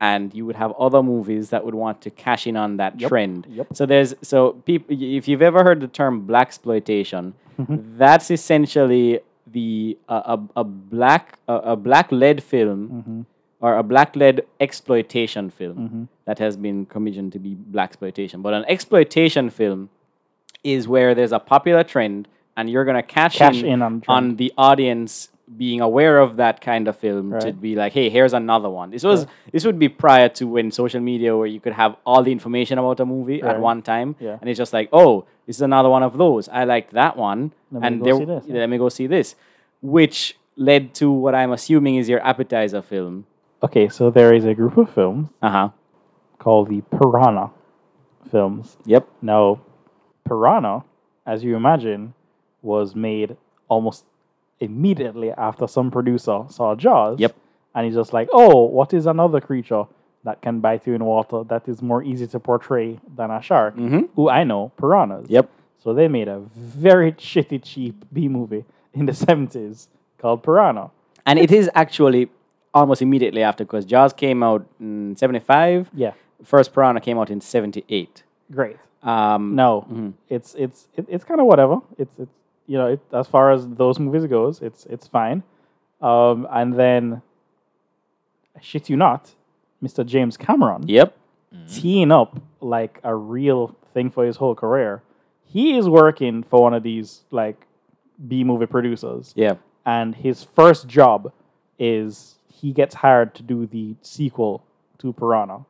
and you would have other movies that would want to cash in on that trend. Yep. So there's so people. If you've ever heard the term black exploitation, that's essentially the uh, a, a black a, a black led film or a black led exploitation film Mm-hmm. that has been commissioned to be black exploitation. But an exploitation film is where there's a popular trend and you're gonna cash, Cash in on the trend. the audience being aware of that kind of film to Right. be like, hey, here's another one. This was this would be prior to when social media where you could have all the information about a movie at Right. one time. Yeah. And it's just like, oh, this is another one of those. I liked that one. Let me and go there, see this, yeah. let me go see this. Which led to what I'm assuming is your appetizer film. Okay, so there is a group of films Uh-huh. called the Piranha films. Yep. Now, Piranha, as you imagine, was made almost immediately after some producer saw Jaws. Yep. And he's just like, oh, what is another creature that can bite you in water that is more easy to portray than a shark? Who I know, piranhas. Mm-hmm. Yep. So they made a very [LAUGHS] shitty, cheap B movie in the [LAUGHS] 70s called Piranha. And it is actually almost immediately after because Jaws came out in 75. Yeah, First Piranha came out in 78. great. Um, No, it's it's it, it's kind of whatever. It's it's you know it, as far as those movies goes, it's it's fine. Um, and then, I shit you not, Mr. James Cameron Yep. teeing up like a real thing for his whole career. He is working for one of these like B movie producers, Yeah. and his first job is he gets hired to do the sequel to Piranha.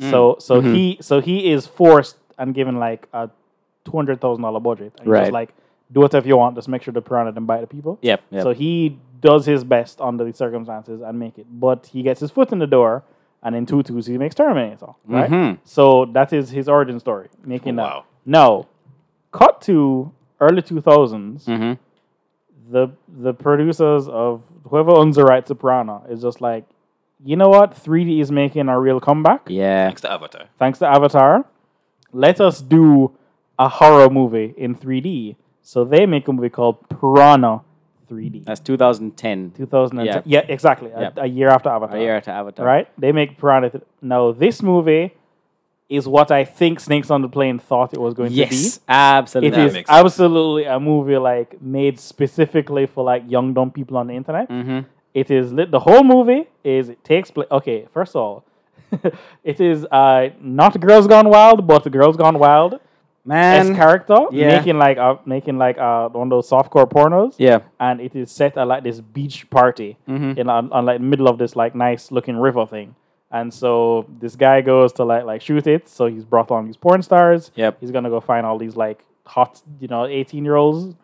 So so Mm-hmm. he so he is forced and given like a two hundred thousand dollar budget. And he's Right. Just like do whatever you want, just make sure the piranha didn't bite the people. Yep, yep. So he does his best under the circumstances and make it. But he gets his foot in the door and in two twos he makes Terminator. Right? So that is his origin story. Making that. Wow. Now, cut to early two Mm-hmm. the the producers of whoever owns the rights to Piranha is just like, you know what? 3D is making a real comeback Yeah. Next to Avatar. thanks to Avatar, let us do a horror movie in 3D. So they make a movie called Piranha 3D. That's 2010. 2010. Yeah, exactly. A- Uh, Yeah. A, year after Avatar. A year after Avatar. Right? They make Piranha. Th- now, this movie is what I think Snakes on the Plane thought it was going Yes. to be. Absolutely. It is makes sense. absolutely a movie like made specifically for like young dumb people on the internet. Mm-hmm. It is lit. The whole movie is it takes place. Okay, first of all, [LAUGHS] it is uh, not Girls Gone Wild, but the Girls Gone Wild S Man. character yeah. making like a, making like uh one of those softcore pornos. yeah. and it is set at like this beach party Mm-hmm. in on, on like middle of this like nice looking river thing. And so this guy goes to like like shoot it. So he's brought on these porn stars. Yep. He's gonna go find all these like hot, you know, eighteen year olds.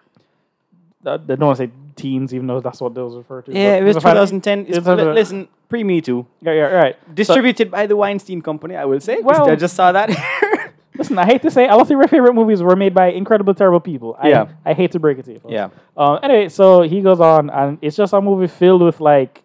Uh, They don't want to say teens, even though that's what those refer to. but Yeah, it was he's gonna find- 2010. It's, It's under- li- listen, pre Me Too. Yeah, yeah, right. So- Distributed by the Weinstein Company, I will say. 'cause Well- I just saw that. Listen, I hate to say, a lot of your favorite movies were made by incredible, terrible people. I, Yeah. I hate to break it to you. folks. Yeah. Um, anyway, so he goes on, and it's just a movie filled with like,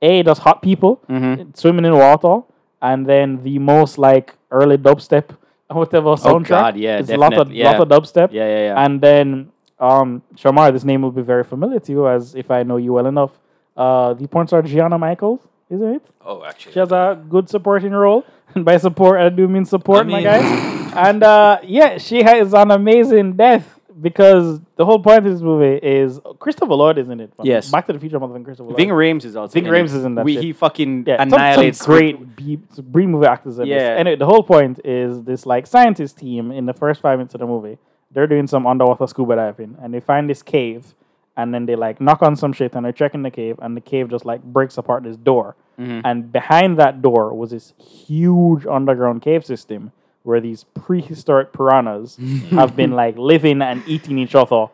a just hot people Mm-hmm. swimming in water, and then the most like early dubstep, whatever soundtrack. Oh, God, yeah, it's a lot of definitely, lot of dubstep. Yeah, yeah, yeah. And then, um, Shamar, this name will be very familiar to you, as if I know you well enough. Uh, the porn star Gianna Michaels, isn't it? Oh, actually. She has a good supporting role, [LAUGHS] and by support, I do mean support, I my mean- guys. and uh, yeah, she has an amazing death because the whole point of this movie is Christopher Lloyd, isn't it? Yes. Back to the Future, mother than Christopher [LAUGHS] Lloyd. Ving Rhames is also. Ving in Rhames it. is in that We, shit. He fucking yeah, some- annihilates. some great B, some B movie actors. In Yeah. This. Anyway, the whole point is this like scientist team in the first five minutes of the movie, they're doing some underwater scuba diving, and they find this cave, and then they like knock on some shit, and they're checking the cave, and the cave just like breaks apart this door, Mm-hmm. and behind that door was this huge underground cave system where these prehistoric [LAUGHS] piranhas have been like living and eating each other.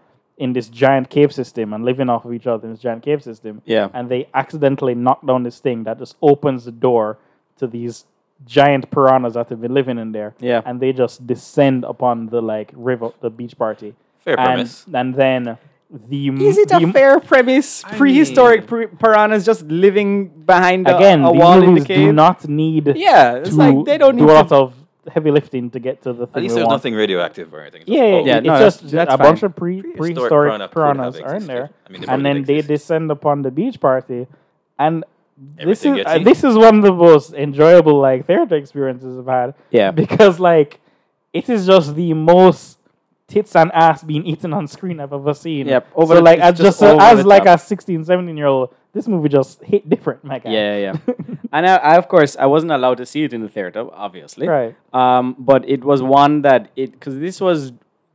In this giant cave system and living off of each other in this giant cave system, Yeah. and they accidentally knock down this thing that just opens the door to these giant piranhas that have been living in there. Yeah. And they just descend upon the like river, the beach party. Fair and, premise. And then the m- Is it the a Mm, m- fair premise? Prehistoric pri- piranhas just living behind a, again? a these wall in the movies do cave. not need Yeah, it's to like they don't do need a lot to- of heavy lifting to get to the thing At least we there's want. nothing radioactive or anything. It's Yeah, just, yeah, oh, yeah. Yeah, it's no, that's- just that's a fine. bunch of pre, Prehistoric prehistoric piranha could have piranhas are in existed. there, I mean, they and probably then they exist. descend upon the beach party, and this Everything is gets uh, eaten. this is one of the most enjoyable like theater experiences I've had. Yeah. because like it is just the most tits and ass being eaten on screen I've ever seen. Yep, Over over so the- like it's as just, just over as the like top. a 16, 17 year old, this movie just hit different, my guy. Yeah, yeah. [LAUGHS] yeah. and I, I, of course, I wasn't allowed to see it in the theater, obviously. Right. Um, but it was one that it because this was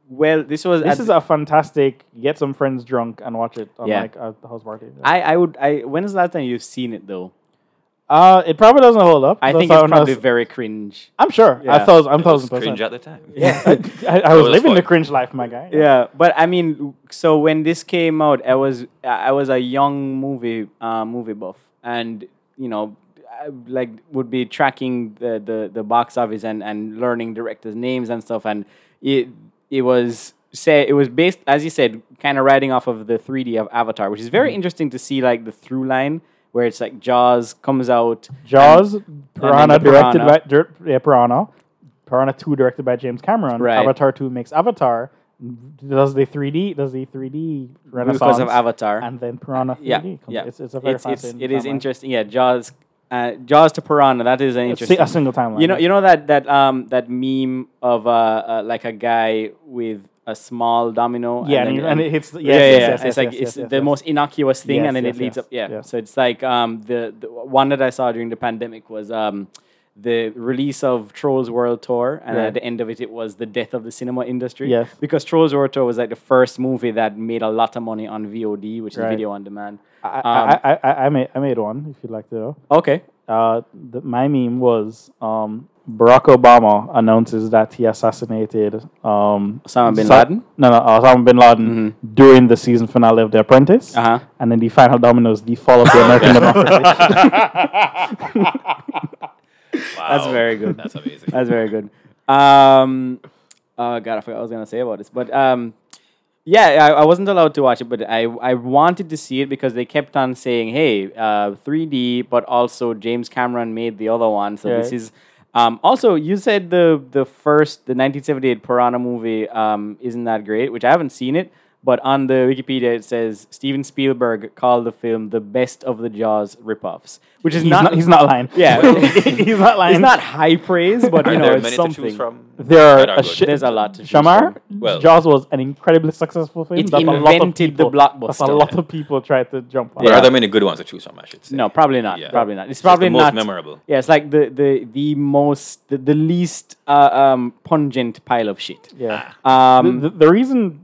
well, this was This at is a fantastic. Get some friends drunk and watch it on Yeah. like a house party. I, I would. I when is the last time you've seen it though? Uh, it probably doesn't hold up. I That's think why it's when I probably was- very cringe. I'm sure. I Yeah. thought I'm It was thousand cringe percent. at the time. Yeah. [LAUGHS] I, I was was living the fun. cringe life, my guy. Yeah, but I mean, so when this came out, I was I was a young movie uh, movie buff, and you know, I, like would be tracking the, the the box office and and learning directors' names and stuff, and it it was say it was based as you said, kind of riding off of the 3D of Avatar, which is very Mm-hmm. interesting to see like the through line where it's like Jaws comes out, Jaws, Piranha, the directed Piranha. by dir- yeah, Piranha, Piranha Two, directed by James Cameron. Right. Avatar Two makes Avatar. Does the 3D? Does the 3D renaissance because of Avatar, and then Piranha 3D? yeah, comes. yeah, It's, it's a very fascinating. it is timeline. interesting. Yeah, Jaws, uh, Jaws to Piranha. That is an It's interesting. a single timeline. You know, you know that that um that meme of uh, uh like a guy with a small domino. yeah, and, then- you- and it hits. The, yeah, yes, yeah, yes, yeah. yes, it's yes, like yes, it's yes, the yes. most innocuous thing, Yes, and then yes, it leads yes, up. Yeah. yes. So it's like um the, the one that I saw during the pandemic was um the release of Trolls World Tour, and Right. at the end of it, it was the death of the cinema industry. Yes. Because Trolls World Tour was like the first movie that made a lot of money on VOD, which Right. is video on demand. I, um, I, I, I, I made I made one. If you'd like to. know. Okay. Uh, the, my meme was um, Barack Obama announces that he assassinated um, Osama bin Sa- Laden? Mm-hmm. No, no, Osama bin Laden during the season finale of The Apprentice, Uh-huh. and then the final dominoes, the fall of the [LAUGHS] American democracy. That's very good. Oh. [LAUGHS] [LAUGHS] That's amazing. [LAUGHS] That's very good. Um, oh God, I forgot what I was gonna say about this, but um, yeah, I, I wasn't allowed to watch it, but I I wanted to see it because they kept on saying, "Hey, uh, 3D," but also James Cameron made the other one, so this Right. is. Um, also, you said the the first the 1978 Piranha movie um, isn't that great, which I haven't seen it. But on the Wikipedia, it says Steven Spielberg called the film the best of the Jaws ripoffs, which is He's not, he's not lying. Yeah. [LAUGHS] he's not lying. it's not high praise, [LAUGHS] but Are you know, there it's many something. to choose from? There are That a good. shit- There's a lot to choose [LAUGHS] Shamar, from. Well- Jaws was an incredibly successful film. It that a lot of invented the people, that's A blockbuster. lot of people tried to jump on. But Yeah. are there many good ones to choose from? I should say. No, probably not. Yeah. Probably not. It's the probably most not memorable. Yeah, it's like the the the most the, the least uh, um pungent pile of shit. yeah. Um, the, the reason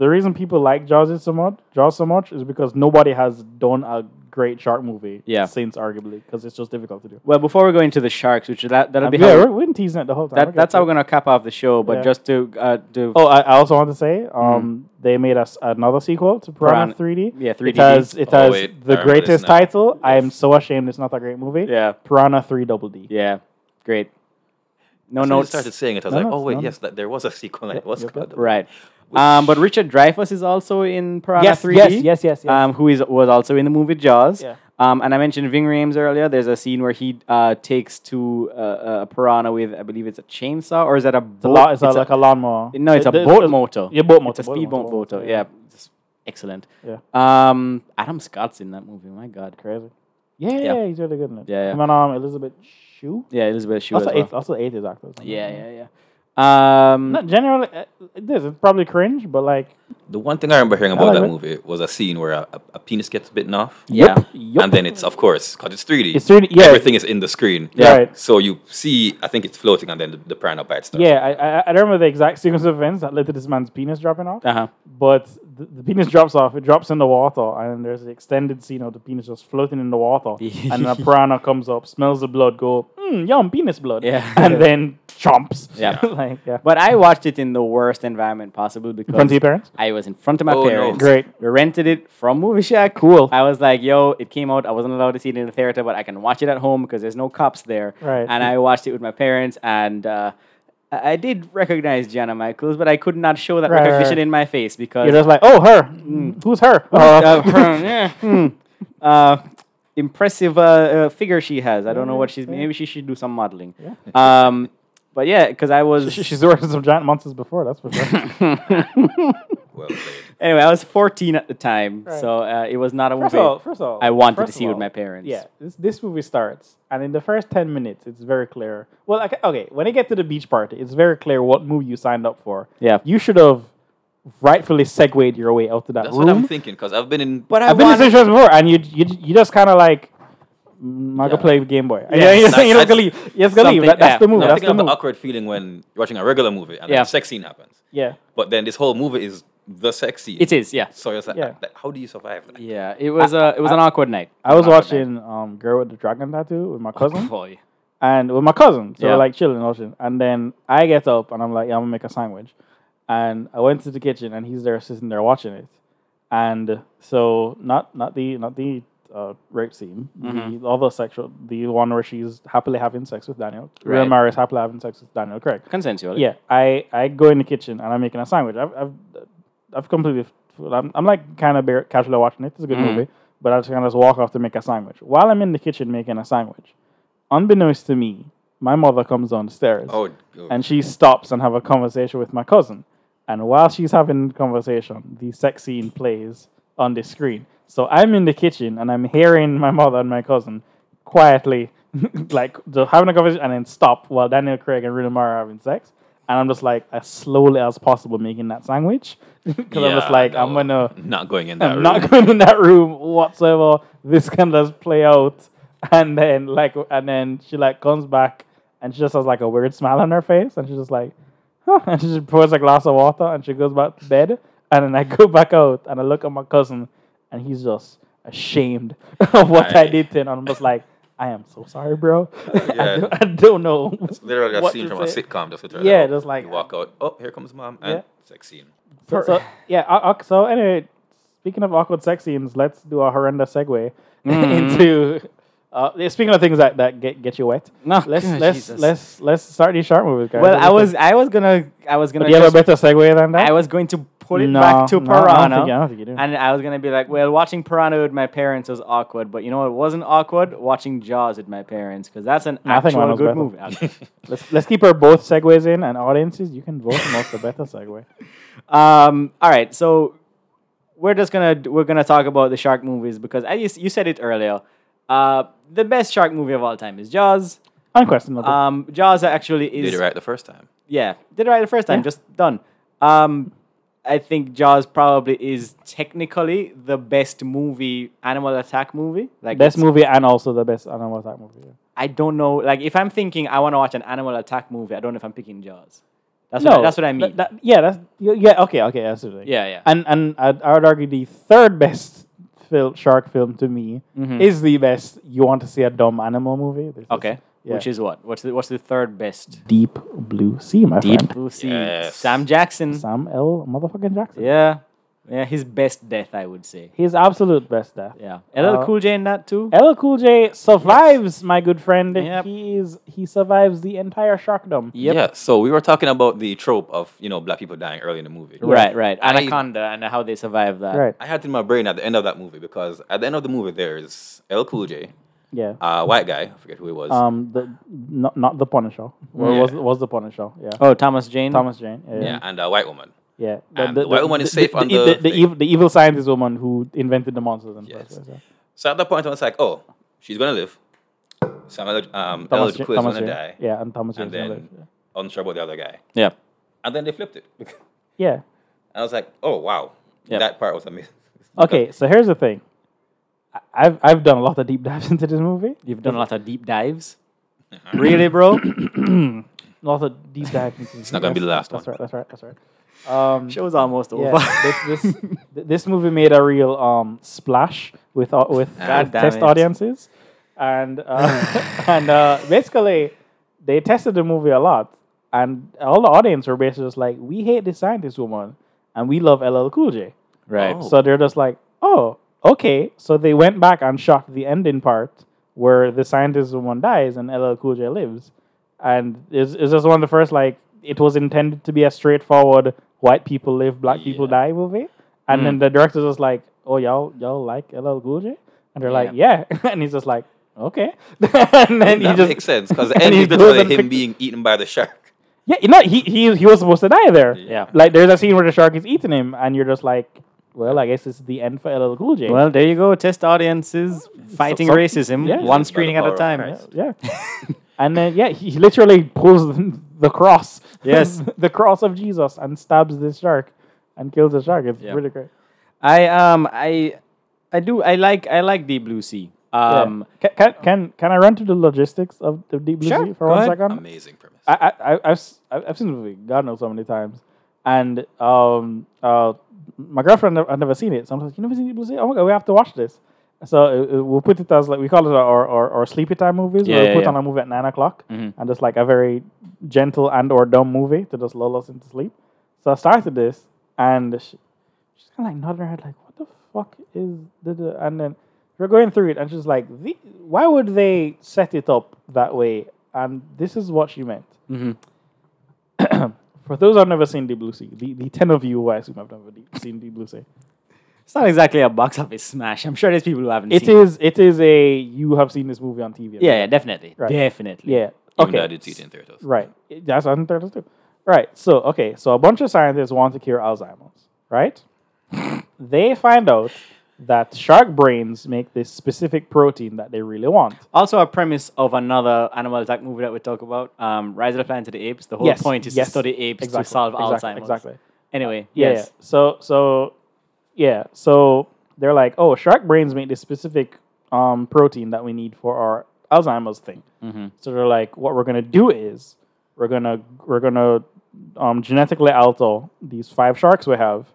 the reason people like Jaws is so much Jaws so much is because nobody has done a great shark movie Yeah. since arguably because it's just difficult to do. well, before we go into the sharks, which that that'll Um, be yeah, how we're, we're teasing it the whole time. that, Okay, that's how cool. we're gonna cap off the show. But Yeah. just to uh, do Oh, I, I also want to say, um, they made us another sequel to Piranha Mm-hmm. Piranha- 3D. yeah, It 3D. has it Oh, has wait, the I remember this greatest now. title. I am so ashamed it's not a great movie. yeah, Piranha 3 Double D. yeah, great. No As soon as you notes. started saying it, I was No like, notes, oh wait, no yes, that, there was a sequel. and it was yep, called. Right. Which- Um, but Richard Dreyfuss is also in Piranha Yes, 3D. yes, yes, yes, yes. Um, who is was also in the movie Jaws. Yeah. Um, and I mentioned Ving Rhames earlier. There's a scene where he uh, takes to uh, a piranha with, I believe it's a chainsaw, or is that Um, a boat? It's, a lot, it's, a, like a lawnmower. no, it's a It- it- boat it- motor. Yeah, boat motor. It's a boat speedboat motor. Yeah, It's excellent. Yeah. Um, Adam Scott's in that movie. My God. Crazy. Yeah, Yeah. yeah, he's really good in it. Yeah, yeah. Him and um, Elizabeth Shue. Yeah, Elizabeth Shue. Also, as well. eighth, also eighth is actors. Yeah, yeah, yeah. Um, Not generally, uh, this is probably cringe, but like, The one thing I remember hearing about like that it. movie was a scene where a, a, a penis gets bitten off. yeah. yup. And then it's of course because it's 3D. It's 3D, yeah. Everything is in the screen. Yeah. Right. So you see, I think it's floating, and then the, the piranha bites. starts. yeah, I, I I don't remember the exact [LAUGHS] sequence of events that led to this man's penis dropping off, Uh huh. but the, the penis drops off. It drops in the water, and then there's an extended scene of the penis just floating in the [LAUGHS] water, and a piranha comes up, smells the blood, go, mm, yum, penis blood, Yeah. [LAUGHS] and then chomps. Yeah. [LAUGHS] like yeah. But I watched it in the worst environment possible because Front of your parents? I was in front of my Oh, no. parents. Great. We rented it from Movie Shack. Cool. I was like, yo, it came out. I wasn't allowed to see it in the theater, but I can watch it at home because there's no cops there. Right. And I watched it with my parents, and uh, I I did recognize Jana Michaels, but I could not show that Right, right, recognition right. in my face because You're just like, oh, her. Mm, Who's her? uh, Uh, hmm, [LAUGHS] yeah, hmm. Uh, impressive uh, uh, figure she has. I don't know what she's. Maybe she should do some modeling. Um, but [LAUGHS] [LAUGHS] yeah, because I was. [LAUGHS] she's worked with some giant monsters before. That's for sure. Well played. Anyway, I was 14 at the time, Right. so uh, it was not a First movie of all, first of all, I wanted to first of see with all, my parents. Yeah, this, this movie starts, and in the first 10 minutes, it's very clear. Well, okay, okay, when you get to the beach party, it's very clear what movie you signed up for. Yeah. You should have rightfully segued your way out to that That's room. what I'm thinking because I've been in. But I I've been in wanted- situations before, and you, you, you just kind of like, mm, I'm going to Yeah. play Game Boy. [LAUGHS] Yeah, Yeah, you're, just- that's- you're just going to that's leave. You're just going to something- leave. That, that's yeah. the move. No, I'm That's thinking the of the move. awkward feeling when you're watching a regular movie and Yeah. then a sex scene happens. yeah. But then this whole movie is the sex scene. It is, yeah. So it's like, Yeah. like, how do you survive that? Yeah, it was a it was an awkward night. I was An awkward night. watching um, Girl with the Dragon Tattoo with my cousin. Boy. and with my cousin. So Yeah. we're like chilling, and all shit. And then I get up and I'm like, yeah, I'm gonna make a sandwich. And I went to the kitchen and he's there sitting there watching it. And so not not the not the uh, rape scene, Mm-hmm. the other sexual, the one where she's happily having sex with Daniel. Real Right. Mary is happily having sex with Daniel. Correct. Consensual. Yeah, I, I go in the kitchen and I'm making a sandwich. I've I've, I've completely I'm, I'm like kind of casually watching it. It's a good movie, but I just kind of just walk off to make a sandwich. While I'm in the kitchen making a sandwich, unbeknownst to me, my mother comes downstairs Oh, oh. and she stops and have a conversation with my cousin. And while she's having the conversation, the sex scene plays on the screen. So I'm in the kitchen and I'm hearing my mother and my cousin quietly, [LAUGHS] like just having a conversation, and then stop while Daniel Craig and Rooney Mara are having sex. And I'm just like as slowly as possible making that sandwich [LAUGHS] because I'm just Yeah, like I'm no, gonna Not [LAUGHS] going in that I'm room. not going in that room whatsoever. This can just play out. And then like and then she like comes back and she just has like a weird smile on her face and she's just like huh. and she just pours a glass of water and she goes back to bed and then I go back out and I look at my cousin and he's just ashamed [LAUGHS] of what I, Aye. did to him. and I'm just like I am so sorry, bro. [LAUGHS] I, Yeah. don't, I don't know. Literally a what scene to from say. a sitcom. Just literally. Yeah, like, just like You walk out. Oh, here comes mom. And Yeah. sex scene. So, [SIGHS] so- yeah. aw- aw- So anyway, speaking of awkward sex scenes, let's do a horrendous segue [LAUGHS] Mm. into. Uh, yeah, speaking of things that, that get, get you wet, No, let's good let's Jesus. let's let's start these shark movies, guys. Well, What do I you was think? I was gonna I was But gonna do you have a just- better segue than that? I was going to pull it No, back to no, I don't Piranha, think- I don't think you do. and I was gonna be like, well, watching Piranha with my parents was awkward, but you know what wasn't awkward? Watching Jaws with my parents because that's an I think actual mine was good better. movie. Okay. [LAUGHS] let's let's keep our both segues in, and audiences, you can vote on what's the better segue. [LAUGHS] Um, all right, so we're just gonna we're gonna talk about the shark movies because I, you, s- you said it earlier. Uh, the best shark movie of all time is Jaws. Unquestionable. Um, Jaws actually is Did it right the first time. yeah did it right the first time, Yeah. just done. Um, I think Jaws probably is technically the best movie animal attack movie. Like best it's- movie and also the best animal attack movie. I don't know. Like if I'm thinking I want to watch an animal attack movie, I don't know if I'm picking Jaws. That's what I, that's what I that- mean. that- yeah, that's yeah, yeah. Okay, okay, absolutely. Yeah, yeah. And and I'd, I would argue the third best fil- shark film to me is the best. You want to see a dumb animal movie? This is- Mm-hmm. okay, yeah. which is what? What's the what's the third best? Deep Blue Sea, my friend. We'll see. Yes. Sam Jackson. Sam L. Motherfucking Jackson. Yeah. Yeah, his best death, I would say. His absolute best death. Yeah. LL Uh, Cool J in that too? LL Cool J survives, my good friend. Yep. He is he survives the entire sharkdom. Yep. Yeah. So we were talking about the trope of you know black people dying early in the movie. Right, right. I- Anaconda and how they survived that. Right. I had it in my brain at the end of that movie because at the end of the movie there's L Cool J, Yeah. a white guy. I forget who he was. Um. The not not the Punisher. Well, Yeah. was was the Punisher? Yeah. Oh, Thomas Jane? Thomas Jane. yeah. yeah, and a white woman. Yeah, And the white woman is safe the, on the, the the, thing. evil, the evil scientist woman who invented the monsters. And Yes. stuff, so- So at that point I was like, oh, she's gonna live. Samuel um, L. Thomas, Cool Jane- is Thomas gonna Jane. die, Yeah, and Thomas and Jane's gonna then live. unsure about the other guy. Yeah. And then they flipped it. [LAUGHS] and Yeah. I was like, oh wow, Yeah. that part was amazing. [LAUGHS] Okay, so here's the thing. I- I've I've done a lot of deep dives [LAUGHS] into this movie. You've done a lot of deep dives. really, bro? [LAUGHS] [COUGHS] A lot of deep dives into this It's not gonna be the last That's one. right. That's right. That's right. Um, Show's almost over. [LAUGHS] yeah, [LAUGHS] this, this, th- this movie made a real um, splash with au- with God with Ah, damn test it. audiences, and uh, [LAUGHS] and uh, basically they tested the movie a lot, and all the audience were basically just like, we hate this scientist woman, and we love LL Cool J. right. Oh. So they're just like, oh, okay. So they went back and shot the ending part where the scientist woman dies and LL Cool J lives. And is is this one of the first like it was intended to be a straightforward white people live, black people die movie? And Mm. then the director's just like, oh y'all y'all like LL Cool J? And they're like, yeah. [LAUGHS] and he's just like, okay. [LAUGHS] and then that he just makes sense because the and end [LAUGHS] he is goes literally and him pick- being eaten by the shark. yeah, you know, he, he he was supposed to die there. Yeah. Like there's a scene where the shark is eating him, and you're just like, Well, I guess it's the end for LL Cool J. Well, there you go. Test audiences fighting so- racism, yeah. one By the screening at power a of time. Christ. [LAUGHS] yeah. and then yeah, he literally pulls the cross. [LAUGHS] Yes. the cross of Jesus and stabs this shark and kills the shark. It's Yeah. really great. I um I I do I like I like Deep Blue Sea. Yeah. Um, Ca- can, can can I run through the logistics of the Deep Blue Sure, Sea for go one ahead. second? Amazing premise. I, I, I- I've, s- I've I've seen the movie, God knows how many times. And um, uh, my girlfriend had never seen it. So I'm like, you never seen Deep Blue Sea? Oh my God, we have to watch this. So uh, uh, we'll put it as like, we call it our, our, our sleepy time movies. Yeah, where we yeah, put yeah. on a movie at nine o'clock Mm-hmm. and just like a very gentle and or dumb movie to just lull us into sleep. So I started this and she, she's kind of like nodding her head like, what the fuck is the, the-" and then we're going through it and she's like, "The- why would they set it up that way? And this is what she meant. Mm-hmm. [COUGHS] For those who've never seen Deep Blue Sea, the, the 10 of you who I assume have never de- seen Deep Blue Sea, it's not exactly a box office smash. I'm sure there's people who haven't it seen is, it is a, you have seen this movie on TV. Yeah, yeah, definitely, Right. definitely. Yeah. Even Okay. though I did see it in theaters. Right. It- That's what thirties too. Right. So okay. So a bunch of scientists want to cure Alzheimer's. [LAUGHS] Right. they find out that shark brains make this specific protein that they really want. Also, a premise of another animal attack movie that we talk about, um, Rise of the Planet of the Apes. The whole Yes, point is yes, to study apes exactly, to solve exactly, Alzheimer's. exactly. Anyway, Yeah, yes. Yeah. So so yeah. So they're like, oh, shark brains make this specific um, protein that we need for our Alzheimer's thing. So they're like, what we're gonna do is we're gonna we're gonna um, genetically alter these five sharks we have,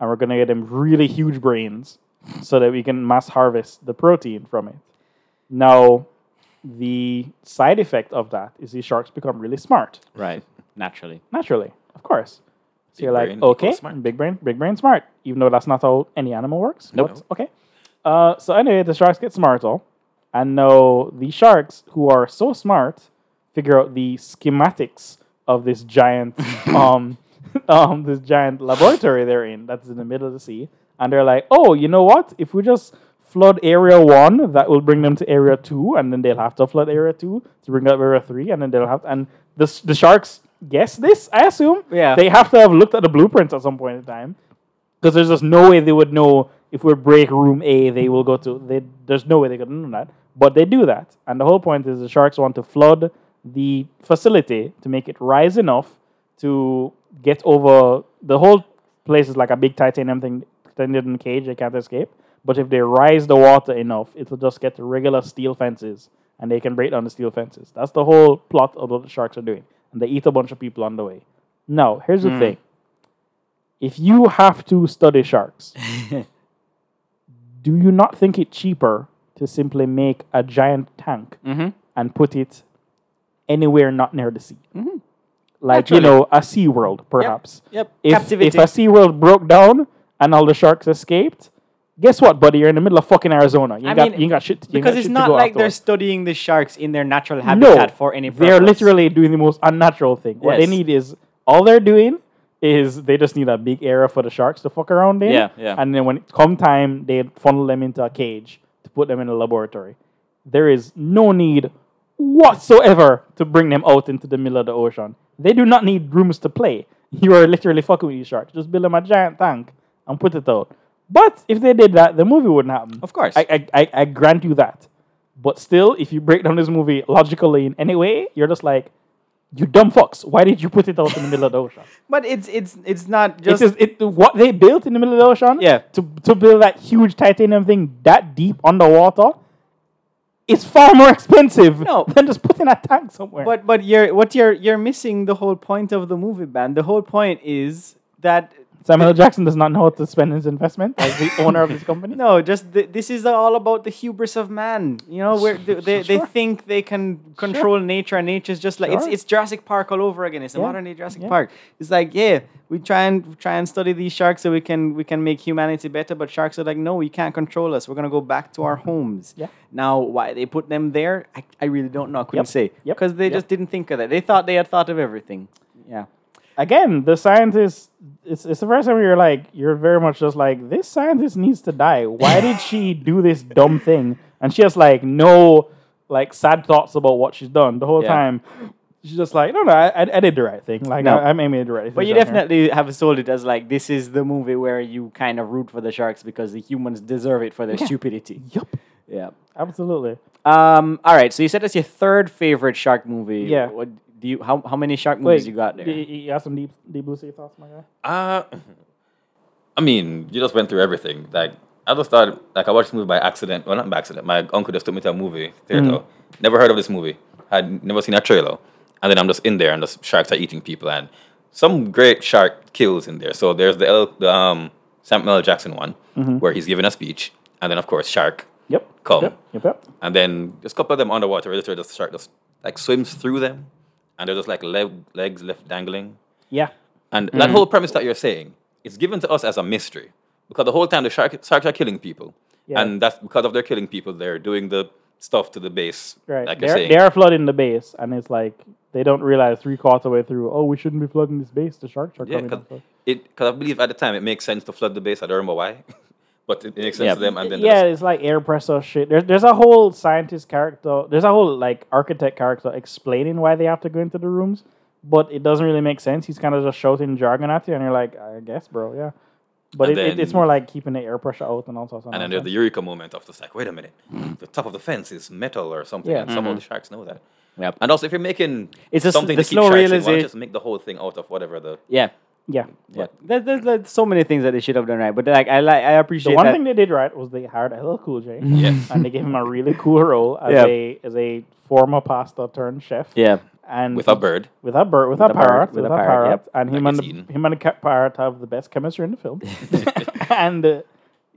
and we're gonna get them really huge brains so that we can mass harvest the protein from it. Now, the side effect of that is these sharks become really smart Right. Naturally. naturally, of course. So Big you're like, brain equals okay, smart. big brain, big brain, smart. Even though that's not how any animal works. Nope. but Okay. Uh, so anyway, the sharks get smarter, and now the sharks who are so smart figure out the schematics of this giant, um, um, this giant laboratory they're in that's in the middle of the sea, and they're like, oh, you know what? If we just flood area one, that will bring them to area two, and then they'll have to flood area two to bring up area three, and then they'll have and the s- the sharks guess this, I assume. Yeah. They have to have looked at the blueprints at some point in time. Because there's just no way they would know if we break room A, they will go to. They, there's no way they could know that. But they do that. And the whole point is the sharks want to flood the facility to make it rise enough to get over. The whole place is like a big titanium thing, titanium cage. They can't escape. But if they rise the water enough, it'll just get to regular steel fences and they can break down the steel fences. That's the whole plot of what the sharks are doing. And they eat a bunch of people on the way. Now, here's the thing if you have to [LAUGHS] study sharks, do you not think it cheaper to simply make a giant tank Mm-hmm. and put it anywhere not near the sea? Like, you know, a sea world, perhaps. Mm-hmm. yep. If, if Captivity. a sea world broke down and all the sharks escaped, guess what, buddy? You're in the middle of fucking Arizona. You ain't, I got, mean, you ain't got shit. You ain't got Because it's shit not to go like afterwards they're studying the sharks in their natural habitat for any purpose. they're literally doing the most unnatural thing. What they Yes. need is all they're doing is they just need a big area for the sharks to fuck around in. Yeah, yeah. And then when it come time, they funnel them into a cage to put them in a laboratory. There is no need whatsoever to bring them out into the middle of the ocean. They do not need rooms to play. [LAUGHS] You are literally fucking with these sharks. Just build them a giant tank and put it out. But if they did that, the movie wouldn't happen. Of course. I, I, I, I grant you that. But still, if you break down this movie logically in any way, you're just like, you dumb fucks. Why did you put it out in the middle of the ocean? But it's it's it's not It just is it what they built in the middle of the ocean. Yeah. To to build that huge titanium thing that deep underwater, is far more expensive No. [LAUGHS] than just putting a tank somewhere. But but you're what you're you're missing the whole point of the movie, man. The whole point is that Samuel L. Jackson does not know how to spend his investment as the [LAUGHS] owner of this company. no, just th- this is all about the hubris of man. You know, where they they, they Sure. think they can control nature, and nature's just like it's Sure. it's Jurassic Park all over again. It's a Yeah, modern day Jurassic yeah. Park. It's like yeah, we try and try and study these sharks so we can we can make humanity better, but sharks are like no, you can't control us. We're gonna go back to our homes. Mm-hmm. Yeah. Now why they put them there, I, I really don't know. I couldn't Yep, say yep, because they yep. just didn't think of that. They thought they had thought of everything. Yeah. Again, the scientist. It's, it's the first time you're like you're very much just like this scientist needs to die. Why [LAUGHS] did she do this dumb thing? And she has like no like sad thoughts about what she's done the whole Yeah. time. She's just like, no, no, I, I, I did the right thing. Like, No. I, I made me the right thing. But you definitely have sold it as like this is the movie where you kind of root for the sharks because the humans deserve it for [LAUGHS] their stupidity. Yep. Yeah. Absolutely. Um. All right. So you said that's your third favorite shark movie. Yeah. What do you? How how many shark movies Wait, you got there? You, you have some deep, deep blue sea thoughts, my guy. Uh, I mean, you just went through everything. Like, I just thought, like, I watched this movie by accident. Well, not by accident. My uncle just took me to a movie theater. Never heard of this movie. Had never seen a trailer. And then I'm just in there, and the sharks are eating people, and some great shark kills in there. So there's the, El, the um, Samuel L. Jackson one, where he's giving a speech, and then of course shark, Yep. Come. Yep. Yep. yep. and then there's a couple of them underwater. Where the shark just like swims through them, and they're just like leg, legs left dangling. Yeah. And Hmm. that whole premise that you're saying, it's given to us as a mystery. Because the whole time the shark, sharks are killing people. Yeah. And that's because of their killing people, they're doing the stuff to the base. Right. Like you're they're, saying. they're flooding the base, and it's like they don't realize three quarters way through. Oh, we shouldn't be flooding this base. The sharks are yeah, coming. because Cause, I believe at the time it makes sense to flood the base. I don't remember why. [LAUGHS] but it, it makes sense Yeah. to them. And then yeah, there's- it's like air pressure shit. There's there's a whole scientist character. There's a whole like architect character explaining why they have to go into the rooms, but it doesn't really make sense. He's kind of just shouting jargon at you, and you're like, I guess, bro, yeah. But it, And it, it's then- more like keeping the air pressure out and all sorts of and then nonsense. there's the eureka moment of just like, wait a minute, the top of the fence is metal or something. Hmm. Yeah. Mm-hmm. And some of the sharks know that. Yep. And also, if you're making It's just something the to keep slow sharks in, why not realisa- just make the whole thing out of whatever the. Mm-hmm. yeah. yeah. But there's, there's, there's so many things that they should have done right. But like I like I appreciate The one that. thing they did right was they hired LL Cool [LAUGHS] J, Yes. and they gave him a really cool role as Yeah. a as a former pasta turned chef. yeah. and With a bird. with a bird, with, a parrot, with, a parrot, yep. and him That and the, gets eaten. him and the ca- parrot have the best chemistry in the [LAUGHS] film. and uh,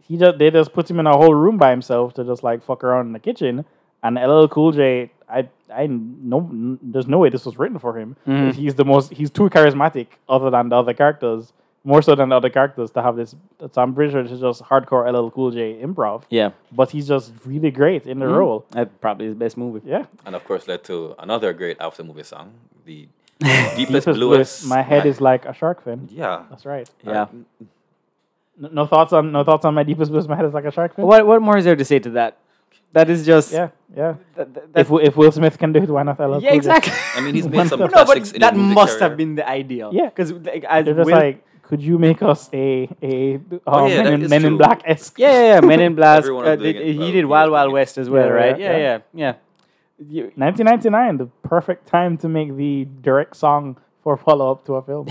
he just they just put him in a whole room by himself to just like fuck around in the kitchen. And LL Cool J, I I no, n- there's no way this was written for him. He's the most, he's too charismatic, other than the other characters, more so than the other characters to have this. So I'm pretty sure this is just hardcore LL Cool J improv. Yeah. But he's just really great in the role. That probably is the best movie. Yeah. and of course led to another great after movie song, [LAUGHS] the deepest, Because bluest. my head is like a shark fin. yeah. That's right. Yeah. No, no thoughts on no thoughts on my deepest bliss. My head is like a shark fin. What what more is there to say to that? That is just Yeah, yeah. That, that, If Wi- if Will Smith can do it, why not yeah, LL? Cool J? exactly. I mean, he's made some No, but [LAUGHS] no, but classics in that his movie must career. have been the ideal. Yeah. because like, as They're just Will- like, could you make us a a um, Oh, yeah, that Men, in, is Men in true. Black esque? yeah, yeah, yeah. Men [LAUGHS] in Black. Everyone uh, was doing did- it, he well, did he was Wild Wild doing it. West as well, Yeah, right? yeah, Yeah, yeah, yeah. You, 1999, the perfect time to make the direct song for follow up to a [LAUGHS] film.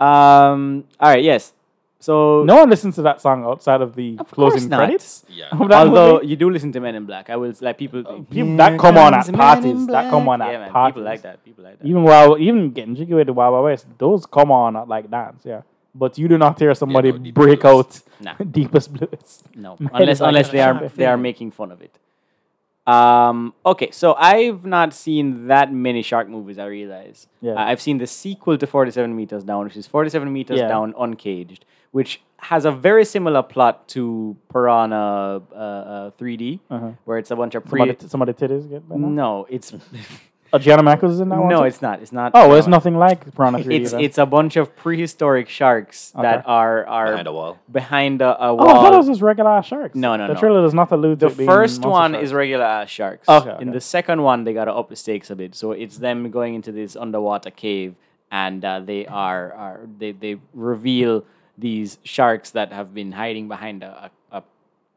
um. All right. Yes. So no one listens to that song outside of the Of course closing not. [LAUGHS] credits. Yeah. of that Although movie. you do listen to Men in Black, I will like people. people- "Here that come on comes at Men in parties, that come Black." on at Yeah, man, parties. People like that. People like that. even while even getting jiggy with the Wild Wild West, those come on at like dance, yeah. But you do not hear somebody no, Deepest break Blues. out Nah. [LAUGHS] deepest blues. No, Man, [LAUGHS] unless it's like unless a they are shark they are making fun of it. Um. Okay, so I've not seen that many shark movies. I realize. Yeah. Uh, I've seen the sequel to Forty Seven Meters Down, which is Forty Seven Meters Yeah. Down Uncaged, which has a very similar plot to Piranha uh, uh, 3D, Uh-huh. where it's a bunch of pre. Somebody, somebody titties get by now? no, it's [LAUGHS] Oh, Gianna Michaels is in that one? no, too? it's not. It's not. Oh, well, no, it's nothing like Piranha 3D. It's then. it's a bunch of prehistoric sharks that are are Behind a wall. behind a, a oh, I wall. thought it was just regular ass sharks. No, no, the no. trailer does not allude The to it being first monster one sharks. is regular ass sharks. Okay, In okay. the second one, they gotta up the stakes a bit. So it's them going into this underwater cave, and uh, they are, are they they reveal these sharks that have been hiding behind a, a, a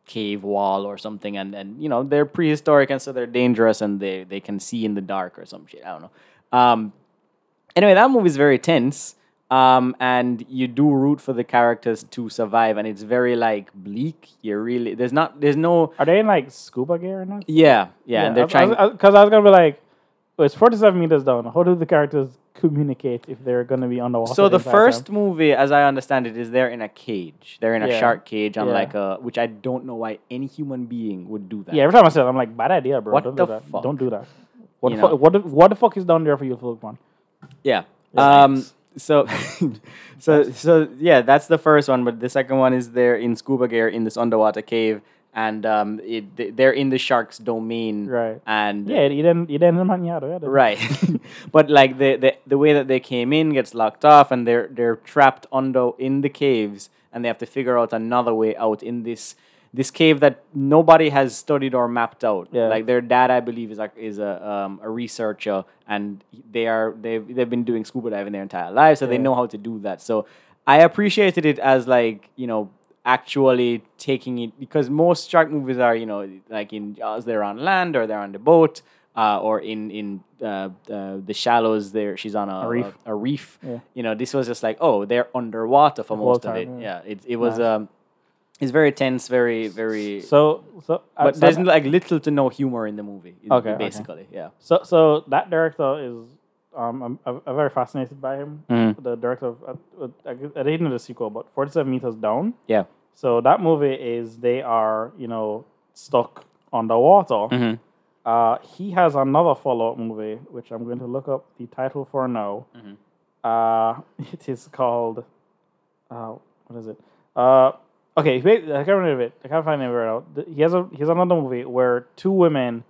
cave wall or something, and and you know they're prehistoric and so they're dangerous and they they can see in the dark or some shit. I don't know. Um, anyway, that movie's very tense. Um, and you do root for the characters to survive, and it's very like bleak. You really there's not there's no Are they in like scuba gear or not? yeah, yeah, and they're trying. Because I was going to be like, oh, it's 47 meters down. How do the characters communicate if they're going to be underwater? so the entire first time? movie, as I understand it, is they're in a cage. They're in a Yeah. shark cage on Yeah. like a, which I don't know why any human being would do that. Yeah, every time I say that, I'm like, bad idea, bro. What Don't the do that. fuck? Don't do that. What You the, fu- know. what, the, what the fuck is down there for you, Philip? Man? yeah. Um. So, [LAUGHS] so, so yeah, that's the first one. But the second one is they're in scuba gear in this underwater cave, and um, it, they- they're in the shark's domain. Right. And Yeah, you didn't, you didn't man, yeah, yeah, Right. [LAUGHS] but like the, the the way that they came in gets locked off and they're they're trapped under in the caves and they have to figure out another way out in this this cave that nobody has studied or mapped out. Yeah. Like their dad, I believe, is a, is a um, a researcher, and they are they've they've been doing scuba diving their entire lives, so they Yeah. know how to do that. So I appreciated it as like you know actually taking it because most shark movies are you know like in Jaws they're on land or they're on the boat. Uh, or in in uh, uh, the shallows, there she's on a, A reef. A, reef. Yeah. You know, this was just like, oh, they're underwater for whole most of time, it. Yeah, yeah. it, it was Nice. um, it's very tense, very, very. So, so, uh, but so there's that- like little to no humor in the movie. i- Okay, okay. basically, yeah. So, so that director is um, I'm, I'm I'm very fascinated by him. Mhm. The director of uh, uh, I gu- I didn't know the sequel, but Forty Seven Meters Down. Yeah. So that movie is they are you know stuck underwater. Mm-hmm. Uh, he has another follow up movie which I'm going to look up the title for now. Mm-hmm. Uh, [LAUGHS] it is called uh, what is it? Uh, okay, wait, I can't remember it. I can't find it right now. Th- He has a he has another movie where two women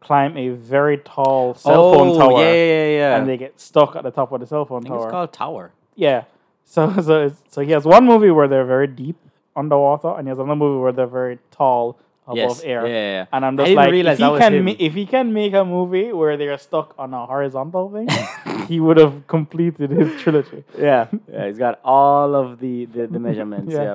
climb a very tall cell phone tower Oh, yeah, yeah, yeah. and they get stuck at the top of the cell phone I think tower. it's called Tower. yeah. [LAUGHS] So so it's, so he has one movie where they're very deep underwater, and he has another movie where they're very tall above Yes, air. yeah, yeah, yeah. And I'm I just didn't like, realize if he that was can him. ma- if he can make a movie where they are stuck on a horizontal [LAUGHS] thing, he would have completed his [LAUGHS] trilogy. Yeah, yeah. He's got all of the the, [LAUGHS] the measurements. yeah. Yeah.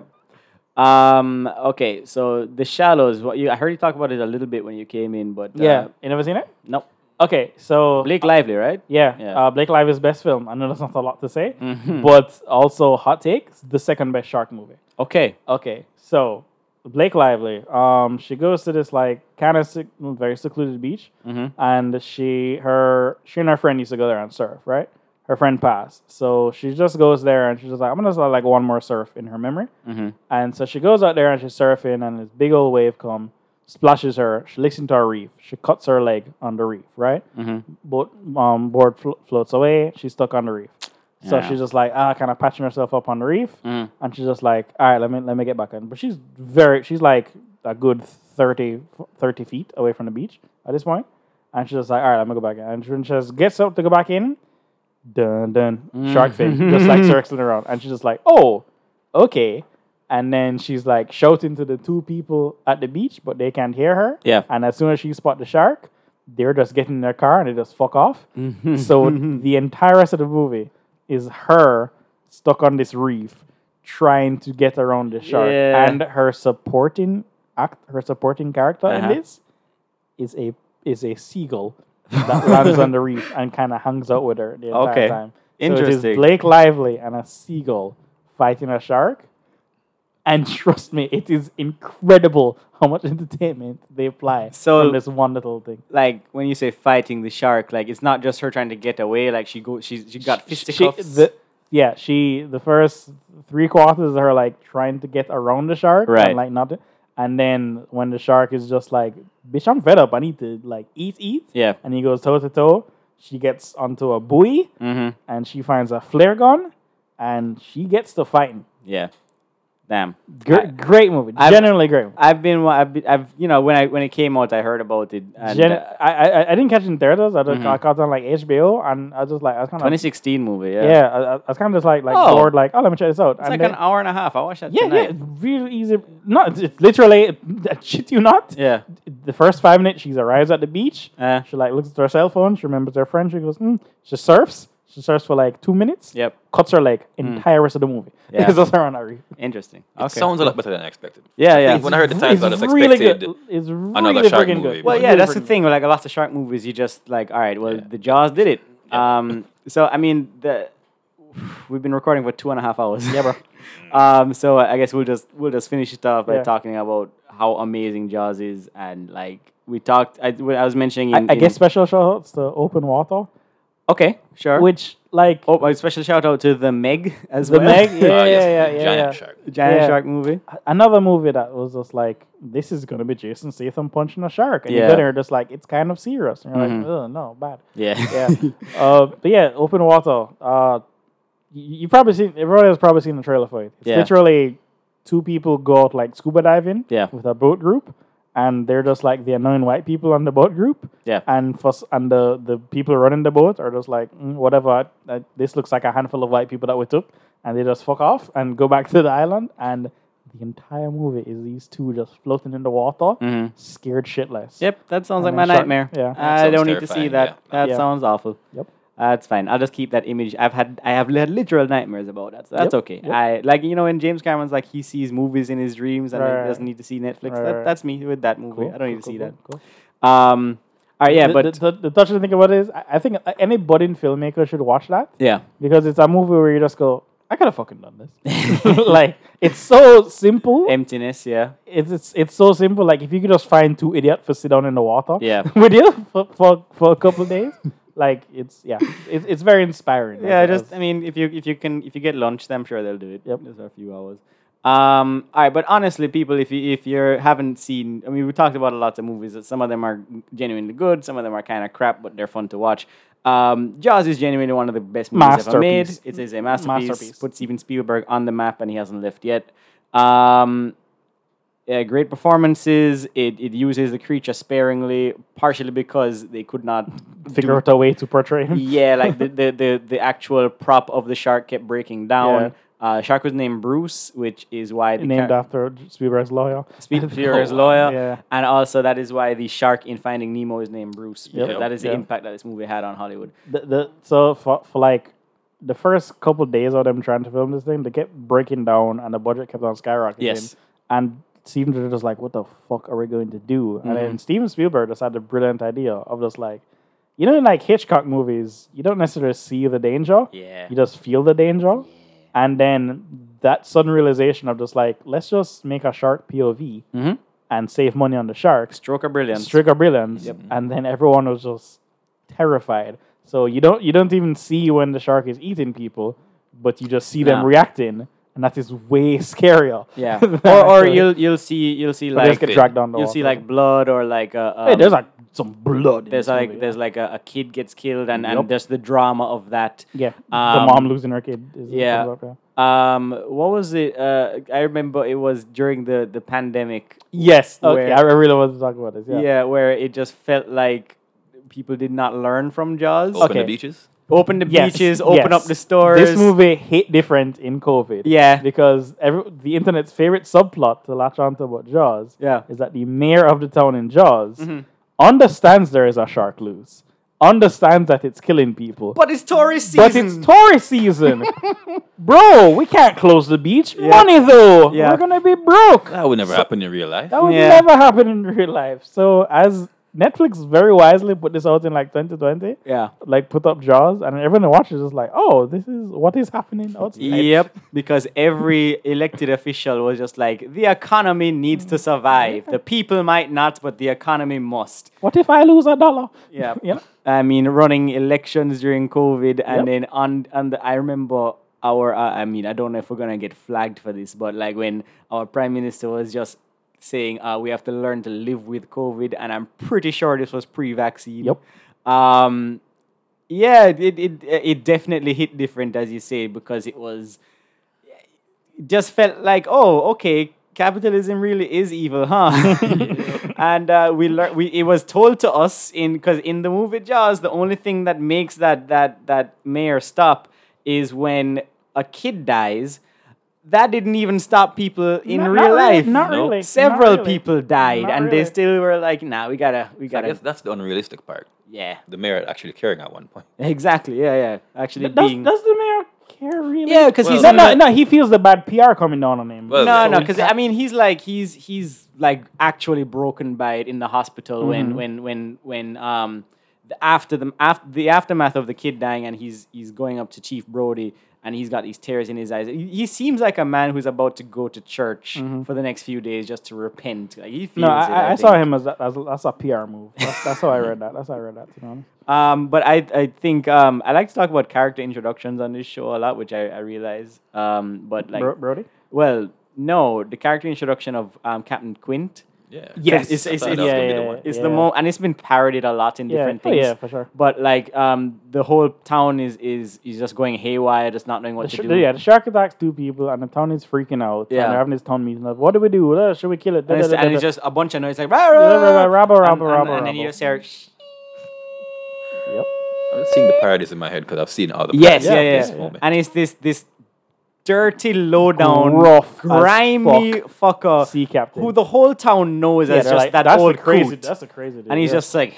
Um. Okay. So the shallows. What you? I heard you talk about it a little bit when you came in, but Yeah, Uh, you never seen it? no. Okay, so Blake Lively, right? Yeah, Yeah. Mm-hmm. Uh, Blake Lively's best film. I know that's not a lot to say, but also hot take, the second best shark movie. Okay. Okay, so Blake Lively, um, she goes to this like kind of sec- very secluded beach, and she her she and her friend used to go there and surf, right? Her friend passed, so she just goes there and she's just like, I'm gonna just like one more surf in her memory, and so she goes out there and she's surfing, and this big old wave come splashes her. She licks into a reef. She cuts her leg on the reef, right? Boat um, board flo- floats away. She's stuck on the reef. So Yeah. she's just like ah, kind of patching herself up on the reef, and she's just like, all right, let me let me get back on. But she's very, she's like a good 30, 30 feet away from the beach at this point, and she's just like, all right, I'm gonna go back in. And she she just gets up to go back in, dun dun, Mm. shark fin, just [LAUGHS] like circling around, and she's just like, oh, okay. And then she's like shouting to the two people at the beach, but they can't hear her. Yeah. And as soon as she spot the shark, they're just getting in their car and they just fuck off. Mm-hmm. [LAUGHS] so the entire rest of the movie is her stuck on this reef trying to get around the shark. Yeah. And her supporting act her supporting character Uh-huh. in this is a is a [LAUGHS] seagull that lands on the reef and kind of hangs out with her the entire Okay. time. So it Interesting. is Blake Lively and a seagull fighting a shark. And [LAUGHS] trust me, it is incredible how much [LAUGHS] entertainment they apply So- from this one little thing. Like when you say fighting the shark, like it's not just her trying to get away. Like she goes, she's she got She- fisticuffs. the- yeah, she the first three quarters are like trying to get around the shark, Right. And, like not, and then when the shark is just like, "Bitch, I'm fed up. I need to like eat, eat." yeah. And he goes toe to toe. She gets onto a buoy, Mm. Mm-hmm. and she finds a flare gun, and she gets to fighting. Yeah. Damn. Gr- I- great movie, I've- genuinely great. Movie. I've been, wa- I've been, I've, you know, when I when it came out, I heard about it. And, Gen- uh, Mm-hmm. I, I I didn't catch it in theaters. I, just, I caught it on like HBO, and I was just like I was kind of 2016 movie. Yeah. yeah. I, I- I was kind of just like like Oh. bored, like oh let me check this out. It's like an hour and a half. I watched that yeah, tonight. yeah, real easy. Not it's- it's literally. [LAUGHS] Shit, you not. Yeah. The first five minutes, she arrives at the beach. Uh, She like looks at her cell phone. She remembers her friend. She goes, mm. she surfs. She surfs for like two minutes. Yep. Cuts her leg. Hmm. Entire rest of the movie. Yeah. [LAUGHS] It's just her on that reef. Interesting. It Okay. sounds a lot better than I expected. Yeah, yeah. I think when I heard the title, I was really expected. good. It's really another shark freaking movie, good. but- Well, It's yeah, really that's the freaking thing. Like a lot of shark movies, you just like, all right, well, the Jaws did it. Um, so I mean, the we've been recording for two and a half hours. Yeah, bro. [LAUGHS] um, so I guess we'll just we'll just finish it off by Yeah. talking about how amazing Jaws is, and like we talked. I, I was mentioning. good. In, I, I in- guess special shout outs to Open Water, Okay, sure. which like Oh, a special shout out to the Meg as the well. [LAUGHS] Meg. Yeah, Ah, yeah, yes, yeah, yeah, giant yeah. shark. Giant Yeah. Shark movie. another movie that was just like, this is gonna be Jason Statham punching a shark, and Yeah. you're there just like, it's kind of serious, and you're Mm-hmm. like, oh no, bad. [LAUGHS] Yeah. Yeah. uh, but yeah, open water. Uh, you, you probably seen everyone has probably seen the trailer for it. It's Yeah. literally two people go out like scuba diving. Yeah. With a boat group, and they're just like the annoying white people on the boat group. Yeah. And for s- and the the people running the boat are just like "Mm, whatever. I, I- [LAUGHS] this looks like a handful of white people that we took, and they just fuck off and go back to the island and. The entire movie is these two just floating in the water, Mhm. scared shitless. Yep, that sounds like And my then shark- nightmare. yeah. That I sounds don't need to see terrifying, that. yeah. That Yeah. sounds awful. Yep. That's fine. I'll just keep that image. I've had I have had literal nightmares about that. So that's Yep, okay. yep. I like you know when James Cameron's like he sees movies in his dreams and Right, he right, doesn't right. need to see Netflix. Right, that, right. That's me with that movie. Cool, I don't need cool, to see cool, cool, cool. that. Um. All right. Yeah. The- but the, the, the touching thing about it is, I, I think any budding filmmaker should watch that yeah. because it's a movie where you just go, I could have fucking done [LAUGHS] this. [LAUGHS] like it's so simple. Emptiness. Yeah. it's, it's it's so simple. Like if you could just find two idiots to sit down in the water, Yeah. [LAUGHS] with you for, for, for a couple of [LAUGHS] days, like it's yeah, it's it's very inspiring. Yeah, like, just as- I mean, if you if you can if you get lunch, then I'm sure they'll do it. Yep. just for a few hours. Um, all right, but honestly, people, if you if you haven't seen, I mean, we talked about a lot of movies. That some of them are genuinely good, some of them are kind of crap, but they're fun to watch. Um, Jaws is genuinely one of the best movies ever made. It Masterpiece. is a masterpiece. Masterpiece. Puts even Spielberg on the map, and he hasn't left yet. Um, yeah, great performances. It it uses the creature sparingly, partially because they could not figure do- out a way to portray him. yeah, like the, the, the, the actual prop of the shark kept breaking down. Uh, shark was named Bruce, which is why the [LAUGHS] named char- after Spielberg's lawyer. [LAUGHS] Speed Furious Oh, wow. lawyer. Yeah. And also that is why the shark in Finding Nemo is named Bruce. Because Yep. that is the Yeah. impact that this movie had on Hollywood. The, the so for, for like the first couple days of them trying to film this thing, they kept breaking down and the budget kept on skyrocketing. Yes. And Steven was just like, what the fuck are we going to do? And Mm-hmm. then Steven Spielberg just had the brilliant idea of just like, you know, in like Hitchcock movies, you don't necessarily see the danger. Yeah. You just feel the danger. And then that sudden realization of just like, let's just make a shark POV Mhm. and save money on the sharks. Stroke of brilliance. Striga Brilliance, and then everyone was just terrified. So you don't you don't even see when the shark is eating people, but you just see them Nah. reacting, and that is way [LAUGHS] scarier. [LAUGHS] [LAUGHS] yeah. than or or actually- you'll you'll see you'll see they just like get dragged down the you'll wall. see like blood or like a, um, Hey, there's like some blood. in there's this like movie. there's like a, a kid gets killed and, Yup. and there's the drama of that. yeah, the um, mom losing her kid. Is yeah. comes up, yeah. Um, what was it? Uh, I remember it was during the the pandemic. Yes. Okay. Where- I really wanted to talk about this. Yeah. Yeah. where it just felt like people did not learn from Jaws. Open Okay. the beaches. Open the Yes, beaches, open yes. up the stores. This movie hit different in COVID. Yeah. Because every, the internet's favorite subplot to latch onto about Jaws Yeah. Mm-hmm. is that the mayor of the town in Jaws understands there is a shark loose, understands that it's killing people. But it's tourist season. but it's tourist [LAUGHS] season. Bro, we can't close the beach. Money though. Yeah. Uh, We're gonna be broke. That would never happen in real life. That would Yeah. never happen in real life. So as Netflix very wisely put this out in like 2020 yeah. like put up Jaws, and everyone who watches is like, "Oh, this is what is happening outside." Yep, because every elected official was just like, the economy needs to survive. The people might not, but the economy must. What if I lose a dollar? Yeah. [LAUGHS] yeah. I mean, running elections during COVID, and Yep. then on on the I remember our uh, I mean, I don't know if we're gonna get flagged for this, but like when our prime minister was just saying, uh, we have to learn to live with COVID, and I'm pretty sure this was pre-vaccine. Yep. Um, yeah, it it it definitely hit different as you say because it was it just felt like oh okay capitalism really is evil [LAUGHS] huh [LAUGHS] and uh, we learned we it was told to us in because in the movie jaws the only thing that makes that that that mayor stop is when a kid dies that didn't even stop people in Not- real not really, life not No. really, not several really. people died Not and they really. still were like nah we gotta we I gotta guess that's the unrealistic part. yeah [LAUGHS] The mayor actually caring at one point. exactly yeah yeah actually Does, being does the mayor care really? yeah because he's no, Well- not no, no. He feels the bad PR coming down on him. Well- No, So no, we because I mean, he's like he's he's like actually broken by it in the hospital when when when when um the, after the after the aftermath of the kid dying and he's he's going up to Chief Brody and he's got these tears in his eyes. He, he seems like a man who's about to go to church for the next few days just to repent. Like, he feels no, it, Mm-hmm. I I, I saw think. him as, that, as that's a PR move. That's, that's how I read that. That's how I read that. To be honest. Um, but I, I think um, I like to talk about character introductions on this show a lot, which I, I realize. Um, but like, Bro- Brody. well, no, the character introduction of um, Captain Quint. Yeah. Yes. It's- I it's- thought it's- that was gonna be the yeah, one. It's the most, and it's been parodied a lot in Yeah. different Oh, things. yeah, for sure. But like, um, the whole town is is is just going haywire, just not knowing what to Sh- do. yeah, the shark attacks two people, and the town is freaking out. Yeah. and they're having this town meeting. Like, what do we do? Uh, should we kill it? And, it's, and it's just a bunch of noise, like rah, rah, Rah, rah, rah, rabble, and- rabble, and- rabble, and then you rabble. just hear, "Shh." Yep. I'm seeing the parodies in my head because I've seen all the yes, yeah, Yeah, parodies yeah, at this moment. and it's this this dirty, low down, Rough as grimy fucker Sea captain. who the whole town knows Yeah, as they're just like, that that's old the crazy. coot. That's the crazy. Dude. and he's yeah. just like,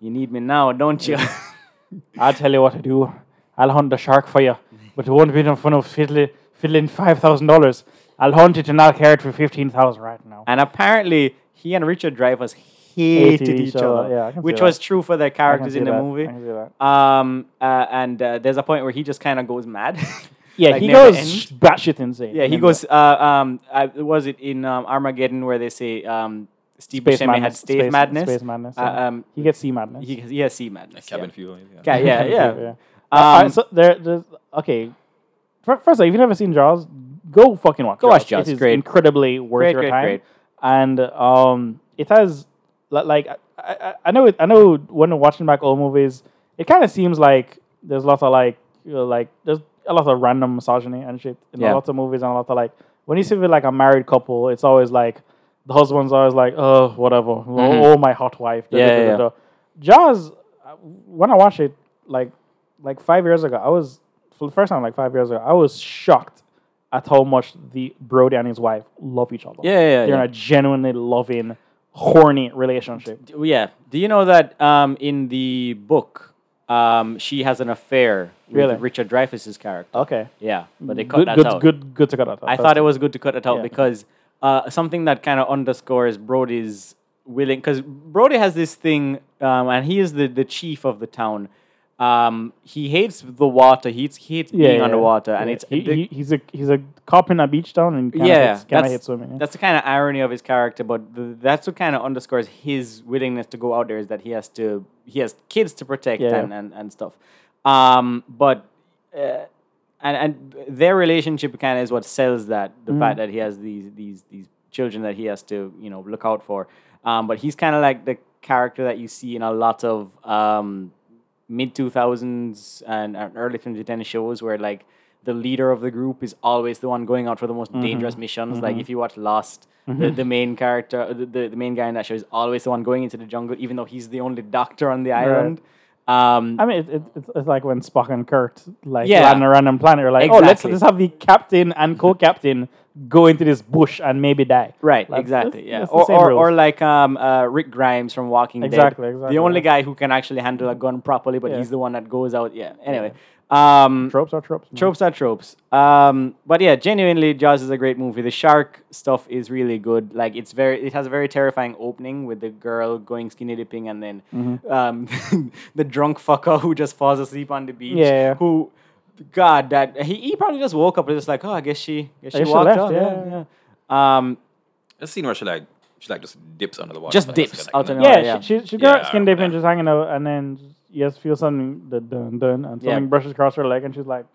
you need me now, don't you? I'll tell you what to do. I'll hunt the shark for you, but it won't be in front of fiddly, fiddling five thousand dollars. I'll hunt it and I'll carry it for fifteen thousand right now. and apparently, he and Richard Dreyfuss hated Hated each each other, other, yeah, I can see which that. was true for their characters see in the that, movie. I can see that. Um, uh, and uh, there's a point where he just kind of goes mad. [LAUGHS] Yeah, [LAUGHS] Like he near the goes end. sh- batshit insane. Yeah, he Remember? goes. Uh, um, uh, was it in um, Armageddon where they say um, Steve Buscemi Space had madness. Stave Space- madness? Space madness. Uh, yeah. um, he gets sea madness. he, he has sea madness. Cabin yeah. fever. Yeah. Ca- [LAUGHS] yeah, yeah. yeah. Um, Alright, so there, there's okay. Fir- First, of all, if you've never seen Jaws, go fucking watch. Go watch Jaws, It is great. incredibly worth Great, your great, time. great. And um, it has li- like I, I, I know it, I know when watching back old movies, it kind of seems like there's lots of like you know, like there's a lot of random misogyny and shit in Yeah. a lot of movies and a lot of like when you see with like a married couple, it's always like the husband's always like oh whatever oh my hot wife da- da- Mm-hmm. Yeah, da- yeah, da- yeah. da. Jaws, uh, when I watched it like like five years ago, I was for the first time like five years ago, I was shocked at how much the Brody and his wife love each other. Yeah, yeah, yeah, They're yeah. in a genuinely loving, horny relationship. yeah. Do you know that um, in the book, um, she has an affair Really? with Richard Dreyfuss's character? Okay. Yeah, but they cut Good, that good, out. good, good to cut out. I thought it was good to cut it out Yeah. because uh, something that kind of underscores Brody's willing because Brody has this thing, um, and he is the, the chief of the town. Um, he hates the water. He hates, he hates being underwater, and it's he, the- he, he's a he's a cop in a beach town and kinda yeah, hates, kinda that's- hates swimming. yeah. That's the kind of irony of his character, but th- that's what kind of underscores his willingness to go out there is that he has to he has kids to protect Yeah. and, and and stuff. Um, but uh, and and their relationship kind of is what sells that the Mm. fact that he has these these these children that he has to you know look out for. Um, but he's kind of like the character that you see in a lot of um, mid 2000s and, and early 2010 shows where like the leader of the group is always the one going out for the most Mm-hmm. dangerous missions like if you watch lost the, the main character the, the, the main guy in that show is always the one going into the jungle even though he's the only doctor on the island um, I mean, it, it, it's, it's like when Spock and Kurt like Yeah. land on a random planet. You're like, oh, let's Exactly. let's have the captain and co-captain go into this bush and maybe die. Right, Like, exactly. that's- yeah, that's the or, same or, rules. or like um, uh, Rick Grimes from Walking Exactly, Dead. exactly, The only yeah. guy who can actually handle a gun properly, but Yeah. he's the one that goes out. Yeah. Anyway, um, Tropes are tropes. man. tropes are tropes. Um, but yeah, genuinely, Jaws is a great movie. The shark stuff is really good. Like it's very, it has a very terrifying opening with the girl going skinny dipping, and then Mm-hmm. um, [LAUGHS] the drunk fucker who just falls asleep on the beach. Yeah, yeah. Who, God, that he, he probably just woke up and just like, oh, I guess she, guess she guess she walked left, off. yeah, yeah. yeah. Um, A scene where she like she like just dips under the water. Just like, dips out in the Yeah, Oh, yeah. she she, she got Yeah, skin deep and yeah. just hanging out, and then you just feel something the dun dun, and Yeah. something brushes across her leg, and she's like,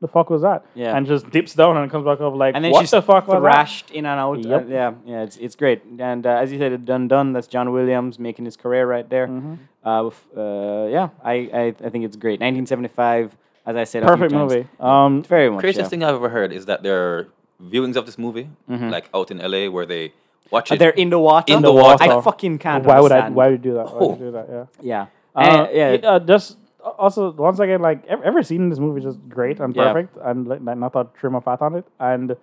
"The fuck was that?" Yeah. and just dips down and comes back up like, and then "What she's the fuck was that?" thrashed in and out. Yep. Uh, yeah, yeah, it's, it's great. And uh, as you said, done done. That's John Williams making his career right there. Mm-hmm. Uh, with- uh, yeah, I, I I think it's great. 1975, as I said, a few Perfect times. movie. Um, Very much. Craziest yeah. thing I've ever heard is that there are viewings of this movie, like out in LA, where they watch Mm-hmm. Uh, it. They're in the water. In the I water. fucking can't. why would I? understand. Why would you do that? Why would Oh. you do that? Yeah. [LAUGHS] Yeah. Uh, Uh, yeah. it, uh, just also once again, like ev- every scene in this movie is just great and Yeah. perfect, and like, like not a trim of fat on it, and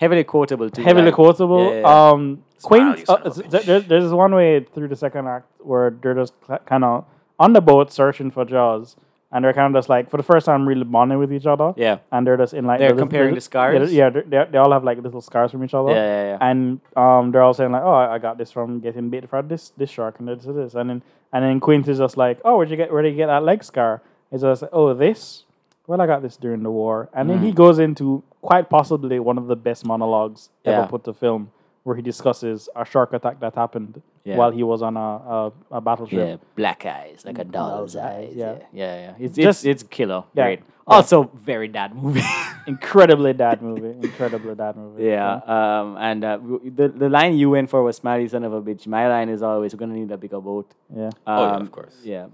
heavily quotable too. heavily like- quotable. yeah, yeah. Um, you quaint. son Uh, of a th- there, there's one way through the second act where they're just kind of on the boat searching for Jaws, and they're kind of just like for the first time really bonding with each other. Yeah. and they're just in like They're the little- comparing the scars? Yeah, they're- they're- they all have like little scars from each other. Yeah, yeah, yeah. And um, they're all saying like, "Oh, I I got this from getting bit from this this shark and this this," and then and then Quint is just like, "Oh, where'd you get where did you get that leg scar?" He's just like, "Oh, this." Well, I got this during the war, and then he Mm. goes into quite possibly one of the best monologues Yeah. ever put to film, where he discusses a shark attack that happened Yeah. while he was on a a, a battleship. Yeah, black eyes like a doll's eyes. Yeah, yeah. yeah, yeah. It's Just- it's, it's killer. Yeah. Great. Also, very dad movie. [LAUGHS] Incredibly bad movie. Incredibly bad movie. Yeah, um, and uh, w- the the line you went for was "smelly son of a bitch." My line is always "we're gonna need a bigger boat." Yeah. Um, yeah, of course. Yeah,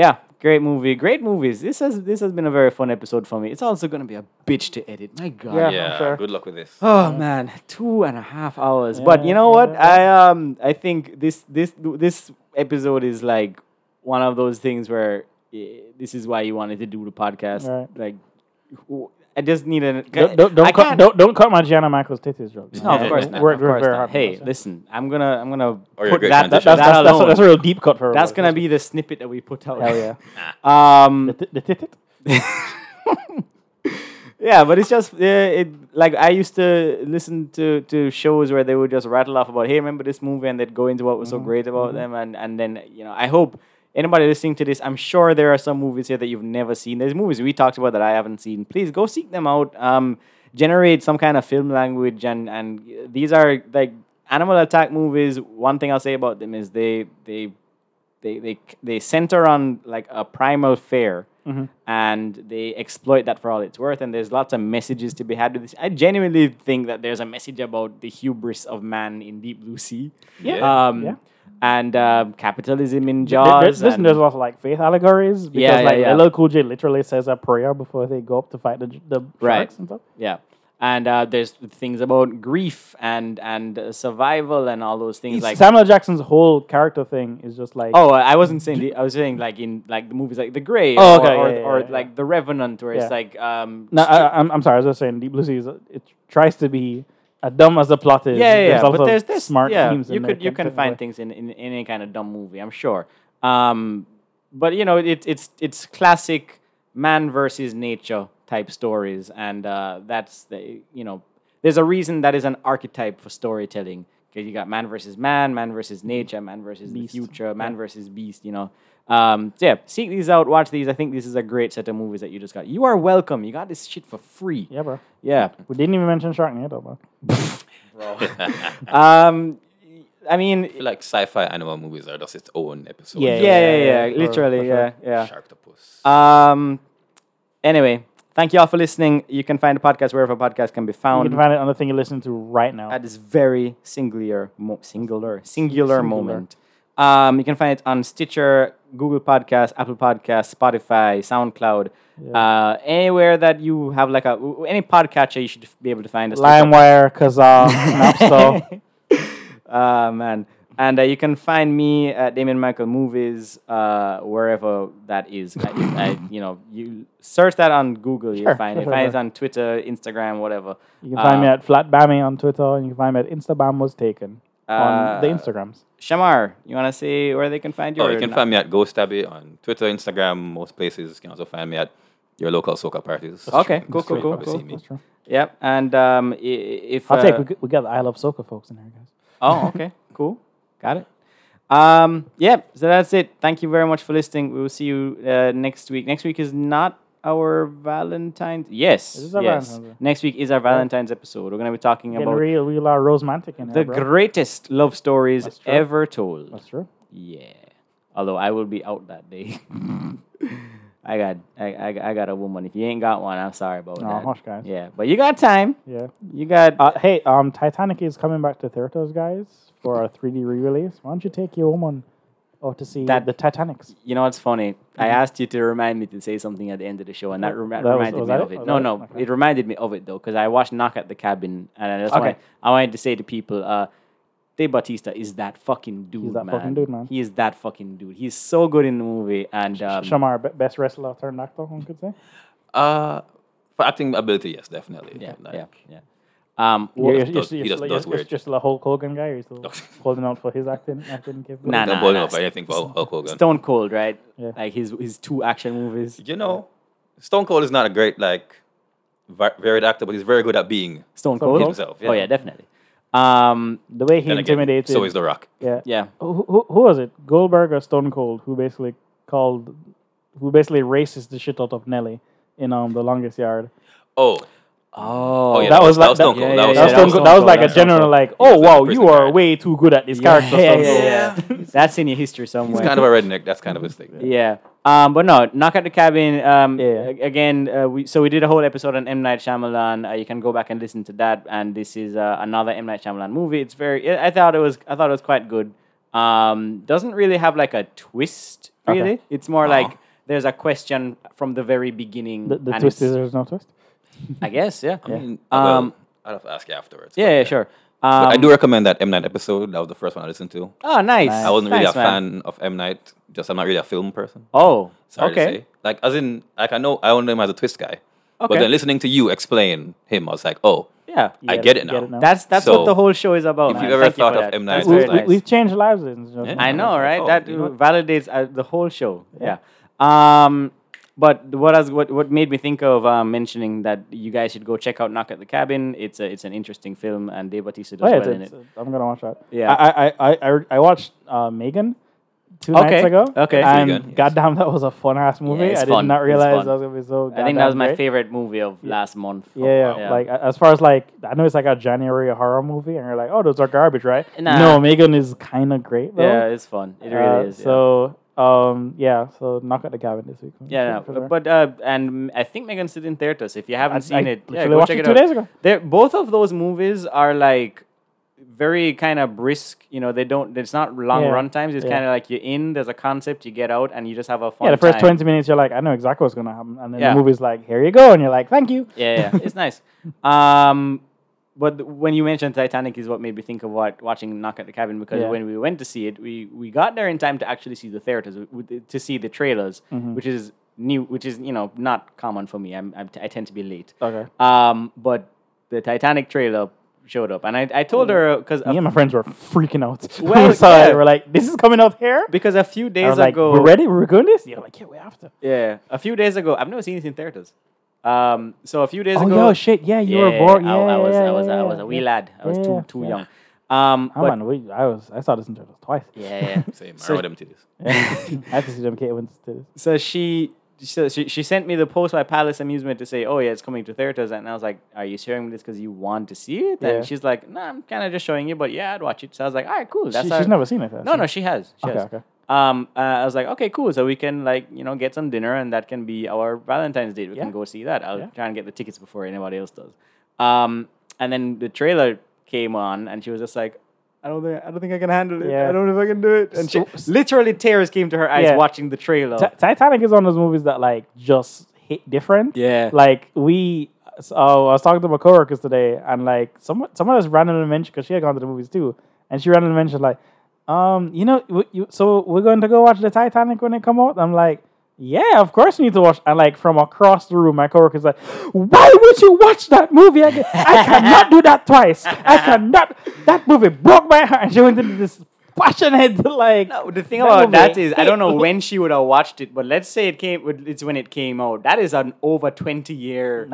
yeah, great movie, great movies. This has this has been a very fun episode for me. It's also gonna be a bitch to edit. My God. Yeah. yeah, sure. good luck with this. [LAUGHS] [LAUGHS] Oh man, two and a half hours. but you know yeah, what? I um I think this this this episode is like one of those things where eh, this is why you wanted to do the podcast. Right. Like who- I just needed. Don't, don't, don't I cut, can't- don't, don't cut my Gianna Michaels titties jokes. No, of course It not. of Worked worked course very not. hard. Hey, listen, I'm gonna I'm gonna Or put your Oh, great that, that, that's, that transition. that's, that's, that's, alone. that's a real deep cut for That's everybody. gonna be the snippet that we put out. Hell yeah. [LAUGHS] Um, [LAUGHS] The, t- the tit yeah, but it's just uh, it. Like I used to listen to to shows where they would just rattle off about, hey, remember this movie, and they'd go into what was so great about them, and and then you know, I hope anybody listening to this, I'm sure there are some movies here that you've never seen. There's movies we talked about that I haven't seen. Please go seek them out. Um, generate some kind of film language, and and these are like animal attack movies. One thing I'll say about them is they they they they they center on like a primal fear Mm-hmm. and they exploit that for all it's worth and there's lots of messages to be had with this i genuinely think that there's a message about the hubris of man in deep blue sea Yeah. um Yeah. and um capitalism in There- there- jaws listen, and- there's a lot of like faith allegories because Yeah, yeah, like yeah. LL Cool J literally says a prayer before they go up to fight the the Right. sharks and stuff. yeah and uh, there's things about grief and and uh, survival and all those things like Samuel Jackson's whole character thing is just like Oh, I wasn't saying. The, I was saying like in like the movies like The Grey, Oh, or, okay, or, yeah, yeah, or yeah, yeah. like The Revenant, where Yeah. it's like um, No, I, I'm, I'm sorry. I was just saying, Deep Blue Sea is it tries to be as dumb as the plot is. yeah, yeah, yeah. also but there's there's smart yeah, themes. You in there could you can kept find away. things in, in, in any kind of dumb movie, I'm sure. Um, but you know, it, it's it's classic man versus nature type stories, and uh, that's the you know, there's a reason that is an archetype for storytelling because you got man versus man, man versus nature, man versus Beast. the future, man versus beast. You know. Um, so yeah, seek these out, watch these. I think this is a great set of movies that you just got. You are welcome. You got this shit for free. Yeah, bro. Yeah. We didn't even mention Sharknado, bro. Um, I mean, feel like sci-fi animal movies are just its own episode. Yeah, yeah, yeah, yeah, yeah, for- literally, for yeah, sure. yeah. Sharktopus. Um, anyway, thank you all for listening. You can find the podcast wherever podcasts can be You found can find it on the thing you're listening to right now. at this very singular, mo- singular, singular, Singular. moment. Um, you can find it on Stitcher, Google Podcast, Apple Podcast, Spotify, SoundCloud, uh, anywhere that you have like a any podcatcher, you should be able to find us. [LAUGHS] LimeWire, Kazaa, Napster. Ah man. And uh, you can find me at Damien Michael Movies, uh, wherever that is. I, I, you know, you search that on Google, you'll Sure, find it. sure, Find sure. it on Twitter, Instagram, whatever. You can find me Ah. Uh, at FlatBammy on Twitter, and you can find me at Instabam was taken Ah. on the Uh, Instagrams. Shamar, you want to say where they can find you? Oh, or you can not? find me at GhostAbby on Twitter, Instagram, most places. You can also find me at your local soca parties. Okay, cool, That's where cool, you cool, probably cool. see me. That's true. Yep. And um, i- i- if I'll uh, take. We, g- we got the I Love Soca folks in here, guys. Oh, [LAUGHS] okay, cool, got it. Um, yep. So that's it. Thank you very much for listening. We will see you uh, next week. Next week is not our Valentine's. Yes, Is this our yes. Valentine's? Next week is our Valentine's episode. We're gonna be talking Getting about real, real uh, romantic in here, the bro. greatest love stories That's true. ever told. That's true. yeah. Although I will be out that day. [LAUGHS] I got I, I I got a woman. If you ain't got one, I'm sorry about Aw, that. hush, guys. Yeah, but you got time. Yeah. You got Uh, hey, um, Titanic is coming back to theaters, guys, for a 3D re-release. Why don't you take your woman out to see That- the Titanics? You know what's funny? I asked you to remind me to say something at the end of the show, and that, remi- Mm-hmm. That was- reminded was me that of it? it. Was No, that it? no, Okay. it reminded me of it though, because I watched Knock at the Cabin, and that's why Okay. I wanted to say to people, uh, De Batista is that fucking dude, that man. fucking dude, man. He is that fucking dude. He's so good in the movie, and um, Shamar, be- best wrestler turned actor, one could [LAUGHS] say. Uh, for acting ability, yes, definitely. yeah, Like, yeah, yeah. Um, You're, wh- you're, just you're, does- you're, he just you're, does you're, weird. just a Hulk Hogan guy. You're [LAUGHS] still holding out for his acting, acting capability. Nah, No, nah, boy, nah, no, but anything for Hulk Hogan. Stone Cold, right? Yeah. Like his his two action movies. you know, Stone Cold is not a great like va- varied actor, but he's very good at being. Stone Cold? Cold. Himself, Oh yeah. yeah, definitely. Um, The way he Then again, intimidated. so is The Rock. yeah. yeah. Who, who, who was it? Goldberg or Stone Cold? Who basically called, who basically racist the shit out of Nelly in um the longest yard. Oh, Oh, oh yeah, that that, was was, like- that was Stone that- Cold. yeah, that yeah, yeah, That was was, that Stone was Cool. that was Stone like a Cold. general, like, was oh like wow, the you prison are guy. way too good at this character. Yeah, Stone yeah, Cool." yeah, yeah. That's in your history somewhere. He's kind of a redneck. That's kind of his thing. yeah. Um, but no, knock at the cabin. Um, Yeah. a- again, uh, we so we did a whole episode on M Night Shyamalan. Uh, you can go back and listen to that. And this is uh, another M Night Shyamalan movie. It's very. I I thought it was. I thought it was quite good. Um, doesn't really have like a twist. Okay. Ah. Really, it's more Aw. like there's a question from the very beginning. The, the and twist is it's- there's no twist. I guess, yeah. I mean, Um, well, I'll have to ask you afterwards. yeah, but, yeah, uh, sure. but Um, I do recommend that M Night episode. That was the first one I listened to. Oh, nice. Nice. I wasn't really Thanks, a man. fan of M Night. Just I'm not really a film person. Oh, Sorry okay. to say. Like as in like I know I only know him as a twist guy. Okay. But then listening to you explain him, I was like, oh, Yeah. I get it now. That's that's So, what the whole show is about. if man. you ever Thank thought for of that. M. That's Night very Shyamalan. we, nice. we, have changed lives. ladies and Yeah. I gentlemen. know, right? Oh, that you know- validates uh, the whole show. Yeah. Um, but what I was, what what made me think of uh, mentioning that you guys should go check out Knock at the Cabin. It's a, it's an interesting film, and Dave Bautista does Oh, yeah, well in it's- it. it's- I'm gonna watch that. Yeah. I I- I I, I watched uh, Megan two nights Okay, ago. okay. and Megan, yes. goddamn, that was a fun ass movie. it's I did fun, not it's realize fun. that was gonna be so. I think that was goddamn my great. favorite movie of last month. Yeah, yeah. Like a- as far as like, I know it's like a January horror movie, and you're like, oh, those are garbage, right? Nah. No, Megan is kind of great though. yeah, it's fun. It really Uh, is. yeah. So um, yeah. So knock at the cabin this week. Yeah, For no, sure. but uh, and I think Megan's in Tertus. If you haven't I- seen I it, yeah, literally go watched check it it two out. days ago. They're, both of those movies are like very kind of brisk. You know, they don't. It's not long Yeah, run times. It's yeah. kind of like you're in. There's a concept. You get out, and you just have a fun. yeah, the first time. twenty minutes, you're like, I know exactly what's gonna happen, and then Yeah. the movie's like, here you go, and you're like, thank you. Yeah, yeah, it's [LAUGHS] nice. Um, but th- when you mentioned Titanic, is what made me think of what watching Knock at the Cabin because Yeah. when we went to see it, we, we got there in time to actually see the theaters w- w- to see the trailers, Mm-hmm. which is new, which is you know not common for me. I'm, I'm t- I tend to be late. Okay. Um, but the Titanic trailer showed up, and I, I told her because Me and my friends were freaking out. [LAUGHS] Well, we saw yeah. it. We're like, this is coming out here. because a few I days was like, ago we're ready. We're doing this. You're like, yeah, we have to. Yeah, a few days ago, I've never seen this in theaters. Um, so a few days Oh ago, yo, shit. Yeah, you were born. Yeah, I, I yeah, was, yeah, I was, yeah, I was a wee yeah. lad. I was Yeah, too, too yeah. young. Um, Oh, but- man, we, I was. I saw this in turtles twice. [LAUGHS] yeah, yeah. same. So- I remember them titties. [LAUGHS] I had to see them Kate Winslet. So she, so she, she sent me the post by Palace Amusement to say, oh yeah, it's coming to theaters, and I was like, are you sharing me this because you want to see it? Yeah. And she's like, nah, I'm kind of just showing you, but yeah, I'd watch it. So I was like, all right, cool. She, That's she's our- never seen it. has No, she? no, she has. She Okay, has. okay. Um, uh, I was like, okay, cool. So we can like you know get some dinner, and that can be our Valentine's date. We Yeah. can go see that. I'll Yeah. try and get the tickets before anybody else does. Um, and then the trailer came on, and she was just like, I don't think I don't think I can handle it. Yeah. I don't know if I can do it. And she, So- literally tears came to her eyes Yeah. watching the trailer. Ti- Titanic is one of those movies that like just hit different. Yeah. Like we, so I was talking to my coworkers today, and like someone, someone else randomly mentioned because she had gone to the movies too, and she randomly mentioned like, um, you know, w- you, so we're going to go watch the Titanic when it come out. I'm like. Yeah, of course we need to watch. And like from across the room, my coworker's like, "Why would you watch that movie again? [LAUGHS] I cannot do that twice. I cannot. That movie broke my heart." And she went into this passionate [LAUGHS] like. No, Oh, the thing about that movie is, I [LAUGHS] don't know hit. when she would have watched it, but let's say it came. It's when it came out. That is an over twenty year.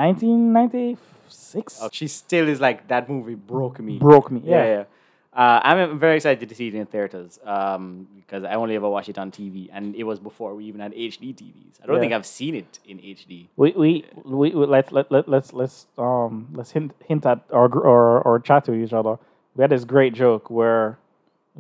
Oh, 1996 She still is like that movie broke me. broke me. yeah. Yeah. yeah. Uh, I'm very excited to see it in theaters um, because I only ever watched it on TV, and it was before we even had HD TVs. I don't Yeah. think I've seen it in HD. We we we, we let, let let let's let's um let's hint hint at or gr- or or chat to each other. We had this great joke where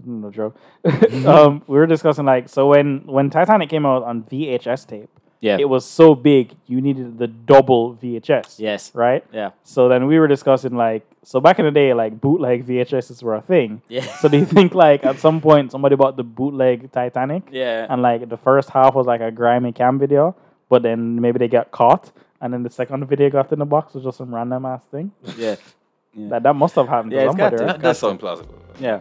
no joke. [LAUGHS] [LAUGHS] um, we were discussing like so when when Titanic came out on VHS tape, Yeah. it was so big you needed the double VHS. Yes. Right. Yeah. So then we were discussing like so back in the day like bootleg VHSs were a thing. Yeah. So do you think like at some point somebody bought the bootleg Titanic? Yeah. [LAUGHS] And like the first half was like a grimy cam video, but then maybe they got caught, and then the second video got in the box was just some random ass thing. Yeah. That that must have happened. to Yeah, it's got somebody, to. right? That, that sounds plausible. Yeah.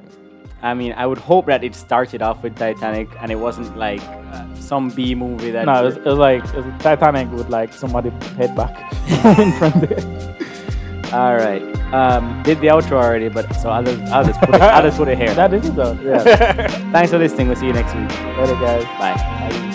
I mean, I would hope that it started off with Titanic and it wasn't like uh, some B movie that. No, it was, it was like it was Titanic with like somebody [LAUGHS] head back in front [LAUGHS] of it. All right. Um, did the outro already, but so I'll just, I'll just [LAUGHS] put it, I'll just put it here. That is it though. [LAUGHS] Yeah. Thanks for listening. We'll see you next week. Later, guys. Bye.